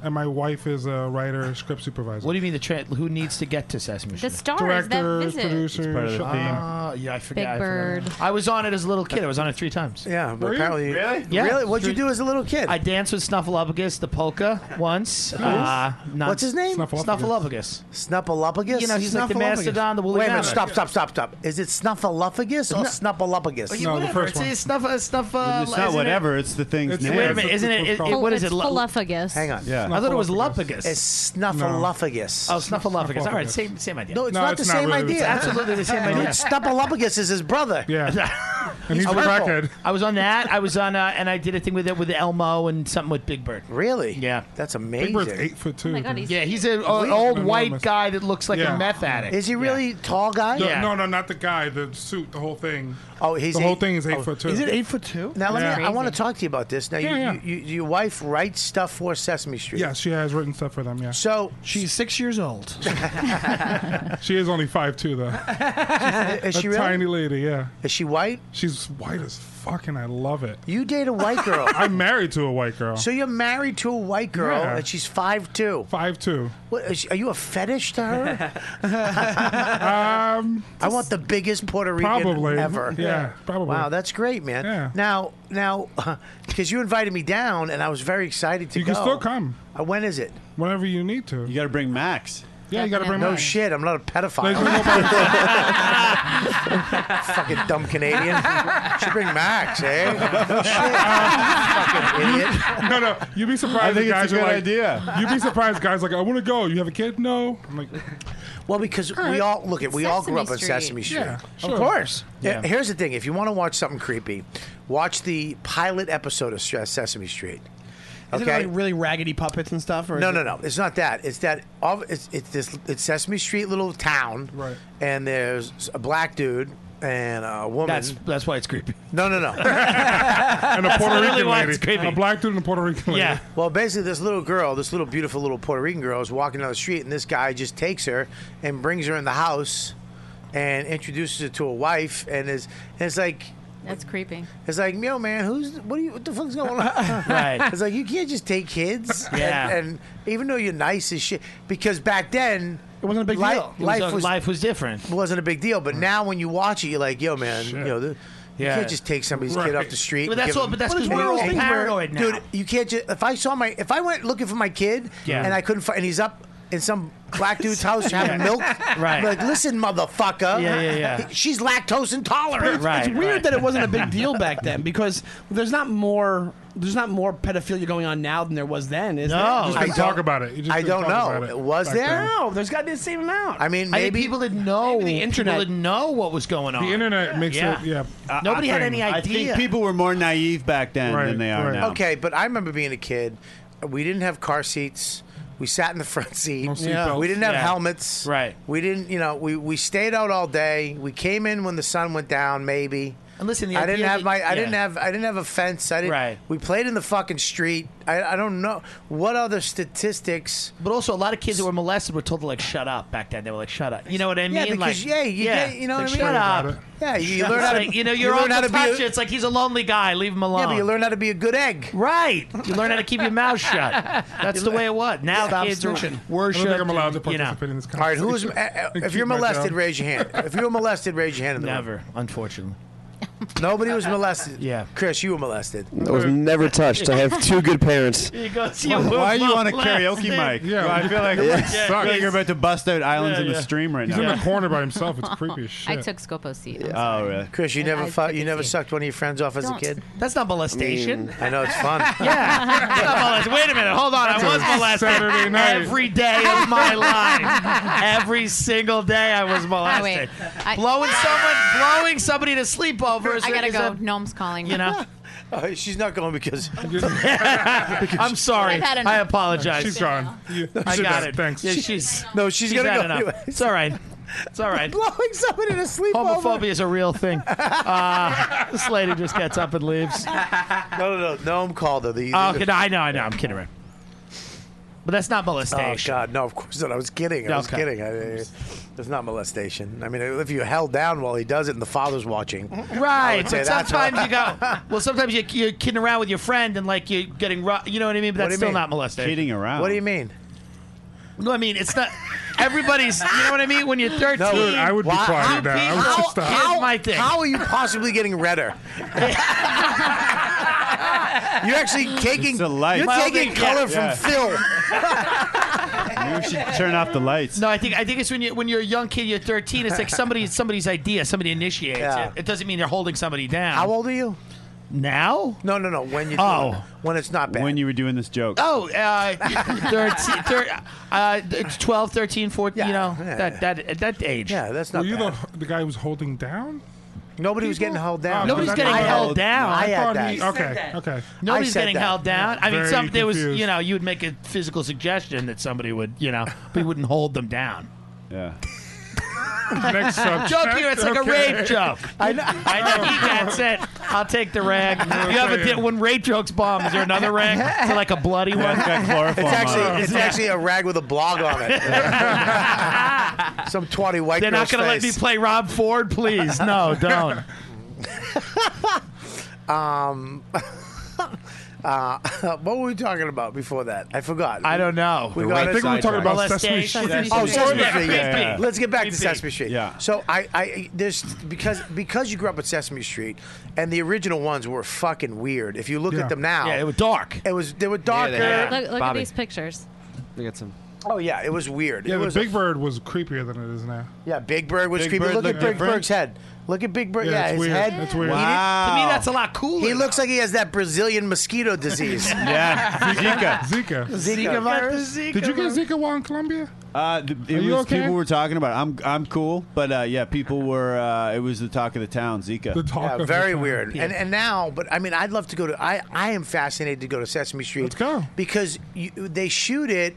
and my wife is a writer, script supervisor. What
do you mean the tra- who needs to get to Sesame
The
Street?
stars
Directors,
that visit.
producers,
It's part of the
uh,
theme. Ah, yeah, I forgot.
Big
I forgot.
Bird.
I was on it as a little kid. I was on it three times.
Yeah, but Were you? apparently- Really?
Yeah.
Really? What'd you do
as a little kid? I danced with Snuffleupagus, the polka, once. Uh, not-
What's his name?
Snuffleupagus.
Snuffleupagus.
You know, he's like the
Snuffleupagus.
mastodon, the woolly
Wait a minute,
mammoth.
stop, stop, stop, stop. Is it Snuffleupagus or Snuffleupagus?
No, the first one. Snuff, uh, snuff, uh,
It's not
isn't
whatever. It's the thing's
It's-
name.
wait a minute, isn't it- it- it- what is it, lu-
Philophagus.
Hang on.
Yeah.
I thought it was Lupagus.
It's Snuffleupagus.
Oh, Snuffleupagus. All right, same same idea.
No, it's not the same idea.
It's absolutely the same
Dude,
idea.
Snuffleupagus is his brother.
Yeah.
And he's the crackhead.
I was on that. I was on, uh, and I did a thing with it with Elmo and something with Big Bird.
Really?
Yeah.
That's
Big
amazing.
Bird's eight foot two.
Oh my God,
dude.
he's- Yeah, he's an o- old white guy that looks like a meth addict. Is he really
tall guy?
No,
Yeah.
no, no, not the guy. The suit, the whole thing.
Oh, he's
the whole
eight-
thing is eight
oh,
foot two.
is it eight
foot two?
Now, let
Yeah.
me, I want to talk to you about this. Now, you-
Yeah, yeah.
you, you, your wife writes stuff for Sesame Street.
Yeah, she has written stuff for them. Yeah.
So
she's six years old.
she is only five two though.
Is
a
she really?
tiny lady? Yeah.
Is she white?
She's white as fucking. I love it.
You date a white girl.
I'm married to a white girl.
So you're married to a white girl,
Yeah.
and she's five two.
Five two.
What, is she- are you a fetish to her?
um,
I want the biggest Puerto Rican
Probably.
ever.
Yeah, probably.
Wow, that's great, man. Now, now, because you invited me down, and I was very excited to
You
go.
can still come.
Uh, when is it?
Whenever you need to. You
got to bring Max.
Yeah, you gotta bring
no
Max.
shit. I'm not a pedophile. Fucking dumb Canadian. Should bring Max, eh? No shit. Fucking idiot.
no, no. You'd be surprised.
I think
if guys
it's a
are
good
like,
idea.
You'd be surprised. Guys like, I want to go. You have a kid? No. I'm like,
Well, because we all look at we all grew up on Sesame Street.
Yeah, sure.
Of course.
Yeah.
Uh, Here's the thing: if you want to watch something creepy, watch the pilot episode of Se- Sesame Street.
Is
Okay.
it like really raggedy puppets and stuff? Or
no,
is
no,
it-
no. It's not that. It's that. All, it's it's this. It's Sesame Street little town. Right. And there's a black dude and a woman.
That's that's why it's creepy.
No, no, no.
and a
That's
Puerto
literally
Rican
why
lady,
it's creepy.
a black dude and a Puerto Rican lady.
Well, basically, this little girl, this little beautiful little Puerto Rican girl, is walking down the street, and this guy just takes her and brings her in the house, and introduces her to a wife, and is and it's like.
That's creepy.
It's like, yo, man, who's what? Are you, what the fuck's going on?
Right.
It's like you can't just take kids.
Yeah.
And, and even though you're nice as shit, because back then it wasn't a
big deal. It was a- life was different. Mm.
Wasn't a big deal, but now when you watch it, you're like, yo, man, you know, the,
Yeah.
you can't just take somebody's kid
Right.
off the street.
But
and
that's
give them-
what- but that's Well, 'cause it's we're one of those all things where- paranoid now.
dude. You can't just if I saw my if I went looking for my kid
Yeah.
and I couldn't find and he's up. In some black dude's house having
Yeah.
milk,
Right.
Like, listen, motherfucker.
Yeah, yeah, yeah.
She's lactose intolerant.
It's, it's weird that it wasn't a big deal back then because there's not more there's not more pedophilia going on now than there was then. Is
No.
there?
You just didn't
I
talk
don't-
about it. You just
I
didn't
don't
talk
know.
about it
Was
back
there?
then.
No, there's got to be the same amount.
I mean,
I think
maybe
people didn't know.
the internet-
People didn't know what was going on.
The internet makes
Yeah.
it.
Uh,
Yeah.
Nobody had any
Uh, I
idea.
think people were more naive back then than they are now.
Okay, but I remember being a kid. We didn't have car seats. We sat in the front seat.
seat Yeah. belts.
We didn't have
Yeah.
helmets. Right. We didn't. You know, we, we stayed out all day. We came in when the sun went down, maybe.
And listen, the
I didn't
idea
have
that-
my. I
yeah.
didn't have. I didn't have a fence. I didn't.
Right.
We played in the fucking street. I, I don't know what other statistics.
But also, a lot of kids that were molested were told to like shut up back then. They were like, "Shut up," you know what I mean?
Yeah, because
like,
yeah, you get- you know
like,
what I mean?
Shut up.
Yeah, you
Shut
learn
up.
how to-
Like, you know,
you
you're
learn
on
how
the
to be a-
touch. It's like he's a lonely guy. Leave him alone.
Yeah, but you learn how to be a good egg.
Right. You learn how to keep your mouth shut. That's the way it was. Now
Stop
kids are
snitching.
I
worship.
don't think I'm allowed to
you know.
participate in this
All right,
conversation.
who is? If you're
Keep my
molested,
job.
raise your hand. If you were molested, raise your hand. In the
Never,
room.
unfortunately.
Nobody was molested.
Yeah,
Chris, you were molested.
I was never touched. I have two good parents.
You go see
Why,
a
why are you on a
left.
karaoke mic?
Yeah.
I feel like,
Yeah.
I feel like
Sucks.
you're about to bust out islands in the stream right
He's
now.
in the corner by himself. It's creepy as
I
shit.
took Scopo's seat.
Oh, really?
Chris, you
I-
never
I
fu-
took
you
it
never
to-
sucked one of your friends off as a
Don't.
kid.
That's not molestation.
I know it's fun.
Yeah. That's not molested. Wait a minute. Hold on.
That's
I was
a
molested
Saturday night.
every day of my life. Every single day I was molested.
Oh, I-
blowing someone, blowing somebody to sleep over. Is,
I gotta
is
go.
A,
Gnome's calling.
you know.
Uh, she's not going because.
I'm sorry.
I've had enough.
I apologize.
She's gone.
You-
I
she's
got
done.
it.
Thanks.
Yeah, she's
No, she's
she's
gonna
had
go
enough.
anyway.
It's all right. It's all right.
Blowing somebody to sleep
Homophobia is a real thing. Uh, this lady just gets up and leaves.
over. No, no, no. Gnome called her. The,
Oh, okay, no, I know, I know. I'm kidding around. But that's not molestation.
Oh, God. No, of course not. I was kidding. I was
Okay.
kidding. I, There's not molestation. I mean, if you're held down while he does it and the father's watching, I
Right,
would say
but
that's
sometimes
what-
you go. Well, sometimes you, you're kidding around with your friend and like you're getting, ru- you know what I mean. But
What
that's
do you
still
mean?
not molestation.
Kidding around. What do you mean?
No, I mean it's not. Everybody's, you know what I mean. When you're 13,
Dude, I would be
Why-
quiet
you
now. I would
people-
just stop.
Here's my thing.
How are you possibly getting redder? you're actually taking you're
My whole
taking
thing-
color
yeah.
from
Yeah.
film.
You should turn off the lights.
No, I think I think it's when you when you're a young kid, you're 13. It's like somebody somebody's idea, somebody initiates
Yeah.
it. It doesn't mean you're holding somebody down.
How old are you?
Now?
No, no, no. When you
Oh.
when it's not bad.
When you were doing this joke.
Oh, uh, 13, thir- uh, it's 12, 13, 14, you know,
yeah.
that, that, at that age. Yeah,
that's
Were you the, the guy who was holding down? Ah,
Nobody was getting held down.
Nobody's
I
getting
thought-
held down.
I,
I had
thought
that.
he.
I said
Okay.
that.
Okay.
Nobody's getting held down. I mean,
Very
some there was,
confused.
you know, you would make a physical suggestion that somebody would, you know, but you wouldn't hold them down.
Yeah.
Next
subject.
joke here. It's like
Okay.
a rape joke. I know. that's it. I'll take the rag. You have a di- when rape jokes bomb. Is there another rag? Is it like a bloody one?
It's actually it's actually a rag with a blog on it. Some twenty white.
They're not
girl's
going to let me
face.
play Rob Ford, please. No, don't.
Um, uh, what were we talking about before that? I forgot.
I don't know.
We
I
got
think we were talking about Molestation. Sesame Street.
Oh,
Sesame
Sesame
Street.
Street.
Yeah, yeah, yeah.
Let's get back to
Repeat.
Sesame Street.
Yeah.
So I, I, there's because because you grew up with Sesame Street, and the original ones were fucking weird. If you look
Yeah.
at them now,
Yeah, they were
dark.
It was they were darker.
Look, look at these pictures.
We got some.
Oh yeah, it was weird.
Yeah,
it
the
was
Big Bird was creepier than it is now.
yeah, Big Bird was
Big
creepy.
Bird
look at
looked
Big
different.
Bird's head. Look at Big Bird.
Yeah,
Yeah,
it's
his
weird.
head.
That's weird.
He did-
Wow.
To me, that's a lot cooler.
He looks like he has that Brazilian mosquito disease.
Zika.
Zika Zika virus? Zika
Did you get Zika while in Colombia?
Uh, th-
Are
it
you
was
okay?
people were talking about. It. I'm I'm cool, but uh, yeah, people were. Uh, it was the talk of the town, Zika.
The talk
Yeah, very weird. And and now, but I mean, I'd love to go to. I I am fascinated to go to Sesame Street. Let's
go
because you, they shoot it.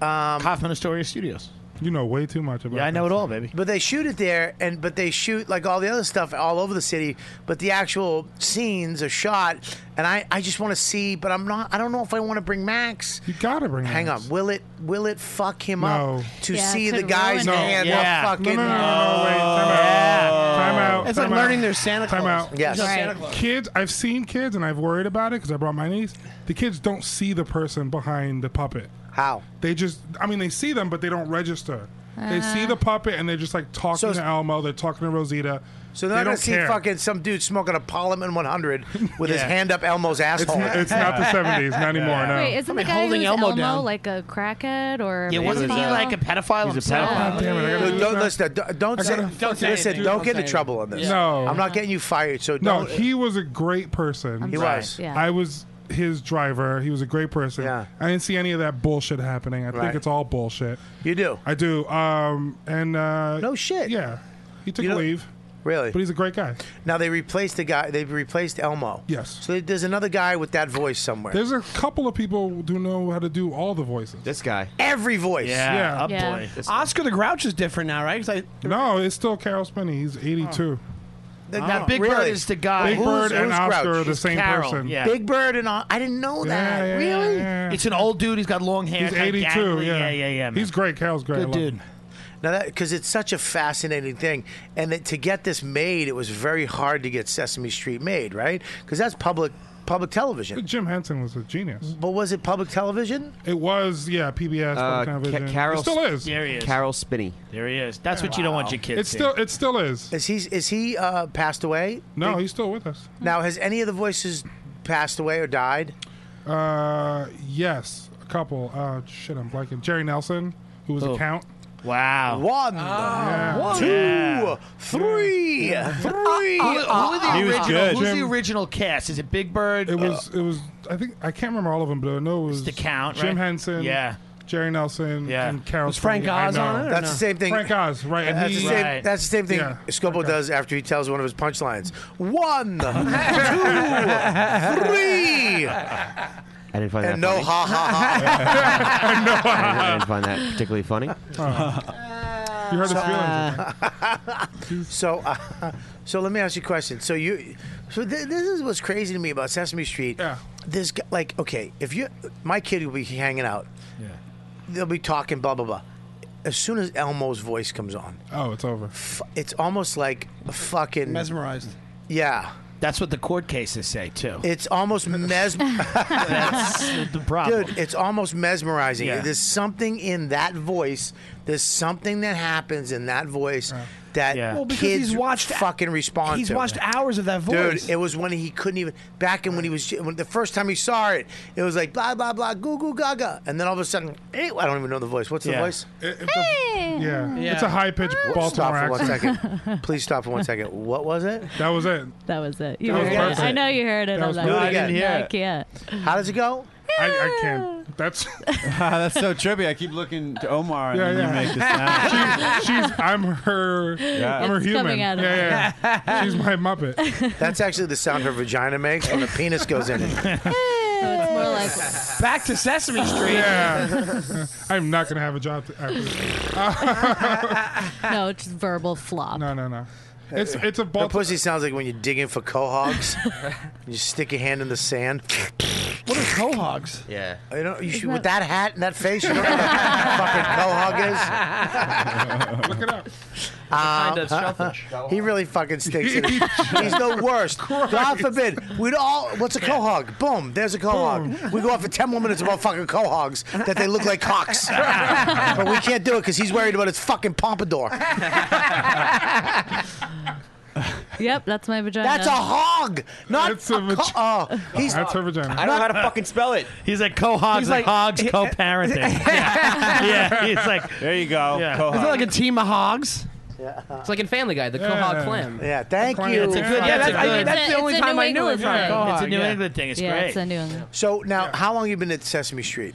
Um,
Kaufman Astoria Studios.
You know way too much about.
Yeah, I
know it all, baby.
But they shoot it there, and but they shoot like all the other stuff all over the city. But the actual scenes are shot, and I, I just want to see. But I'm not. I don't know if I want to bring Max.
You gotta bring.
Hang
Max.
on. Will it will it fuck him
No.
up to
Yeah, it
see the
could
guy's
ruin it.
hand?
No.
up
Yeah.
Fucking.
No, no, no, no, no, wait, time out. Time out.
It's like
time out.
learning there's Santa
Time
Claus.
out.
Yes. There's Right. Santa Claus.
Kids, I've seen kids, and I've worried about it because I brought my niece. The kids don't see the person behind the puppet.
How?
They just, I mean, they see them, but they don't register. they see
Uh.
the puppet, and they're just like talking to Elmo. They're talking to Rosita.
So
they
they're not gonna
don't
see
care.
fucking some dude smoking a Parliament 100 with his
Yeah.
hand up Elmo's asshole.
not- it's not the 70s, not anymore, no.
Wait, isn't the guy who's Elmo, like a crackhead or?
Yeah,
a
wasn't he
pedophile?
like a pedophile
He's a
himself?
pedophile.
Oh, damn it, I gotta
Look,
do
don't,
that.
listen, don't, don't
I
say,
gotta- Don't say
listen,
anything.
don't
Don't
get
say
in trouble on this.
anything. No.
I'm not getting you fired. So
No,
don't.
he was a great person.
I'm He sorry. was. Yeah.
I was his driver. He was a great person. Yeah. I didn't see any of that bullshit happening. I
Right.
think it's all bullshit.
You do.
I do. Um, and uh,
no shit.
Yeah, he took
You know-
leave.
Really? But
he's a great guy.
Now they replaced the guy. They replaced Elmo. Yes. So there's another guy with that voice somewhere.
There's a couple of people who do know how to do all the voices.
This guy.
Every voice.
Yeah.
Oh, boy. Oscar the Grouch is different now, right? 'Cause I,
No, it's still Carol Spinney. He's 82.
The-
Now, Big Bird is the guy-
Oh, Big
Who's-
Bird and
who's
Oscar
Grouch?
are the
It's
same
Carol,
person.
yeah.
Big Bird and all. I didn't know that.
yeah,
really?
It's an old dude. He's got long hair.
He's
kinda
82.
gangly.
Yeah.
yeah, yeah, yeah, man.
He's great. Carol's great. I
Good
love
dude.
him.
Now that because it's such a fascinating thing, and that to get this made, it was very hard to get Sesame Street made, right? Because that's public public television.
Jim Henson was a genius.
But was it public television?
It was, yeah, PBS.
Uh, Ca-
public television.
Carol
it still is.
There he is.
Carol Spinney.
There he is. That's what you don't want your kids.
It's still, it still is.
Is he is he uh, passed away?
No,
Big-
he's still with us.
Now, has any of the voices passed away or died?
Uh, yes, a couple. Uh, shit, I'm blanking. Jerry Nelson, who was
Oh.
a count.
Wow.
One,
One.
two,
Yeah.
three, three.
Who, who are the
He was
original?
good.
Who's the
Jim-
original cast? Is it Big Bird?
It was. It was. I think I can't remember all of them, but I know it was
the count,
Jim
right?
Henson.
Yeah.
Jerry Nelson.
Yeah.
And Carol.
Was Frank
Spinney, I
Oz on
know.
it or
That's the same thing.
Frank Oz, right? and
That's,
he-
the same, that's the same thing
Yeah.
Scopo does after he tells one of his punchlines. One, two, three.
I didn't find
And
that
no
funny.
ha ha
no I didn't find that particularly funny.
ha.
You hurt his
feelings. so, uh, so let me ask you a question. So you, so th- this is what's crazy to me about Sesame Street. Yeah. This guy, like, okay, if you, my kid will be hanging out,
Yeah.
they'll be talking blah blah blah. as soon as Elmo's voice comes on,
Oh, it's over.
it's almost like a fucking
mesmerized.
Yeah.
That's what the court cases say too.
It's almost mesmerized.
That's Uh, the problem.
Dude, it's almost mesmerizing.
Yeah.
There's something in that voice. There's something that happens in that voice that
Well, because
kids
he's watched-
fucking respond
he's
to.
watched hours of that voice.
Dude, it was when he couldn't even. Back in when he was when the first time he saw it, it was like blah blah blah, goo goo gaga, and then all of a sudden, eh, I don't even know the voice. What's the
Yeah.
voice?
Hey! yeah. It's a high-pitched
Well, Stop
Baltimore
for one
accent.
second. Please stop for one second. What was it?
That was it.
That was it.
That was
heard it.
perfect.
I know you heard it.
That
I'm
was
like,
perfect. No, I didn't hear
I
it.
can't.
How does it go?
I, I can't. That's
Ah, that's so trippy. I keep looking to Omar, and
Yeah,
then
yeah.
you make this sound.
she's, she's I'm her.
Yeah.
I'm her
It's
human.
coming out of
yeah,
her.
yeah. She's my Muppet.
That's actually the sound her vagina makes when a penis goes in it.
Oh,
Back to Sesame Street.
Yeah. I'm not gonna have a job. To, after this.
no, it's just verbal flop.
No, no, no. It's it's a
Her
Baltimore.
pussy sounds like when you're digging for cohogs. you stick your hand in the sand.
What are cohogs?
Yeah. You know, you should, with that hat and that face, you don't know what a fucking cohog is. Look it up. Uh-huh. he really fucking stinks. in it. He's the worst. God forbid. We'd all. What's a cohog? Boom. There's a cohog. We go on for ten more minutes about fucking cohogs that they look like cocks, but we can't do it because he's worried about his fucking pompadour.
Yep, that's my vagina.
That's a hog, not
That's a vagina.
oh, he's
That's her vagina.
I don't know how
to fucking spell it.
He's like cohogs
He's
and
like-
hogs co-parenting. yeah. yeah, he's like
there you
Oh,
go.
Yeah.
Is it like a team of hogs?
It's like in Family Guy, the
Yeah.
Quahog clan.
Yeah, thank
Clan.
you.
It's a good-
Yeah,
that's
that's,
a
I
good-
think that's
It's
the
a-
only
it's a
time
New
I knew it
England
from.
thing.
Cohog,
It's a New
yeah.
England thing. It's
yeah,
great.
it's a new one.
So now, how long you been at Sesame Street?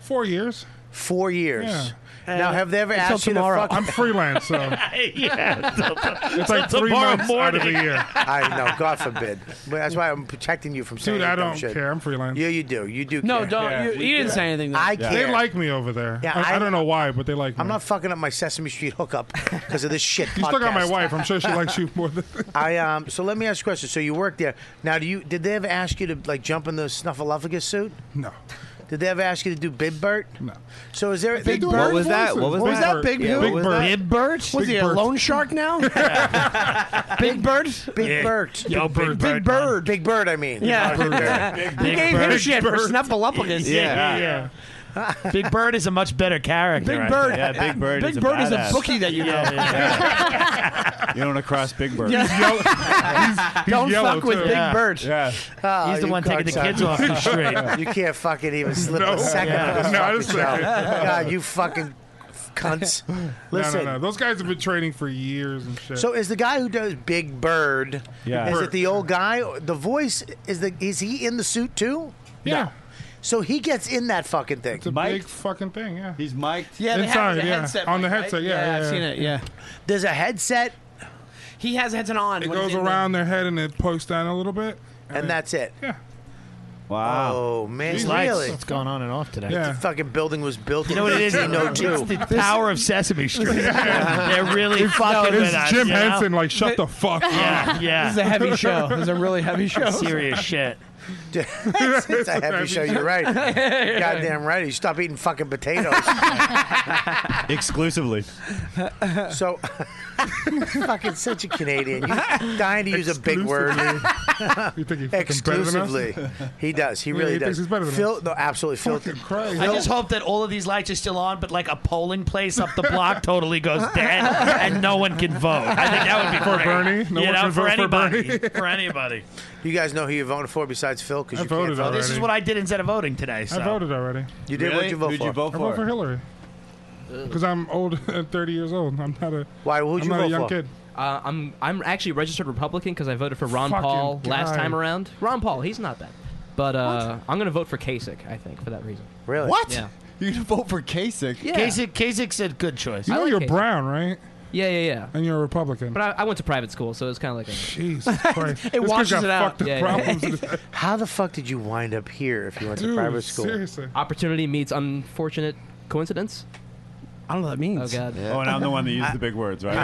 Four years.
Four years.
Yeah.
Now, have they ever
Until
asked you
tomorrow.
to fuck?
I'm freelance, so it's like three months out of the year.
I know, God forbid. But that's why I'm protecting you from saying
Dude, I
dumb
don't
shit.
care. I'm freelance.
Yeah, you do. You do.
No,
care.
don't. you you didn't say anything. Though.
I
Yeah.
care.
They like me over there.
Yeah,
I, I
I-
don't know why, but they like me.
I'm not fucking up my Sesame Street hookup because of this shit.
You still got my
podcast.
wife. I'm sure she likes you more than.
I um. So let me ask you a question. So you worked there. Now, do you did they ever ask you to like jump in the snuffleupagus suit?
No.
Did they ever ask you to do Big Bert?
No.
So is there
Big
they-
Bird What was that? voices. What was that? Big Bird. Big
Big Bird.
Bird.
Big Bird? Was
Big
he a
Bird.
loan shark now? Big Bird?
Big Bert.
Yo, Big
Big
Bird.
Bird.
Big Bird. I mean.
Yeah.
Big Bird.
He
Big
gave him
Bird.
shit for
Bird.
snuffleupagus.
Yeah, yeah. Big Bird is a much better character.
Big
I
Bird.
think.
Yeah, Big Bird
Big
is
Bird
a
is a
badass.
bookie that you know.
You don't want to cross Big Bird.
Yeah. Don't
yellow,
fuck with
too.
Big
Yeah.
Bird.
Yeah.
Oh,
He's the
you
one taking the
cocksucker.
kids off the street.
You can't fucking even slip
No.
a second
Yeah.
of this
Not a
fucking show.
second.
God, you fucking cunts. Listen.
No, no, no. Those guys have been training for years and shit.
So is the guy who does Big Bird?
Yeah.
Is
Bird.
it the old guy? The voice is the is he in the suit too?
yeah,
So he gets in that fucking thing.
it's a
Mike?
big fucking thing. Yeah.
He's mic'd.
Yeah, they have
Inside,
it in a
yeah.
headset.
On the
mic, right?
headset, yeah,
Yeah,
yeah,
I've
yeah.
seen it. Yeah.
There's a headset,
He has headset on.
It
when he's
goes
in the-
around their head and it pokes down a little bit.
and that's it.
Yeah.
Wow.
Oh man,
These lights.
really?
What's going on and off today?
Yeah.
The fucking building was built
You know what
in
it is? It's
1802.
the power of Sesame Street. They're really fucking
It's
with us.
Jim
you know?
Henson. Like, shut the fuck up.
Yeah, yeah.
This is a heavy show. This is a really heavy show.
serious shit.
it's a heavy show. You're right. Goddamn right. You stop eating fucking potatoes.
Exclusively.
So, fucking such a Canadian. You dying to use a big word.
You think he's fucking better than us?
Exclusively, he does. He
Yeah,
really
he
does.
thinks he's better than
Phil, no, absolutely, Phil.
Fucking Christ.
I just hope that all of these lights are still on, but like a polling place up the block totally goes dead and no one can vote. I think that would be
For
great.
Bernie? No
you
one
know,
can
for
vote for
anybody.
Bernie.
for anybody.
You guys know who you're voting for besides Phil because
I
you can't
voted
vote.
already.
This is what I did instead of voting today. So.
I voted already.
You did what you vote
Who'd
for.
you vote
I voted for
for?
Hillary. Because I'm old, 30 years old. I'm not a.
Why?
I'm
Who'd you
not a
vote
young
for?
kid.
Uh, I'm I'm actually registered Republican because I voted for Ron
Fucking
Paul last
guy.
time around. Ron Paul, he's not bad, but uh, I'm gonna vote for Kasich. I think for that reason.
Really?
What?
Yeah.
You're going to vote for Kasich?
Yeah.
Kasich, Kasich said good choice.
You know
like
you're
Casey.
brown, right?
Yeah, yeah, yeah.
And you're a Republican.
But I, I went to private school, so it's kind of like a,
Jesus Christ. This kid's
washes
got
it out.
fucked up
Yeah, yeah.
problems in his-
How the fuck did you wind up here if you went to
Dude,
private school?
seriously.
opportunity meets unfortunate coincidence.
I don't know what that
Oh
means.
God.
Oh, and I'm the one that used the big words, right?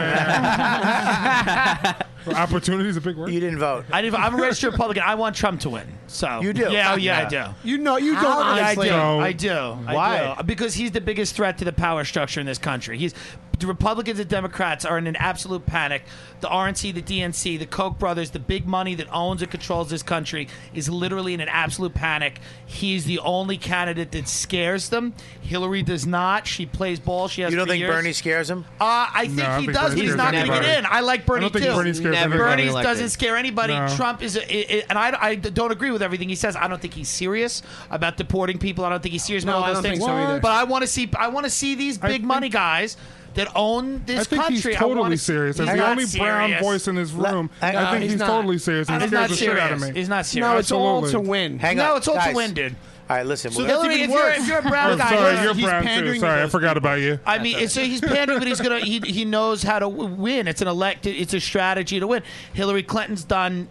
Opportunity is a big word.
You didn't vote.
I did, I'm a registered Republican. I want Trump to win.
So
You do?
Yeah, oh, yeah,
Yeah.
I do.
You know- you don't
Yeah,
honestly-
I do. I do. I
Why?
do. Because he's the biggest threat to the power structure in this country. He's the Republicans and Democrats are in an absolute panic. The RNC, the DNC, the Koch brothers, the big money that owns and controls this country is literally in an absolute panic. He's the only candidate that scares them. Hillary does not. She plays ball. She has.
You don't
for
think
years.
Bernie scares him?
Uh, I think
No, I
he
think
does,
Bernie
but he's
scares
not going to
everybody.
get in. I like Bernie
I don't think
too.
Bernie scares Never everybody.
Bernie doesn't scare anybody.
No.
Trump is, a, i- i- and I, I don't agree with everything he says. I don't think he's serious about deporting people. I don't think he's serious
No,
about
I
all those
don't think
things.
so either.
but I want to see, I want to see these big money guys that own this
I think
country.
he's
I wanna
totally
see-
serious. As
He's
the
not
only brown
serious.
voice in his room, I,
No,
think he's,
not.
totally serious. and He
He's
scares
not
the shit out of me.
serious. He's not serious.
Hang
no,
on,
it's all
guys.
to win, dude.
All right, listen.
So
we're-
that's even If you're- worse. if you're a brown
Oh,
guy,
sorry,
he's-
you're
he's
brown too.
pandering
Sorry,
to
I forgot about you.
I mean, it's, so he's pandering, but he's gonna. He, he knows how to w- win. It's an elected. It's a strategy to win. Hillary Clinton's done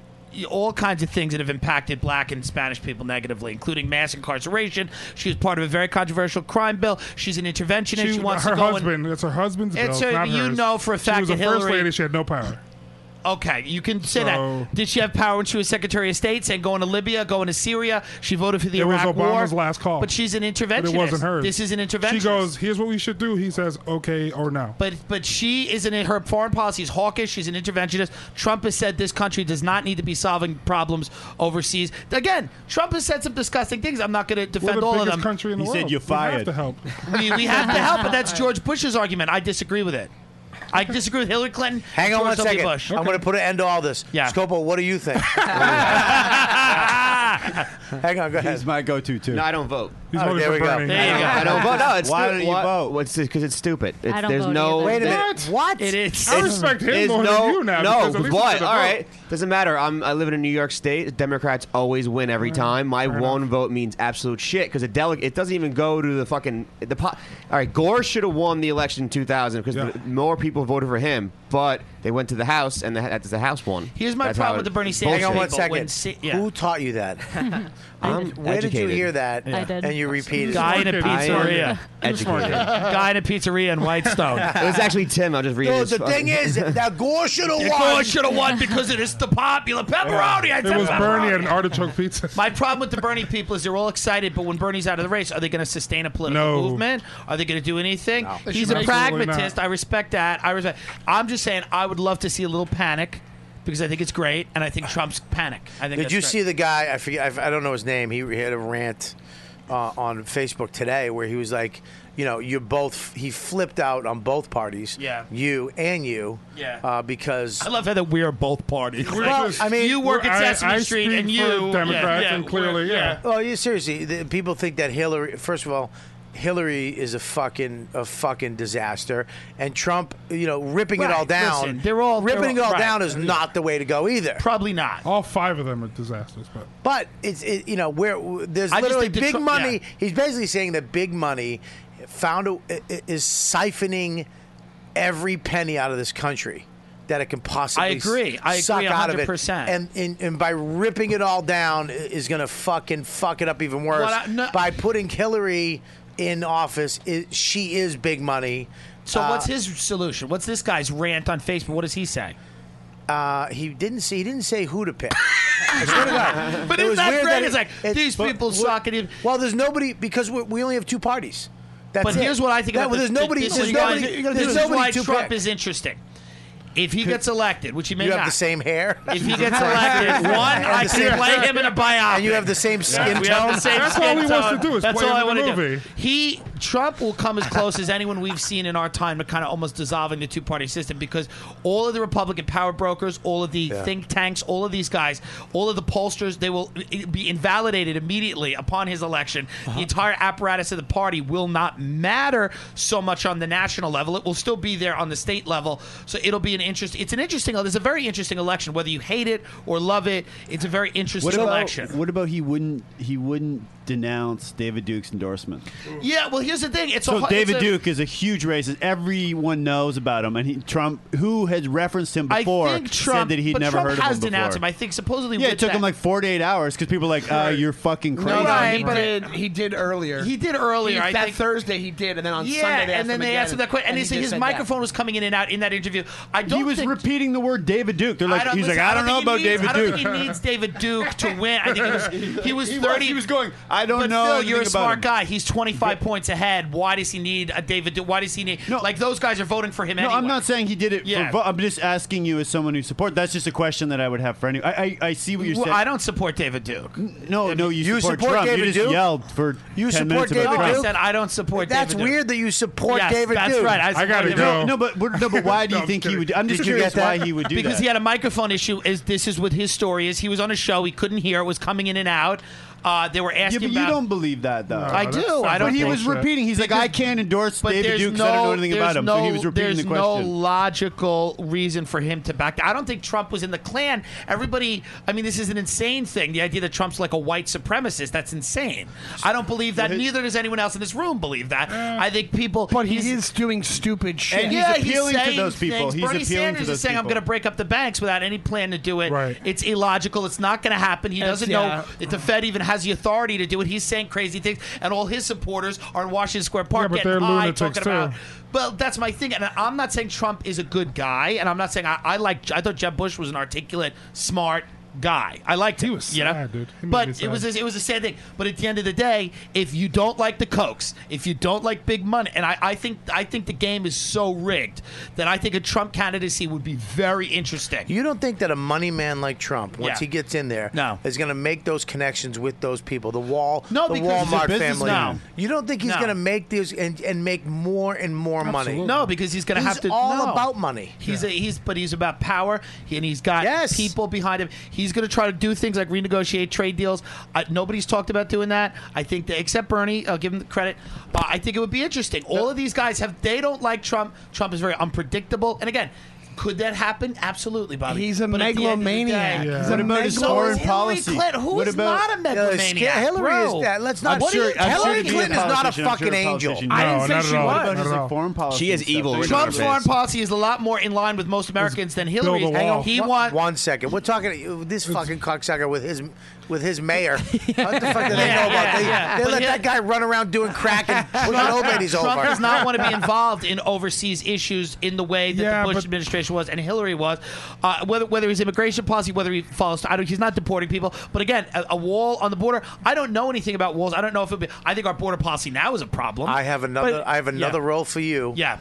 all kinds of things that have impacted black and Spanish people negatively, including mass incarceration. She was part of a very controversial crime bill. She's an interventionist. She,
She-
wants
her
to go and-
husband. It's her husband's
It's
bill.
her-
not
you
hers.
know for a fact
she was
that
a first
Hillary-
lady. She had no power.
Okay, you can say
So-
that. Did she have power when she was Secretary of State, saying going to Libya, going to Syria? She voted for the
it was
Iraq War.
Obama's last call.
But she's an interventionist.
But it wasn't hers.
This is an interventionist.
She goes, "Here's what we should do." He says, "Okay or no."
But but she isn't in her foreign policy is hawkish. She's an interventionist. Trump has said this country does not need to be solving problems overseas. Again, Trump has said some disgusting things. I'm not going to defend
We're the
all of
biggest
them.
country in the world. We Have to help.
We, we have to help, but that's George Bush's argument. I disagree with it. I disagree with Hillary Clinton.
Hang on
George
one
W.
second.
Bush.
I'm going to put an end to all this. Yeah. Scopo, what do you think? Hang on, go ahead.
He's my go-to too.
No, I don't vote.
Oh,
voting
there
for
we go.
Bernie.
I don't- I don't vote. No, it's
Why
stu-
don't you
why-
vote?
What's because it's stupid. It's,
I don't
there's
vote
no.
either. Wait a minute.
What?
It is.
I respect him
There's
more
no,
than you now.
No,
because at least you
what?
said
All
a vote.
right. Doesn't matter. I'm, I live in a New York State. Democrats always win every time. My one vote means absolute shit because a delegate. It doesn't even go to the fucking the. Po- All right, Gore should have won the election in 2000 because more people voted for him, but they went to the House and the, that's the House won.
Here's my
That's how
problem with
it-
the Bernie Sanders
Hang
bullshit.
on one
people when
second.
si- yeah.
Who taught you that?
I'm
Where did you
educated.
hear that?
I did.
And you repeated
Guy
it.
in a pizzeria.
Educated.
Guy in a pizzeria in Whitestone.
It was actually Tim. I'm just reading.
No,
his
the thing
fucking-
is that Gore should have won.
should have won because it is the popular pepperoni. I said
It was
pepperoni.
Bernie and an artichoke pizza.
My problem with the Bernie people is they're all excited, but when Bernie's out of the race, are they going to sustain a political
No.
movement? Are they going to do anything?
They
He's
should
a
absolutely
pragmatist.
not.
I respect that. I respect. I'm just saying, I would love to see a little panic because I think it's great, and I think Trump's panic. I think.
Did
that's
you
great.
see the guy? I forget. I, I don't know his name. He had a rant uh, on Facebook today where he was like, you know, you're both. He flipped out on both parties.
Yeah.
You and you.
Yeah.
Uh, because
I love how that we are both parties.
We're just-
you work
we're-
at
I-
Sesame
I
Street,
speak
and
for
you
Democrats, and clearly,
we're-
yeah.
Well, Oh, you seriously, the, people think that Hillary. First of all, Hillary is a fucking a fucking disaster, and Trump, you know, ripping it
Right,
all down.
listen, they're all- they're
ripping
all-
it all
right.
down is not the way to go either.
Probably not.
All five of them are disasters, but
But it's it, you know where w- there's
I just
literally
think the
big
tr-
money.
yeah.
He's basically saying that big money found a, i- i- is siphoning every penny out of this country that it can possibly.
I agree. I
suck
agree
out of it.
100%.
And, and and by ripping it all down i- is going to fucking fuck it up even worse.
Well, I- no-
by putting Hillary in office, i she is big money.
So
Uh,
what's his solution? What's this guy's rant on Facebook? What does he say?
Uh, he didn't say. He didn't say who to pick. I swear to God.
But
It
isn't
was
that
weird
great?
it-
It's like,
it-
these
but
people
wh-
suck at it.
Well, there's nobody because we we only have two parties. That's
but
it.
here's what I think
That-
about
there's
this-
nobody.
This,
there's
is
nobody.
why,
there's
this is
nobody
why
to
Trump
pick.
is interesting. If he gets elected, which he may
You have
not,
the same hair.
If he gets elected, one,
And
I
the
can
same-
play him in a biopic.
And you have the same skin
We have
tone.
the same
That's
skin
all he wants to
tone.
do is
That's
play him
all I
in a
wanna do.
movie.
He Trump will come as close as anyone we've seen in our time to kind of almost dissolving the two party system because all of the Republican power brokers, all of the
Yeah.
think tanks, all of these guys, all of the pollsters, they will i- be invalidated immediately upon his election.
Uh-huh.
The entire apparatus of the party will not matter so much on the national level. It will still be there on the state level. So it'll be an interest. It's an interesting. It's a very interesting election. Whether you hate it or love it, it's a very interesting
What about,
election.
what about he wouldn't he wouldn't denounce David Duke's endorsement.
Yeah, well, here's the thing. It's a
so
hu-
David
it's a-
Duke is a huge racist. Everyone knows about him, and he, Trump, who had referenced him before,
I think Trump,
said that he'd
but
never
Trump
heard
has
of him
denounced
before.
him. I think supposedly
yeah,
with
it took
that-
him like 48 hours because people were like, uh, "You're fucking crazy."
No, no, he did. He did earlier. He
did earlier, I
that
think-
Thursday he did, and then on
yeah,
Sunday they asked
and then
him
they
again,
asked him that question, and, he said
just
his
said that.
microphone was coming in and out in that interview. I don't. He was
repeating the word David Duke. They're
like,
he's like, "I don't know about David
I don't
Duke."
think he needs David Duke to win. I think he was. He was
He was-
thirty.
he was going, "I don't
but
know
Phil, you're a
anything about
smart
him."
guy. He's twenty five points ahead. Why does he need a David Duke? Why does he need? Like those guys are voting for him
No,
anyway.
I'm not saying he did it.
Yeah.
For vo- I'm just asking you as someone who supports. That's just a question that I would have for any. I, I, I see what you're
Well,
saying.
I don't support David Duke.
No, no, you,
You
support,
support
Trump.
David
you just
Duke?
yelled for
You
10
support
minutes
David
about Trump.
Duke? I said I don't support
That's
David Duke.
weird that you support
Yes,
David
that's
Duke.
right. I support David
No,
Duke.
no, but but- no, but why do you
No, I'm
think he
kidding.
would? I'm just
Did you
curious
get that?
why he would do
because
that.
he had a microphone issue. Is this is with his story? Is he was on a show he couldn't hear? It was coming in and out. Uh, they were asking.
yeah, but
about,
you don't believe that though.
I do. I don't.
But he
think
was
so.
repeating. He's like,
Because-
I can't endorse
but
David
there's
Duke because I don't know
no-
anything about
there's
him. so he was
no-
repeating the
There's
question.
no logical reason for him to back. I don't think Trump was in the Klan. Everybody, I mean, this is an insane thing. The idea that Trump's like a white supremacist, that's insane. I don't believe that. Neither does anyone else in this room believe that. I think people. But
he is doing stupid shit.
And he's appealing to those people. He's
Bernie
appealing
Sanders
to those
is saying, "I'm
people."
going to break up the banks without any plan to do it. It's illogical. It's not going to happen. He
It's-
doesn't
yeah.
know if the Fed even has the authority to do it. He's saying crazy things, and all his supporters are in Washington Square Park
Yeah, but
getting
they're
high,
lunatics,
talking about."
too.
Well, that's my thing, and I'm not saying Trump is a good guy, and I'm not saying I, I like. I thought Jeb Bush was an articulate, smart guy. I liked him. He was you know?
sad, dude. He made me
But it
sad.
was it was a sad thing. But at the end of the day, if you don't like the cokes, if you don't like big money, and I, I think I think the game is so rigged that I think a Trump candidacy would be very interesting.
You don't think that a money man like Trump, once
Yeah.
he gets in there, is going to make those connections with those people? The wall,
No,
the
because he's a
Walmart family.
businessman. No.
You don't think he's
No.
going to make these and, and make more and more money?
No, because he's going to have to.
all
no.
about money.
He's a, he's but he's about power, and he's got people behind him. He's going to try to do things like renegotiate trade deals. Uh, nobody's talked about doing that. I think that except Bernie, I'll give him the credit. Uh, I think it would be interesting. All of these guys have they don't like Trump. Trump is very unpredictable, and again. Could that happen? Absolutely, Bobby.
He's a
But at the end of the day-
megalomaniac. Yeah. He's a
What about his
So is
foreign
Hillary
policy?
Clinton, who
What
is
about-
not a megalomaniac?
Hillary
bro?
is that. Let's not.
What do you-
Hillary, Clinton is not a
politician. I'm sure
fucking angel.
politician. No, not at all. What about his, like, foreign policy She is and stuff? evil written on
Trump's
her face.
foreign policy is a lot more in line with most Americans than Hillary's.
Hang on,
He
one-
wants.
one second. We're talking this fucking cocksucker with his with his mayor. What the fuck do they
Yeah,
know about? They,
yeah,
they
but
let
he-
that guy run around doing crack and pushing
Trump,
nobody's over.
Trump does not want to be involved in overseas issues in the way that the Bush administration was and Hillary was. Uh, whether whether his immigration policy, whether he follows, I don't, he's not deporting people. But again, a, a wall on the border. I don't know anything about walls. I don't know if it. Be, I think our border policy now is a problem.
I have another.
But-
I have another
yeah.
role for you.
Yeah.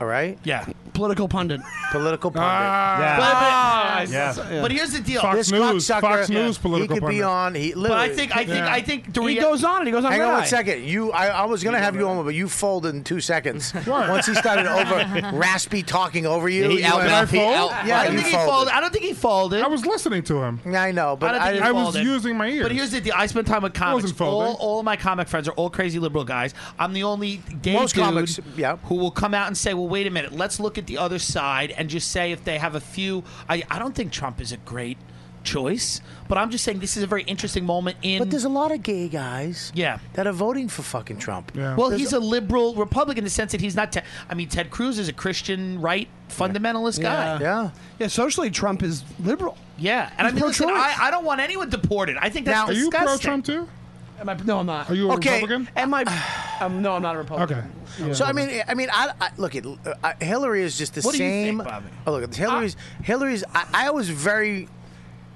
All right.
Yeah.
Political pundit.
Political pundit.
Yeah. But-
Ah.
but- Yeah. but here's the deal. Fox
this
News-
cocksucker,
Fox News
he
political
could be
pundit.
on. He,
But I
literally-
think- I think- Yeah. I think the He rea-
goes on, he goes on
Hang
red
on one
eye.
second. You, I, I was gonna have you on, but you folded in two seconds. Once he started over raspy talking over you,
Did he
you
out-
went-
Did I he fold? out-
yeah,
I don't
you
think he
folded.
folded. I don't think he folded.
I was listening to him.
I know, but
I, don't think
I
he
was
folded.
using my ears.
But here's the deal: I spend time with comics. All, all my comic friends are all crazy liberal guys. I'm the only gay
Most
dude
comics, yeah.
who will come out and say, "Well, wait a minute. Let's look at the other side and just say if they have a few." I, I don't think Trump is a great choice, but I'm just saying this is a very interesting moment in.
But there's a lot of gay guys.
Yeah.
That are voting for fucking Trump.
Well,
There's-
he's a liberal Republican in the sense that he's not. Te- I mean, Ted Cruz is a Christian right fundamentalist guy.
Yeah.
Yeah. Socially, Trump is liberal.
Yeah, and I
He's
mean, listen,
pro-choice.
I, I don't want anyone deported. I think that's
Now- Are you
disgusting.
pro-Trump
too?
Am I, no, I'm not.
Are you a
Okay.
Republican?
Am I? Um, no, I'm not a Republican.
So I mean, I mean, I, I look at uh, Hillary is just the
What do you
same.
think, Bobby?
Oh, look, Hillary's. Hillary's. I, I was very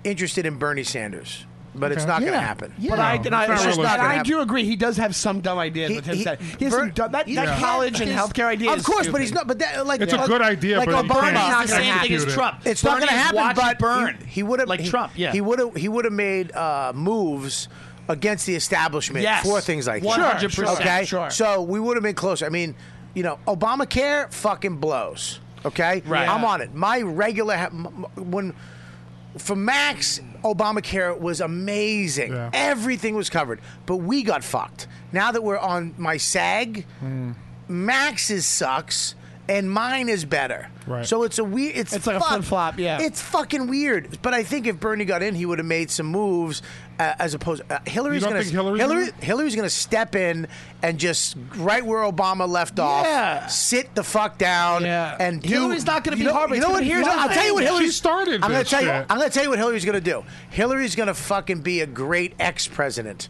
interested in Bernie Sanders, but it's
Okay.
not going
Yeah.
to happen.
But I, and I,
It's just
and
not gonna
I
happen.
do agree he does have some dumb ideas
He-
with him.
he-
that- He has some
Ber-
dumb, that,
he
that
can't-
college and
he's-
healthcare idea.
Of
is
course, but
stupid.
he's not. But that, like, uh,
It's a good idea,
Like
but you
Obama,
can't
not
It's
the
gonna
same thing as
happen.
Trump.
It's not
Bernie
going to happen.
watched
But
burn,
he, he would have
like
he-
Trump, yeah.
he would have. He would have made uh, moves. Against the establishment
Yes.
for things like
Sure,
that.
100%.
Okay,
sure.
so we would have been closer. I mean, you know, Obamacare fucking blows. Okay,
Right.
I'm on it. My regular ha- m- m- when for Max, Obamacare was amazing. Everything was covered, but we got fucked. Now that we're on my SAG, Max's sucks. and mine is better.
Right.
So it's a weird. It's,
It's like a
fuck-
flip-flop, yeah.
It's fucking weird. But I think if Bernie got in, he would have made some moves. Uh, as opposed, uh, Hillary's
don't
gonna
think Hillary's
Hillary,
gonna-
Hillary's gonna step in and just right where Obama left off,
Yeah.
sit the fuck down, and do.
Hillary's not gonna
you
be
know-
Harvard.
You
It's
know what?
gonna be
Here's I'll
Romney.
tell you what
She
Hillary
started
I'm gonna
this
tell you.
shit.
I'm gonna tell you what Hillary's gonna do. Hillary's gonna fucking be a great ex-president.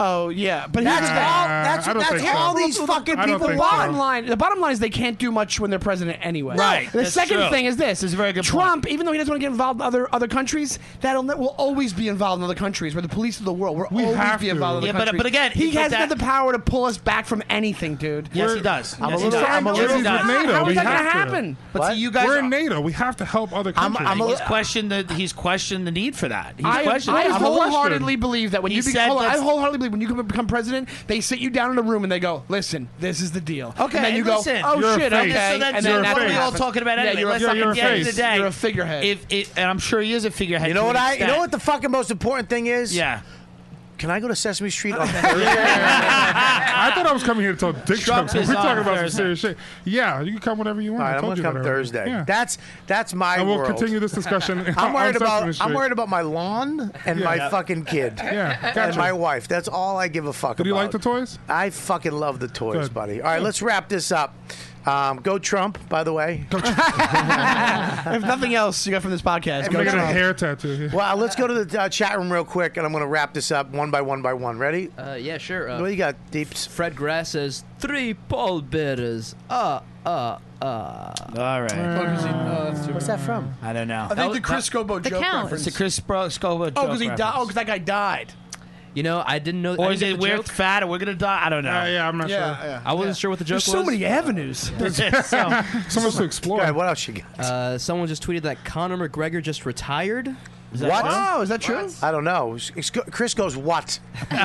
Oh yeah, but
That's
here's the-
all- that's- Nah, I don't that's think all so. these fucking I don't people
The
think
bottom
so.
line, the bottom line is they can't do much when they're president anyway.
Right,
The
that's
second
true.
thing is this: is very good. Trump, even though he doesn't want to get involved in other other countries, that'll ne- will always be involved in other countries. We're the police of the world. We're always
have
be
to.
involved in
Yeah,
other
but- uh,
countries.
but again,
he
but
has
that-
not the power to pull us back from anything, dude.
Yes, he We're- does. I'm a
Yes, he
little-
does.
I'm a
Yes,
little-
he does.
We're
NATO.
How
we
is that
have
gonna
to.
happen?
But see, you guys
we're
are-
in NATO. We have to help other countries.
he's questioned the, he's questioned the need for that. He's
I,
questioned
I
it.
wholeheartedly believe that when
He
you become,
said
hold on, I
that's-
wholeheartedly believe when you come- become president, they sit you down in a room and they go, "Listen, this is the deal."
Okay,
and then you
listen.
go, "Oh
You're a
shit,
face.
okay."
So that's-
and then
what are we all
happens.
talking about
Yeah,
anyway?
you're a
Let's
fuck-
not- at the end of the day,
You're a figurehead.
If it, and I'm sure he is a figurehead.
You know
to
what
an
I? You know
extent.
what the fucking most important thing is?
Yeah.
Can I go to Sesame Street on
I thought I was coming here to talk dick jokes.
Trump
but
is
We're
on
talking about
Thursday.
some serious shit. Yeah, you can come whenever you want.
All
I
right, I'm
told
going to
you
come
that already.
Thursday.
Yeah.
That's that's my.
And we'll
world.
continue this discussion
I'm
on
worried
Sesame
about I'm
Street.
worried about my lawn and
Yeah.
my
Yeah.
fucking kid.
Yeah,
and
gotcha.
my wife. That's all I give a fuck about.
Did you like the toys?
I fucking love the toys,
Good.
buddy. All right,
Good.
let's wrap this up. Um, go Trump, by the way. Go Trump.
if nothing else you got from this podcast,
I'm gonna
go
get a
Trump.
hair tattoo. here.
Well, let's go to the uh, chat room real quick, and I'm going to wrap this up one by one by one. Ready?
Uh, yeah, sure. Uh,
what do you got, Deeps?
Fred Grass says three pallbearers. Uh, uh, uh. All
right.
Uh,
Oh,
Where's that from?
I don't know.
I think the Chris Scobo
The
joke
count.
reference.
It's a Chris Bro- Scobo joke
Oh, because he died.
reference.
Oh, because that guy died.
You know, I didn't know. I
Or
didn't
is
get
it
the
we're
joke.
fat or we're gonna die? I don't know.
Uh,
Yeah, yeah, I'm not Yeah, sure. yeah. I wasn't sure what the
There's
joke
so
was.
many avenues.
So-
so much to explore.
All right, what else you got?
Uh, someone just tweeted that Conor McGregor just retired. Is that
what?
true?
Oh, is that true?
I don't know. It's- it's go- Chris goes what?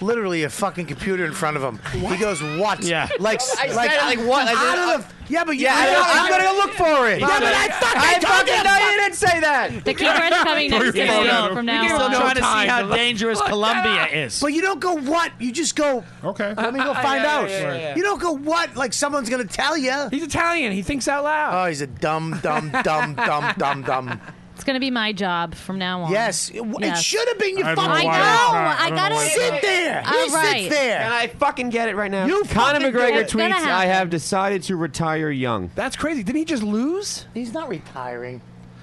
Literally a fucking computer in front of him. He goes what? Yeah. Like
I said
like
it like what? Like,
out
uh,
of the, yeah, but you,
yeah, I know.
I-
I'm gonna go look for it.
Yeah, but I fucking
I
told
fucking
you.
know you didn't say that.
The keyboard's coming next to you from now
You're still
on.
trying to see
Time.
how dangerous
Look
Colombia
that up.
is.
But you don't go what? You just go.
Okay.
Let me go
Uh, uh,
find
yeah,
out.
yeah, yeah, yeah.
You don't go what? Like someone's gonna tell you.
He's Italian. He thinks out loud.
Oh, he's a dumb, dumb, dumb, dumb, dumb, dumb.
It's going to be my job from now on.
Yes, it, w- it
Yes.
should have been your
I don't
fucking.
know why it's not. I know, I I don't know gotta- why it's
sit there. He
All
sits
right.
there.
And I fucking get it right now.
You fucking
Conor
get
McGregor
it. It's
tweets,
gonna
"I
happen.
have decided to retire young."
That's crazy. Didn't he just lose?
He's not retiring.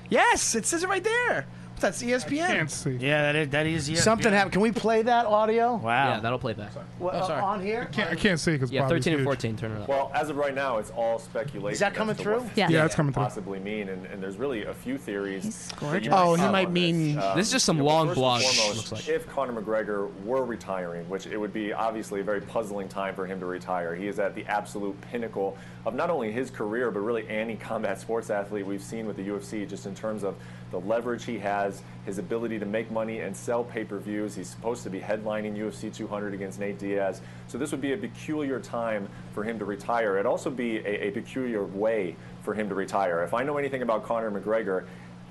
Yes, it says it right there. That's ESPN.
Yeah, that is, that is yeah,
Something
yeah.
happened. Can we play that audio?
Wow.
Yeah, that'll play back.
What, uh,
Oh, sorry.
On here?
I can't, I can't see because
Yeah, 13 and 14. Turn it up.
Well, as of right now, it's all speculation.
Is that coming
as to what
through?
this
Yeah,
could
it's coming through.
Possibly mean, and, and there's really a few theories. that you
Oh, he
have
might
on
mean.
Um,
This is just some
you know,
long
first
blog,
And foremost,
looks like.
If Conor McGregor were retiring, which it would be obviously a very puzzling time for him to retire, he is at the absolute pinnacle of not only his career, but really any combat sports athlete we've seen with the UFC, just in terms of the leverage he has, his ability to make money and sell pay per views. He's supposed to be headlining UFC 200 against Nate Diaz. So this would be a peculiar time for him to retire. It'd also be a, a peculiar way for him to retire. If I know anything about Conor McGregor,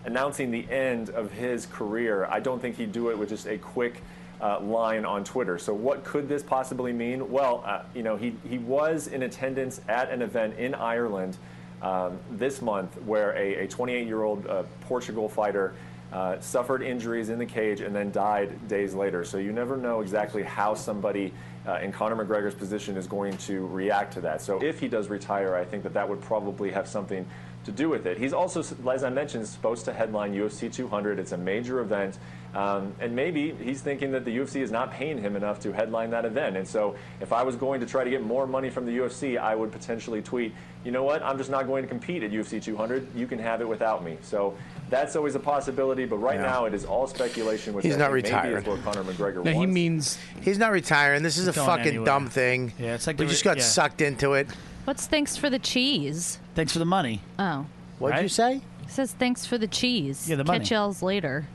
announcing the end of his career, I don't think he'd do it with just a quick uh, line on Twitter. So, what could this possibly mean? Well, uh, you know, he, he was in attendance at an event in Ireland um, this month where a 28 year old uh, Portugal fighter. Uh, suffered injuries in the cage and then died days later. So you never know exactly how somebody uh, in Conor McGregor's position is going to react to that. So if he does retire, I think that that would probably have something to do with it. He's also, as I mentioned, supposed to headline UFC 200. It's a major event. Um, and maybe he's thinking that the UFC is not paying him enough to headline that event. And so if I was going to try to get more money from the UFC, I would potentially tweet, you know what, I'm just not going to compete at UFC 200. You can have it without me. So that's always a possibility. But right now, it is all speculation, which
He's
I
not
think maybe is
retiring.
what Conor McGregor
No, he
wants.
means
he's not retiring. This is a
Going
fucking
anywhere.
dumb thing.
Yeah, it's like
we
the
just
re-
got
yeah.
sucked into it.
What's thanks for the cheese?
Thanks for the money.
Oh.
What'd you say?
It says thanks for the cheese.
Yeah, the money.
Catch y'all's later.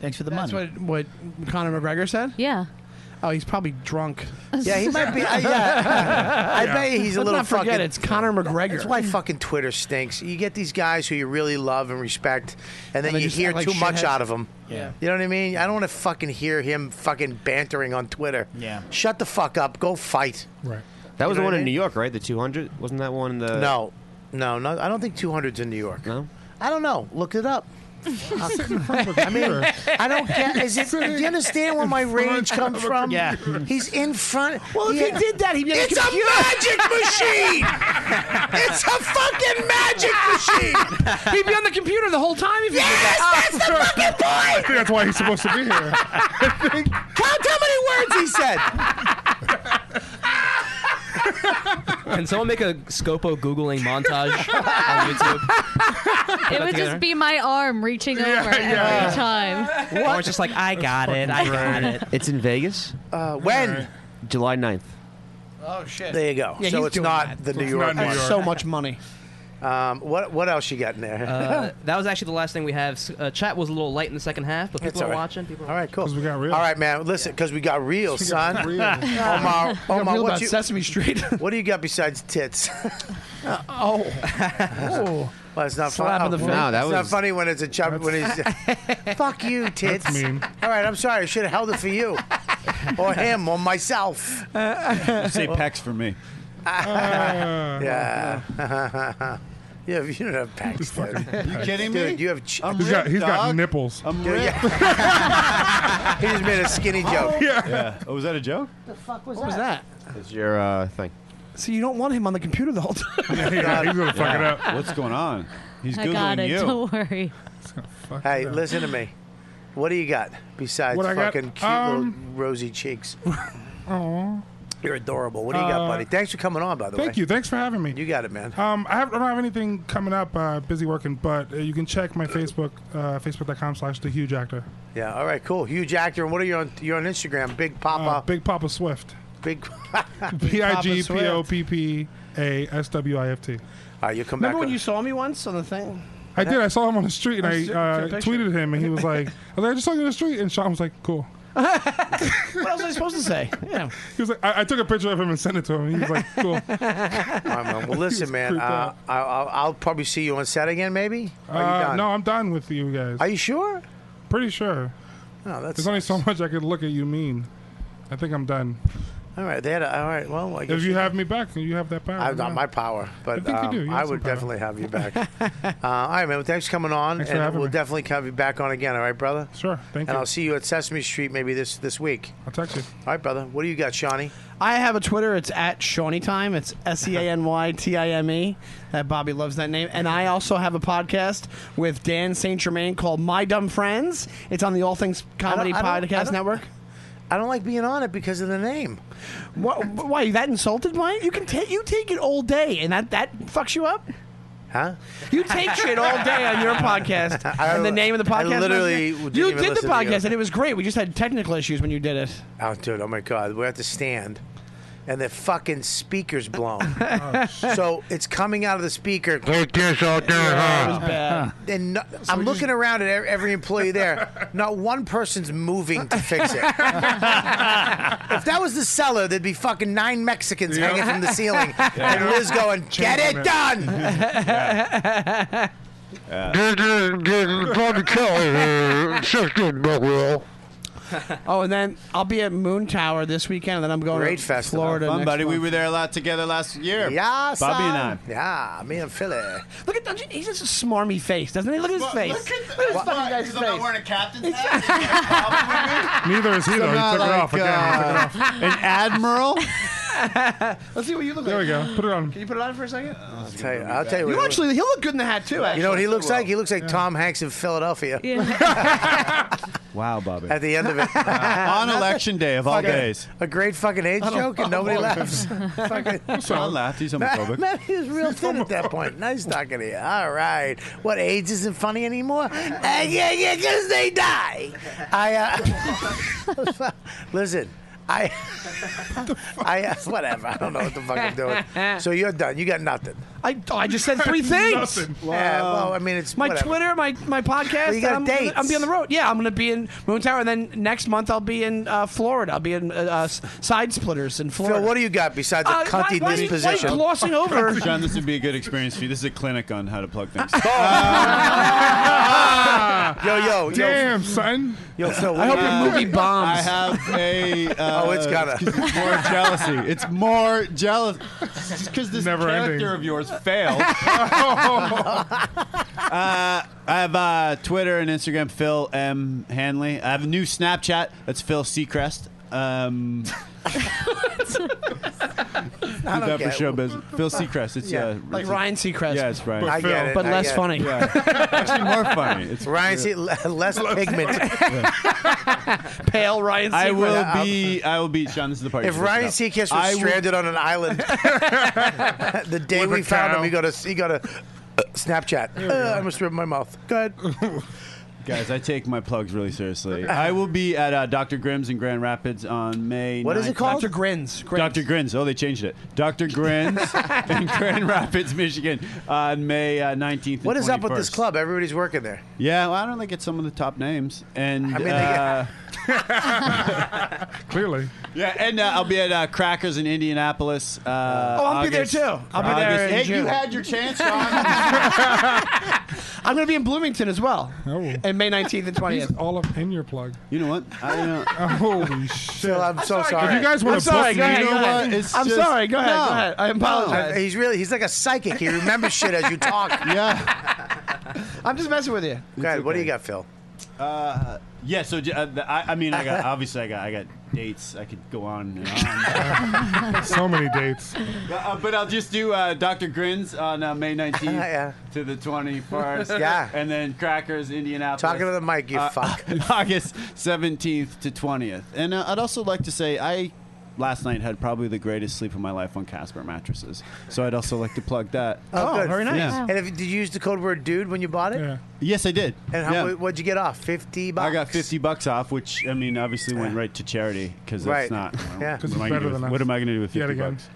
Thanks for the
That's
money.
what what Conor McGregor said.
Yeah.
Oh, he's probably drunk.
Yeah, he might be. I yeah, I bet he's a
Let's
little
not forget
fucking.
it's Conor McGregor.
That's why fucking Twitter stinks. You get these guys who you really love and respect, and then
they
you
just
hear
act like
too much
shitheads.
out of them.
Yeah.
You know what I mean? I don't want to fucking hear him fucking bantering on Twitter.
Yeah.
Shut the fuck up. Go fight.
Right.
That was
You know
the one
what I
in New
mean?
York, right? The 200? Wasn't that one in the.
No. No, no. I don't think 200's in New York.
No?
I don't know. Look it up. I mean,
computer.
I don't care. Is it? Do you understand where my rage comes from? Yeah, he's in front. Well,
if he did
that, he'd
be on a
It's a
computer.
magic machine. it's a fucking magic machine.
He'd be on the computer the whole time if he
yes,
did
that's the fucking
I
point.
think that's why he's supposed to be here.
Count how many words he said.
Can someone make a Scopo googling montage on YouTube?
It would
together.
just be my arm reaching over
yeah.
every time.
Or it's just like I got it, I got it.
It's in Vegas?
Uh, when?
July 9th.
Oh shit!
There you go.
Yeah,
so
he's
it's
doing
not
that.
the
So
New
it's
York.
not New
one.
York. So much money.
Um, what what else you got in there?
Uh, that was actually the last thing we have. S- Uh, chat was a little light in the second half, but
That's
people are
all right.
watching. People are
all right, cool.
we got real.
All right, man. Listen, because we got real,
We
son.
got real.
Omar,
We got
Omar,
real
what
about
you,
Sesame
Street.
what do you got besides tits?
oh. oh.
Well, it's not
Slap
funny.
in the face.
No, that
it's not
was-
funny when it's a chub. When he's fuck you, tits.
mean.
All right, I'm sorry. I should have held it for you, or him, or myself.
Say pecs for me.
yeah. Yeah, you don't have pecs. dude.
You kidding me?
Dude, you have. Ch-
He's got, he's got nipples.
I'm
Dude, yeah. he just made a skinny joke.
Yeah. Oh, was that a joke?
The fuck
What was that?
It's your uh, thing.
So you don't want him on the computer the whole time.
Yeah. What's going on? He's
I
googling
got it,
you.
don't
worry.
Hey,
it up.
listen to me. What do you got besides
What I got?
fucking cute
Um,
little rosy cheeks?
Aw.
You're adorable. What do you got,
Uh,
buddy? Thanks for coming on, by the way.
Thank you. Thanks for having me.
You got it, man.
Um, I, have, I don't have anything coming up. Uh, busy working, but uh, you can check my Facebook, uh, facebook.com slash the huge actor.
Yeah. All right. Cool. Huge actor. And what are you on? You're on Instagram. Big Papa.
Uh, Big Papa Swift.
Big.
B i g p o p p a s w i f t.
All right, you come
Remember when you saw me once on the thing?
I did. I saw him on the street and
I
I
took-
uh,
took a picture.
tweeted him, and he was like, I, was like, "I just saw you on the street," and Sean was like, "Cool."
What else was I supposed to say? Yeah.
He was like, I, "I took a picture of him and sent it to him." And he was like, "Cool." Uh,
All right, man. Well,
He was
listen, man.
creeped
Uh,
out.
I, I'll, I'll probably see you on set again, maybe. Are you
Uh,
done?
No, I'm done with you guys. Are
you sure?
Pretty sure.
No, Oh, that's.
There's only so much I could look at you mean. I think I'm done.
All right. They had a, all right. Well, I guess
If you have me back, you have that power.
I've not
yeah.
my power, but
I think you
um,
do. You
I
have some
would
power.
definitely have you back. uh, all right, man. Well, thanks for coming on,
Thanks for
and
having
we'll
me.
definitely have you back on again. All right, brother.
Sure. Thank
and
you.
I'll see you at Sesame Street maybe this this week.
I'll text you.
All right, brother. What do you got, Shawnee?
I have a Twitter. It's at Shawnee Time. It's S E A N Y T I M E. That Bobby loves that name. And I also have a podcast with Dan St. Germain called My Dumb Friends. It's on the All Things Comedy
I don't- I don't- I
Podcast
don't-
Network.
I don't like being on it because of the name.
What, why you that insulted, Mike? You can take you take it all day, and that that fucks you up.
Huh?
You take shit all day on your podcast,
I-
and the name of the
I
podcast.
literally
was-
didn't
you
even
did the
listen to you.
podcast, and it was great. We just had technical issues when you did it.
Oh, dude. Oh my God. We're at the stand, and the fucking speaker's blown. so it's coming out of the speaker. Take this out there.
It was bad.
And no, I'm looking around at e- every employee there. Not one person's moving to fix it. if that was the seller, there'd be fucking nine Mexicans
Yeah.
hanging from the ceiling,
Yeah.
and Liz going, "Get
Change
it
it.
done."
oh, and then I'll be at Moon Tower this weekend, and then I'm going
Great
to
festival.
Florida.
Fun,
next
buddy. We
month.
were there a lot together last year.
Yeah,
Bobby and I.
Yeah, me and Philly.
Look at don't you, he's just a smarmy face, doesn't he? Look at his
Look-
face.
look at the-
his
Why?
fucking guy's
'Cause I'm not
face.
wearing a captain's
Neither is he
So
though. He
not
took it
like,
off again.
uh,
he took it off.
an admiral.
Let's see what you look
There
like.
we go. Put it on.
Can you put it on for a second?
I'll tell you. I'll tell you.
You
what-
actually, he'll look good in the hat too. Actually,
You know what he looks like? He looks like Tom Hanks in Philadelphia.
Wow, Bobby.
At the end of it,
On election day of all
Fucking-
days.
a great fucking AIDS joke, and nobody laughs. Fucking-
Sean laughed. He's
Man,
homophobic.
man, he was real thin at that point. Nice talking to you. All right. What, AIDS isn't funny anymore? Uh, yeah, yeah, because they die. I, uh, listen, I, I, uh, whatever. I don't know what the fuck I'm doing. So you're done. You got nothing.
I, oh, I just said three things.
Nothing. Yeah, well, I mean, it's
my
whatever.
Twitter, my my podcast.
Well, you got
and I'm,
dates.
I'm be on the road. Yeah, I'm gonna be in Moon Tower, and then next month I'll be in uh, Florida. I'll be in uh, uh, s- Side Splitters in Florida.
Phil, what do you got besides a
Uh, why-
cunty
why do you- why do you
disposition?
glossing over?
John, this would be a good experience for you. This is a clinic on how to plug things.
Oh.
Yo, yo, yo.
Damn, son.
Yo, Phil,
I hope
what-
your movie bombs.
I have a. Uh,
Oh, it's gotta-
excuse me, more jealousy. It's more jealous because this
Never
character
ending.
of yours failed.
Oh,
Uh, I have uh, Twitter and Instagram, Phil M. Hanley. I have a new Snapchat. That's Phil Seacrest. Um, I
don't
that for
get-
show business. Phil Seacrest. It's
Yeah,
uh,
like
it's-
Ryan Seacrest.
Yeah, it's Ryan.
But I Phil. get it, But I less get it. funny.
Yeah. Actually, more funny. It's
Ryan, see, le- less pigment.
Pale Ryan.
I
Seacrest.
will be. I will be. Sean, this is the part.
If
you
Ryan
missed out.
Seacrest was
I will-
stranded on an island, the day
With
we
a
found him,
cow.
he got a he got a uh, Snapchat.
There we
Uh,
go.
I must rip my mouth. Go ahead.
Guys, I take my plugs really seriously. I will be at uh, Dr. Grimm's in Grand Rapids on May.
What is it
9th.
called? Dr. Grins. Grins.
Dr. Grins. Oh, they changed it. Dr. Grins in Grand Rapids, Michigan, on May uh, 19th. and
What is up with this
21st.
club? Everybody's working there.
Yeah, well, I don't think it's some of the top names. And
mean, they
uh,
Clearly.
yeah, and uh, I'll be at uh, Crackers in Indianapolis. Uh,
Oh, I'll be there
August-
too. I'll be there.
August-
in
Hey, you
June.
had your chance, Sean.
I'm going to be in Bloomington as well. And May 19th and 20th.
Oh. He's all up in your plug.
You know what? I, uh,
Holy shit.
I'm so sorry.
If you guys want to book me,
You know what? It's just- No.
I- he's really he's like a psychic. He remembers shit as you talk.
Yeah.
I'm just messing with you.
Go ahead. What do you got, Phil?
Uh, yeah. So j- uh, the- I, I mean, I got obviously I got I got dates. I could go on and on.
so many dates.
Uh, but I'll just do uh, Dr. Grins on uh, May 19th to the 21st.
Yeah.
And then Crackers, Indianapolis.
Talking to the mic, you
uh,
fuck.
August 17th to 20th. And uh, I'd also like to say I last night had probably the greatest sleep of my life on Casper mattresses. So I'd also like to plug that. Yeah.
Oh, And if, did you use the code word "dude" when you bought it?
Yes, I did.
And how,
Yeah.
what'd you get off? Fifty bucks.
I got 50 bucks off, which, I mean, obviously went right to charity because
Right.
that's not. well,
Yeah. 'Cause
What,
it's
am I
better
gonna
than
do with-
us.
what am I going to do with
Yet
50
again.
bucks?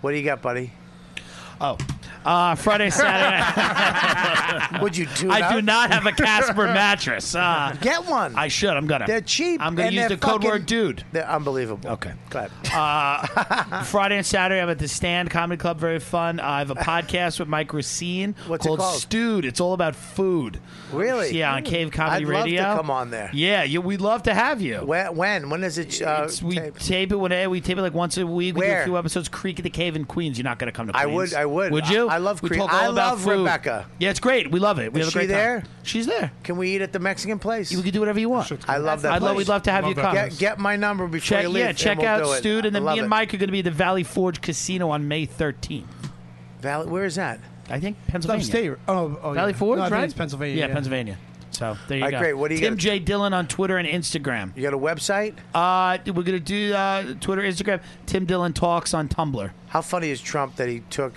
What do you got, buddy?
Oh, uh, Friday, Saturday.
Would you do?
I
it
do
out?
not have a Casper mattress. Uh,
Get one.
I should. I'm gonna.
They're cheap.
I'm gonna
and
use the
they're
code
fucking-
word dude.
They're unbelievable. Okay. Go ahead.
Uh, Friday and Saturday, I'm at the Stand Comedy Club. Very fun. I have a podcast with Mike Racine
What's it called?
Stewed. It's all about food.
Really?
Yeah, on Cave Comedy
I'd
Radio.
Love to come on there.
Yeah, you, we'd love to have you.
When? When, when is it? Uh,
we
tape?
tape it when eh, we tape it like once a week. We do
Where?
a few episodes. Creek of the Cave in Queens. You're not going to come to
I
Queens.
would- I would.
Would you?
I- I love
We
Creek.
talk all
I
about
love
food.
Rebecca.
Yeah, it's great. We love it. We
Is
have a
she
great time.
there?
She's there.
Can we eat at the Mexican place? You
can do whatever you want.
I love that.
I'd love-
place.
we'd love to have Love you that come. place.
Get, get my number before
Check
you leave.
yeah, check
and we'll
out
do it.
Stude, and
I
then me
love
and
it.
Mike are going to be at the Valley Forge Casino on May 13th.
Valley, where is that?
I think Pennsylvania.
upstate. Oh, oh,
Valley
yeah.
Forge,
No, I think
right?
it's Pennsylvania,
Yeah,
yeah.
Pennsylvania. So there you
All right,
go.
great. What do you
Tim
got?
J Dillon on Twitter and Instagram.
You got a website?
Uh, we're gonna do uh, Twitter, Instagram. Tim Dillon talks on Tumblr.
How funny is Trump that he took?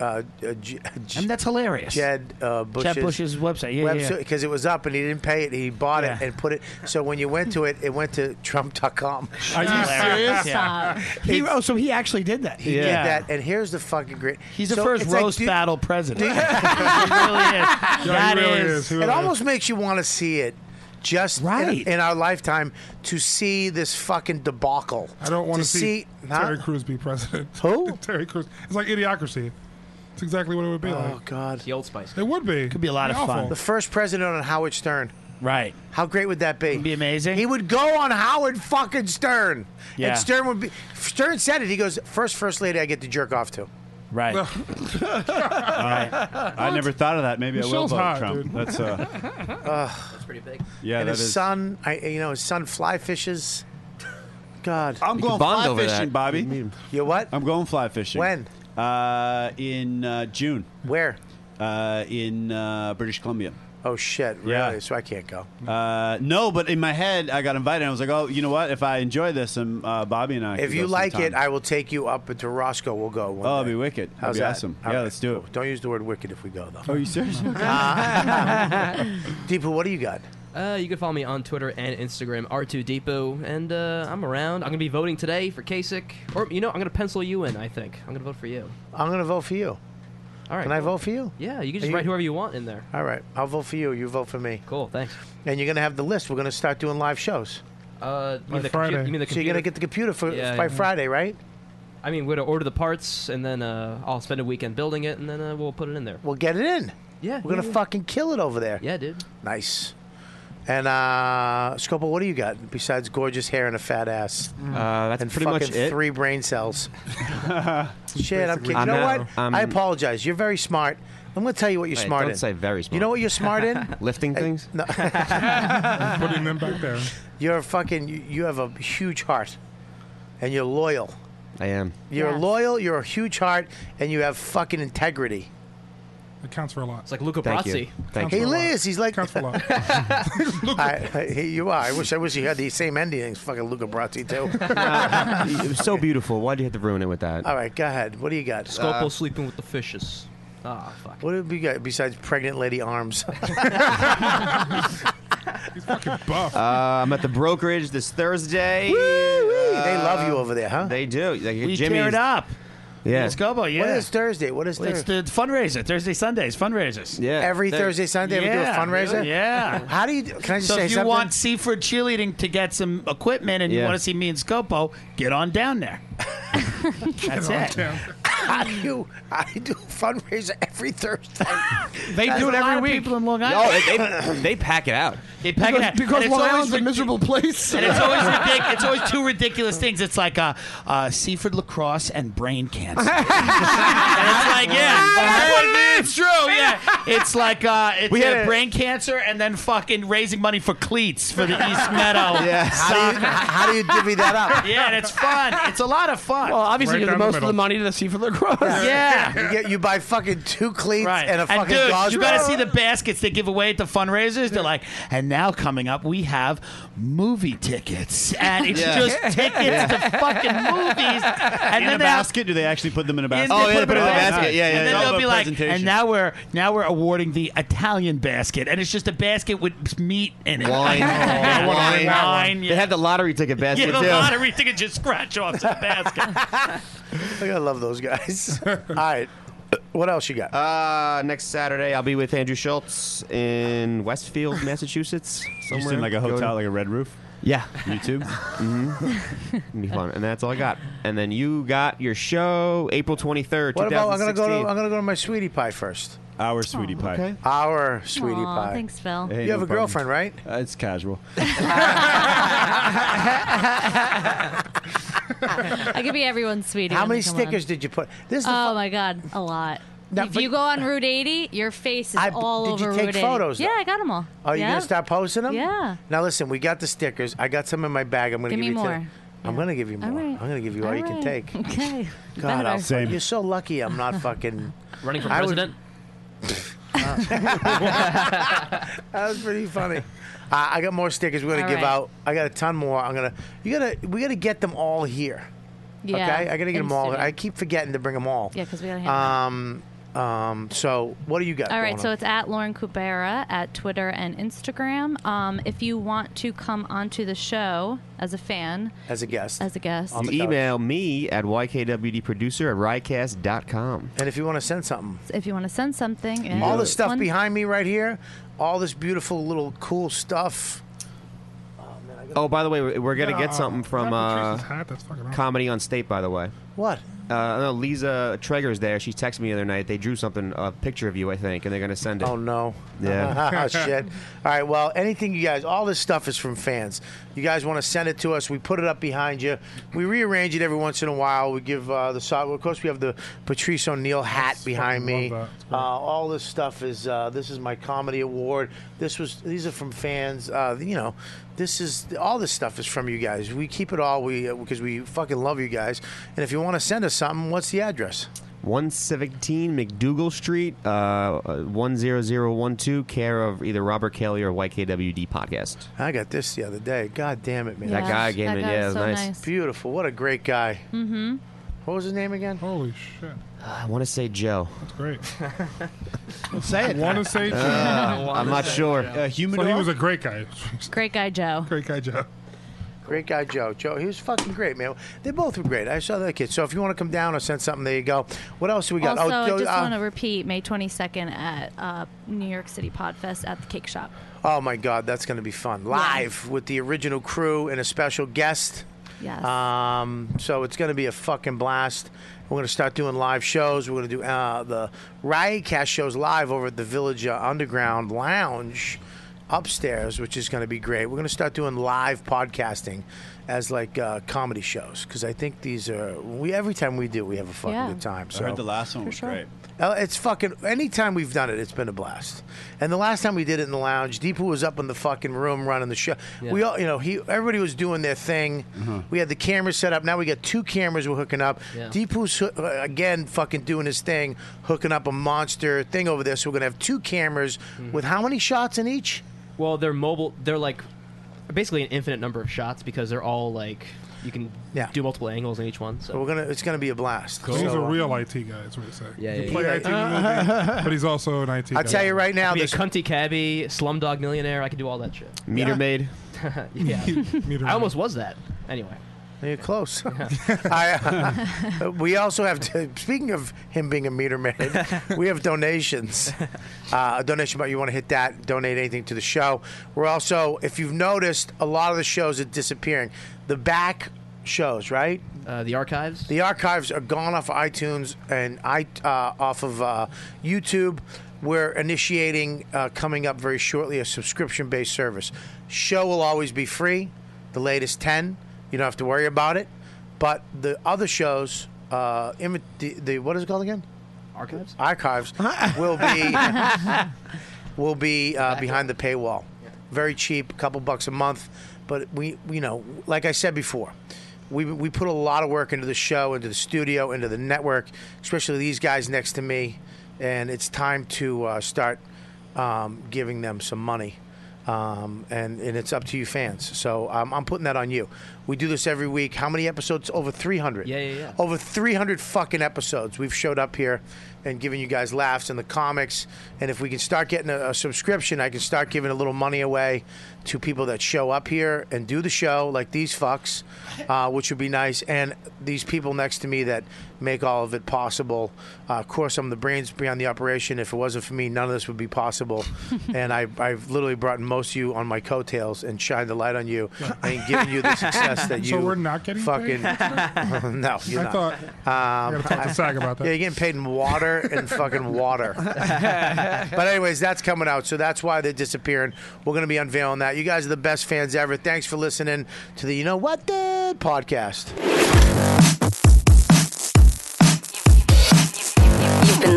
Uh, uh, J- J-
and that's hilarious.
Jed uh, Bush's,
Bush's website. Yeah, yeah, yeah.
Because it was up and he didn't pay it. He bought it
Yeah.
and put it. So when you went to it, it went to Trump.com.
Are you Hilarious. serious? Yeah.
He, oh, so he actually did that.
He did that, and here's the fucking great.
He's the
So
first
it's like,
roast
dude-
battle president.
dude-
That really is. is. He really
It
is.
almost makes you want to see it. Just in-
Right.
in, our lifetime to see this fucking debacle.
I don't want
to
to see,
huh?
Terry Crews be president.
Who?
Terry Crews. It's like idiocracy. It's exactly what it would be like.
Oh God, the
Old Spice.
It would be. Could be a lot
The first president on Howard Stern.
Right.
How great would that be? It'd
be amazing.
He would go on Howard fucking Stern.
Yeah.
And Stern would be Stern said it. He goes, first first lady I get to jerk off to.
Right.
Ah.
I never thought of that. Maybe I will
Michelle's
vote
hot,
Trump.
dude.
That's uh,
That's
pretty big.
Yeah,
and
that
his
is-
son, I you know, his son fly fishes. God.
I'm going fly fishing, Bobby.
You what?
I'm going fly fishing.
When?
Uh, in uh, June.
Where?
Uh, in uh, British Columbia.
Oh shit! Really?
Yeah.
So I can't go.
Uh, no, but in my head, I got invited. I was like, oh, you know what? If I enjoy this, and uh, Bobby and I.
If
could
you
go
like it,
sometime.
I will take you up into Roscoe. We'll go. one
oh,
day.
it'd be wicked. That'd
How's
be
that?
awesome.
All
yeah,
right,
let's do
Oh,
it.
cool. Don't use the word wicked if we go though.
Oh, you serious?
Deepu, what do you got?
Uh, you can follow me on Twitter and Instagram, R2 Depot, and uh, I'm around. I'm gonna be voting today for Kasich, or you know, I'm gonna pencil you in. I think I'm gonna vote for you.
I'm gonna vote for you.
All right,
Can I
cool.
vote for you?
Yeah, you can
Are
just write whoever you want in there.
All right, I'll vote for you. You vote for me.
Cool, thanks.
And you're gonna have the list. We're gonna start doing live shows.
Uh, you
By
mean the compu-
Friday.
you mean the
So
computer?
you're gonna get the computer for-
Yeah,
by
yeah.
Friday, right?
I mean, we're gonna order the parts, and then uh, I'll spend a weekend building it, and then uh, we'll put it in there.
We'll get it in. Yeah. We're
yeah,
gonna
yeah.
fucking kill it over there.
Yeah, dude.
Nice. And uh Scopo, what do you got besides gorgeous hair and a fat ass?
Mm.
Uh, that's
and
pretty much
fucking
it.
Three brain cells. Shit, I'm kidding.
I'm
you know
out.
what?
I'm-
I apologize. You're very smart. I'm gonna tell you what you're
Wait,
smart
don't
in.
say very smart.
You know what you're smart in?
Lifting things?
No.
Putting them back there.
You're a fucking. You, you have a huge heart, and you're loyal.
I am.
You're
Yes.
loyal. You're a huge heart, and you have fucking integrity.
It counts for a lot. It's
like Luca
Thank you. Brasi. Thank He you. lives. He's like. Counts for a lot. I, I, you are. I wish. I wish you had the same endings. Fucking Luca Brasi too.
it was so beautiful. Why'd you have to ruin it with that?
All right, go ahead. What do you got? Uh,
Scopo sleeping with the fishes. Ah, fuck.
What have you got besides pregnant lady arms?
Uh, I'm at the brokerage this Thursday. Uh,
They love you over there, huh?
They do. Like,
We
Jimmy's-
tear it up.
Yeah.
Scobo, yeah.
What is Thursday? What is
It's the fundraiser. Thursday, Sundays, fundraisers.
Yeah.
Every Thursday, Sunday, we do a fundraiser?
Yeah.
How do you? Can I just
so
say
if you
something?
want Seaford cheerleading to get some equipment and you
Yeah.
want to see me and Scopo, get on down there. That's
on
it.
How do you? I do fundraiser every Thursday.
They do it every week.
No, they, they, they pack it out.
They pack it out. And it's always ridic-
miserable place.
And it's always ridic- it's always two ridiculous things. It's like uh, uh, Seaford lacrosse and brain cancer. and it's like yeah, that's what it is. It's true.
Oh,
Yeah, it's like uh, it's
We had
yeah,
a-
brain cancer and then fucking raising money for cleats for the East Meadow.
Yeah. How do you-
soccer.
how do you divvy that up?
Yeah, and it's fun. It's a lot of fun.
Well, obviously, you give the most of the money to the Seaford Lacrosse.
Yeah.
you, get, you buy fucking two cleats and a fucking
dude,
gauze
you gotta
roll.
see the baskets they give away at the fundraisers. They're like, and now coming up, we have movie tickets, and it's
Yeah.
just tickets
Yeah.
to fucking movies. And
in
then
a
they have-
basket? Do they actually put them in a
and
basket?
Oh,
they And then they'll be like, and now we're now we're awarding the Italian basket, and it's just a basket with meat in it.
Wine. Oh,
Yeah,
wine.
wine.
They had the lottery ticket basket,
Yeah, the
too.
lottery ticket just scratch off the basket.
I gotta love those guys. All right. What else you got?
Uh, next Saturday, I'll be with Andrew Schultz in Westfield, Massachusetts. Somewhere.
Just in like a
Go to-
hotel, like a red roof.
Yeah.
YouTube.
mm-hmm. Be fun. And that's all I got. And then you got your show April 23rd,
What about? I'm gonna go. To,
2016.
I'm gonna go to my sweetie pie first.
Our
Oh,
sweetie pie.
Our sweetie
Aw,
pie.
thanks, Phil.
Hey,
you have
no
a girlfriend, right?
Uh, it's casual.
I could be everyone's sweetie.
How
when
many
they come
Snickers
on.
did you put? This is the
oh my god, a lot.
Now,
if
but-
you go on Route 80, your face is all
did you
over
take
Route 80.
photos, though?
Yeah, I got them all.
Oh, you
yeah.
gonna start posting them?
Yeah.
Now listen, we got the stickers. I got some in my bag. I'm gonna
Give
give,
me
you
more.
today. I'm gonna give you more.
right.
I'm gonna give you all, you can
right.
take.
Okay.
God, I'll,
Better.
you're so lucky. I'm not fucking
Running for
I would-
president?
that was pretty funny. Uh, I got more stickers. We're gonna
All
give
right.
out. I got a ton more. I'm gonna. You gotta. We gotta get them all here.
Yeah,
Okay. I gotta get
in
them all.
studio.
I keep forgetting to bring them all.
Yeah, 'cause we gotta hand
Um. Um. So what do you got?
All right,
going
so
on?
it's at Lauren Kubera at Twitter and Instagram. Um, if you want to come onto the show as a fan,
as a guest.
as a guest,
You email me at ykwdproducer at rycast.com.
And if you want to send something,
if you want to send something,
Mm.
and
all the stuff
one-
behind me right here, all this beautiful little cool stuff.
Oh, by the way, we're, we're gonna
No,
get something from
that
uh,
Patricia's hat, that's fucking awesome.
comedy on state. By the way,
What?
Uh, no, Lisa Traeger's there. She texted me the other night. They drew something, a picture of you, I think, and they're gonna send it. Oh
no!
Yeah.
Oh, Shit. All right. Well, anything you guys, all this stuff is from fans. You guys want to send it to us? We put it up behind you. We rearrange it every once in a while. We give uh, the song. Of course, we have the Patrice O'Neill hat behind me. Uh, all this stuff is. Uh, this is my comedy award. This was. These are from fans. Uh, you know, this is all this stuff is from you guys. We keep it all. We because we fucking love you guys. And if you want to send us something, what's the address?
117 McDougal Street, uh, uh, 10012, care of either Robert Kelly or YKWd podcast.
I got this the other day. God damn it, man.
That Yeah, guy gave that it- guy yeah, was it was so nice. nice.
Beautiful. What a great guy.
Mm-hmm.
What was his name again? Holy shit.
I want to say Joe.
That's great.
say it.
Want to say Joe?
Uh, I'm not sure. Uh,
so he was a great guy.
Great guy Joe.
Great guy Joe.
Great guy, Joe. Joe, he was fucking great, man. They both were great. I saw that kid. So if you want to come down or send something, there you go. What else do we got?
also, I
Joe,
just
uh,
want to repeat May 22nd at uh, New York City Podfest at the Cake Shop.
oh my God, that's going to be fun. Live with the original crew and a special guest.
Yes.
Um, so it's going to be a fucking blast. We're going to start doing live shows. We're going to do uh, the Riotcast shows live over at the Village uh, Underground Lounge upstairs, which is going to be great. We're going to start doing live podcasting as like uh, comedy shows because I think these are we every time we do we have a fucking
Yeah.
good time.
I
So
heard the last one For was sure. great.
Uh, it's fucking anytime we've done it, it's been a blast. And the last time we did it in the lounge, Deepu was up in the fucking room running the show.
Yeah.
We all, you know, he everybody was doing their thing.
Mm-hmm.
We had the cameras set up. Now we got two cameras we're hooking up.
Yeah.
Deepu's hoo- uh, again fucking doing his thing, hooking up a monster thing over there. So we're gonna have two cameras
Mm-hmm.
with how many shots in each?
Well, they're mobile. They're like basically an infinite number of shots because they're all like you can do multiple angles in each one. So
we're gonna it's gonna be a blast. uh,
These
So,
are
um,
real IT guys, what you say.
Yeah,
You
yeah,
play
yeah.
IT in the movie, but he's also an IT guy.
I'll be a cunty cabbie, slumdog millionaire. I could do all that shit.
Meter
yeah.
maid.
yeah,
I
almost was that. Anyway,
you're close. I, uh, we also have to, speaking of him being a meter man, we have donations. Uh, a donation button, you want to hit that, donate anything to the show. We're also, if you've noticed, a lot of the shows are disappearing. The back shows, right?
Uh, the archives?
The archives are gone off iTunes and I, uh, off of uh, YouTube. We're initiating, uh, coming up very shortly, a subscription based service. Show will always be free, the latest 10. You don't have to worry about it. But the other shows, uh, imi- the, the, what is it called again?
Archives?
Archives will be will be uh, behind the paywall. Very cheap, a couple bucks a month. But we, you know, like I said before, we, we put a lot of work into the show, into the studio, into the network, especially these guys next to me. And it's time to uh, start um, giving them some money. Um, and, and it's up to you fans. So um, I'm putting that on you. We do this every week. How many episodes? Over 300.
Yeah, yeah, yeah.
Over 300 fucking episodes we've showed up here and given you guys laughs in the comics. And if we can start getting a, a subscription, I can start giving a little money away to people that show up here and do the show, like these fucks, uh, which would be nice. And these people next to me that make all of it possible. Uh, of course, I'm the brains behind the operation. If it wasn't for me, none of this would be possible. and I, I've literally brought most of you on my coattails and shined the light on you and given you the success that you
So we're not getting
fucking
paid?
no, you're
I
not.
thought-
Um,
gotta talk to Sag about that.
Yeah, you're getting paid in water and fucking water. but anyways, that's coming out, so that's why they're disappearing. We're gonna be unveiling that. You guys are the best fans ever. Thanks for listening to the You Know What Did podcast.
You've been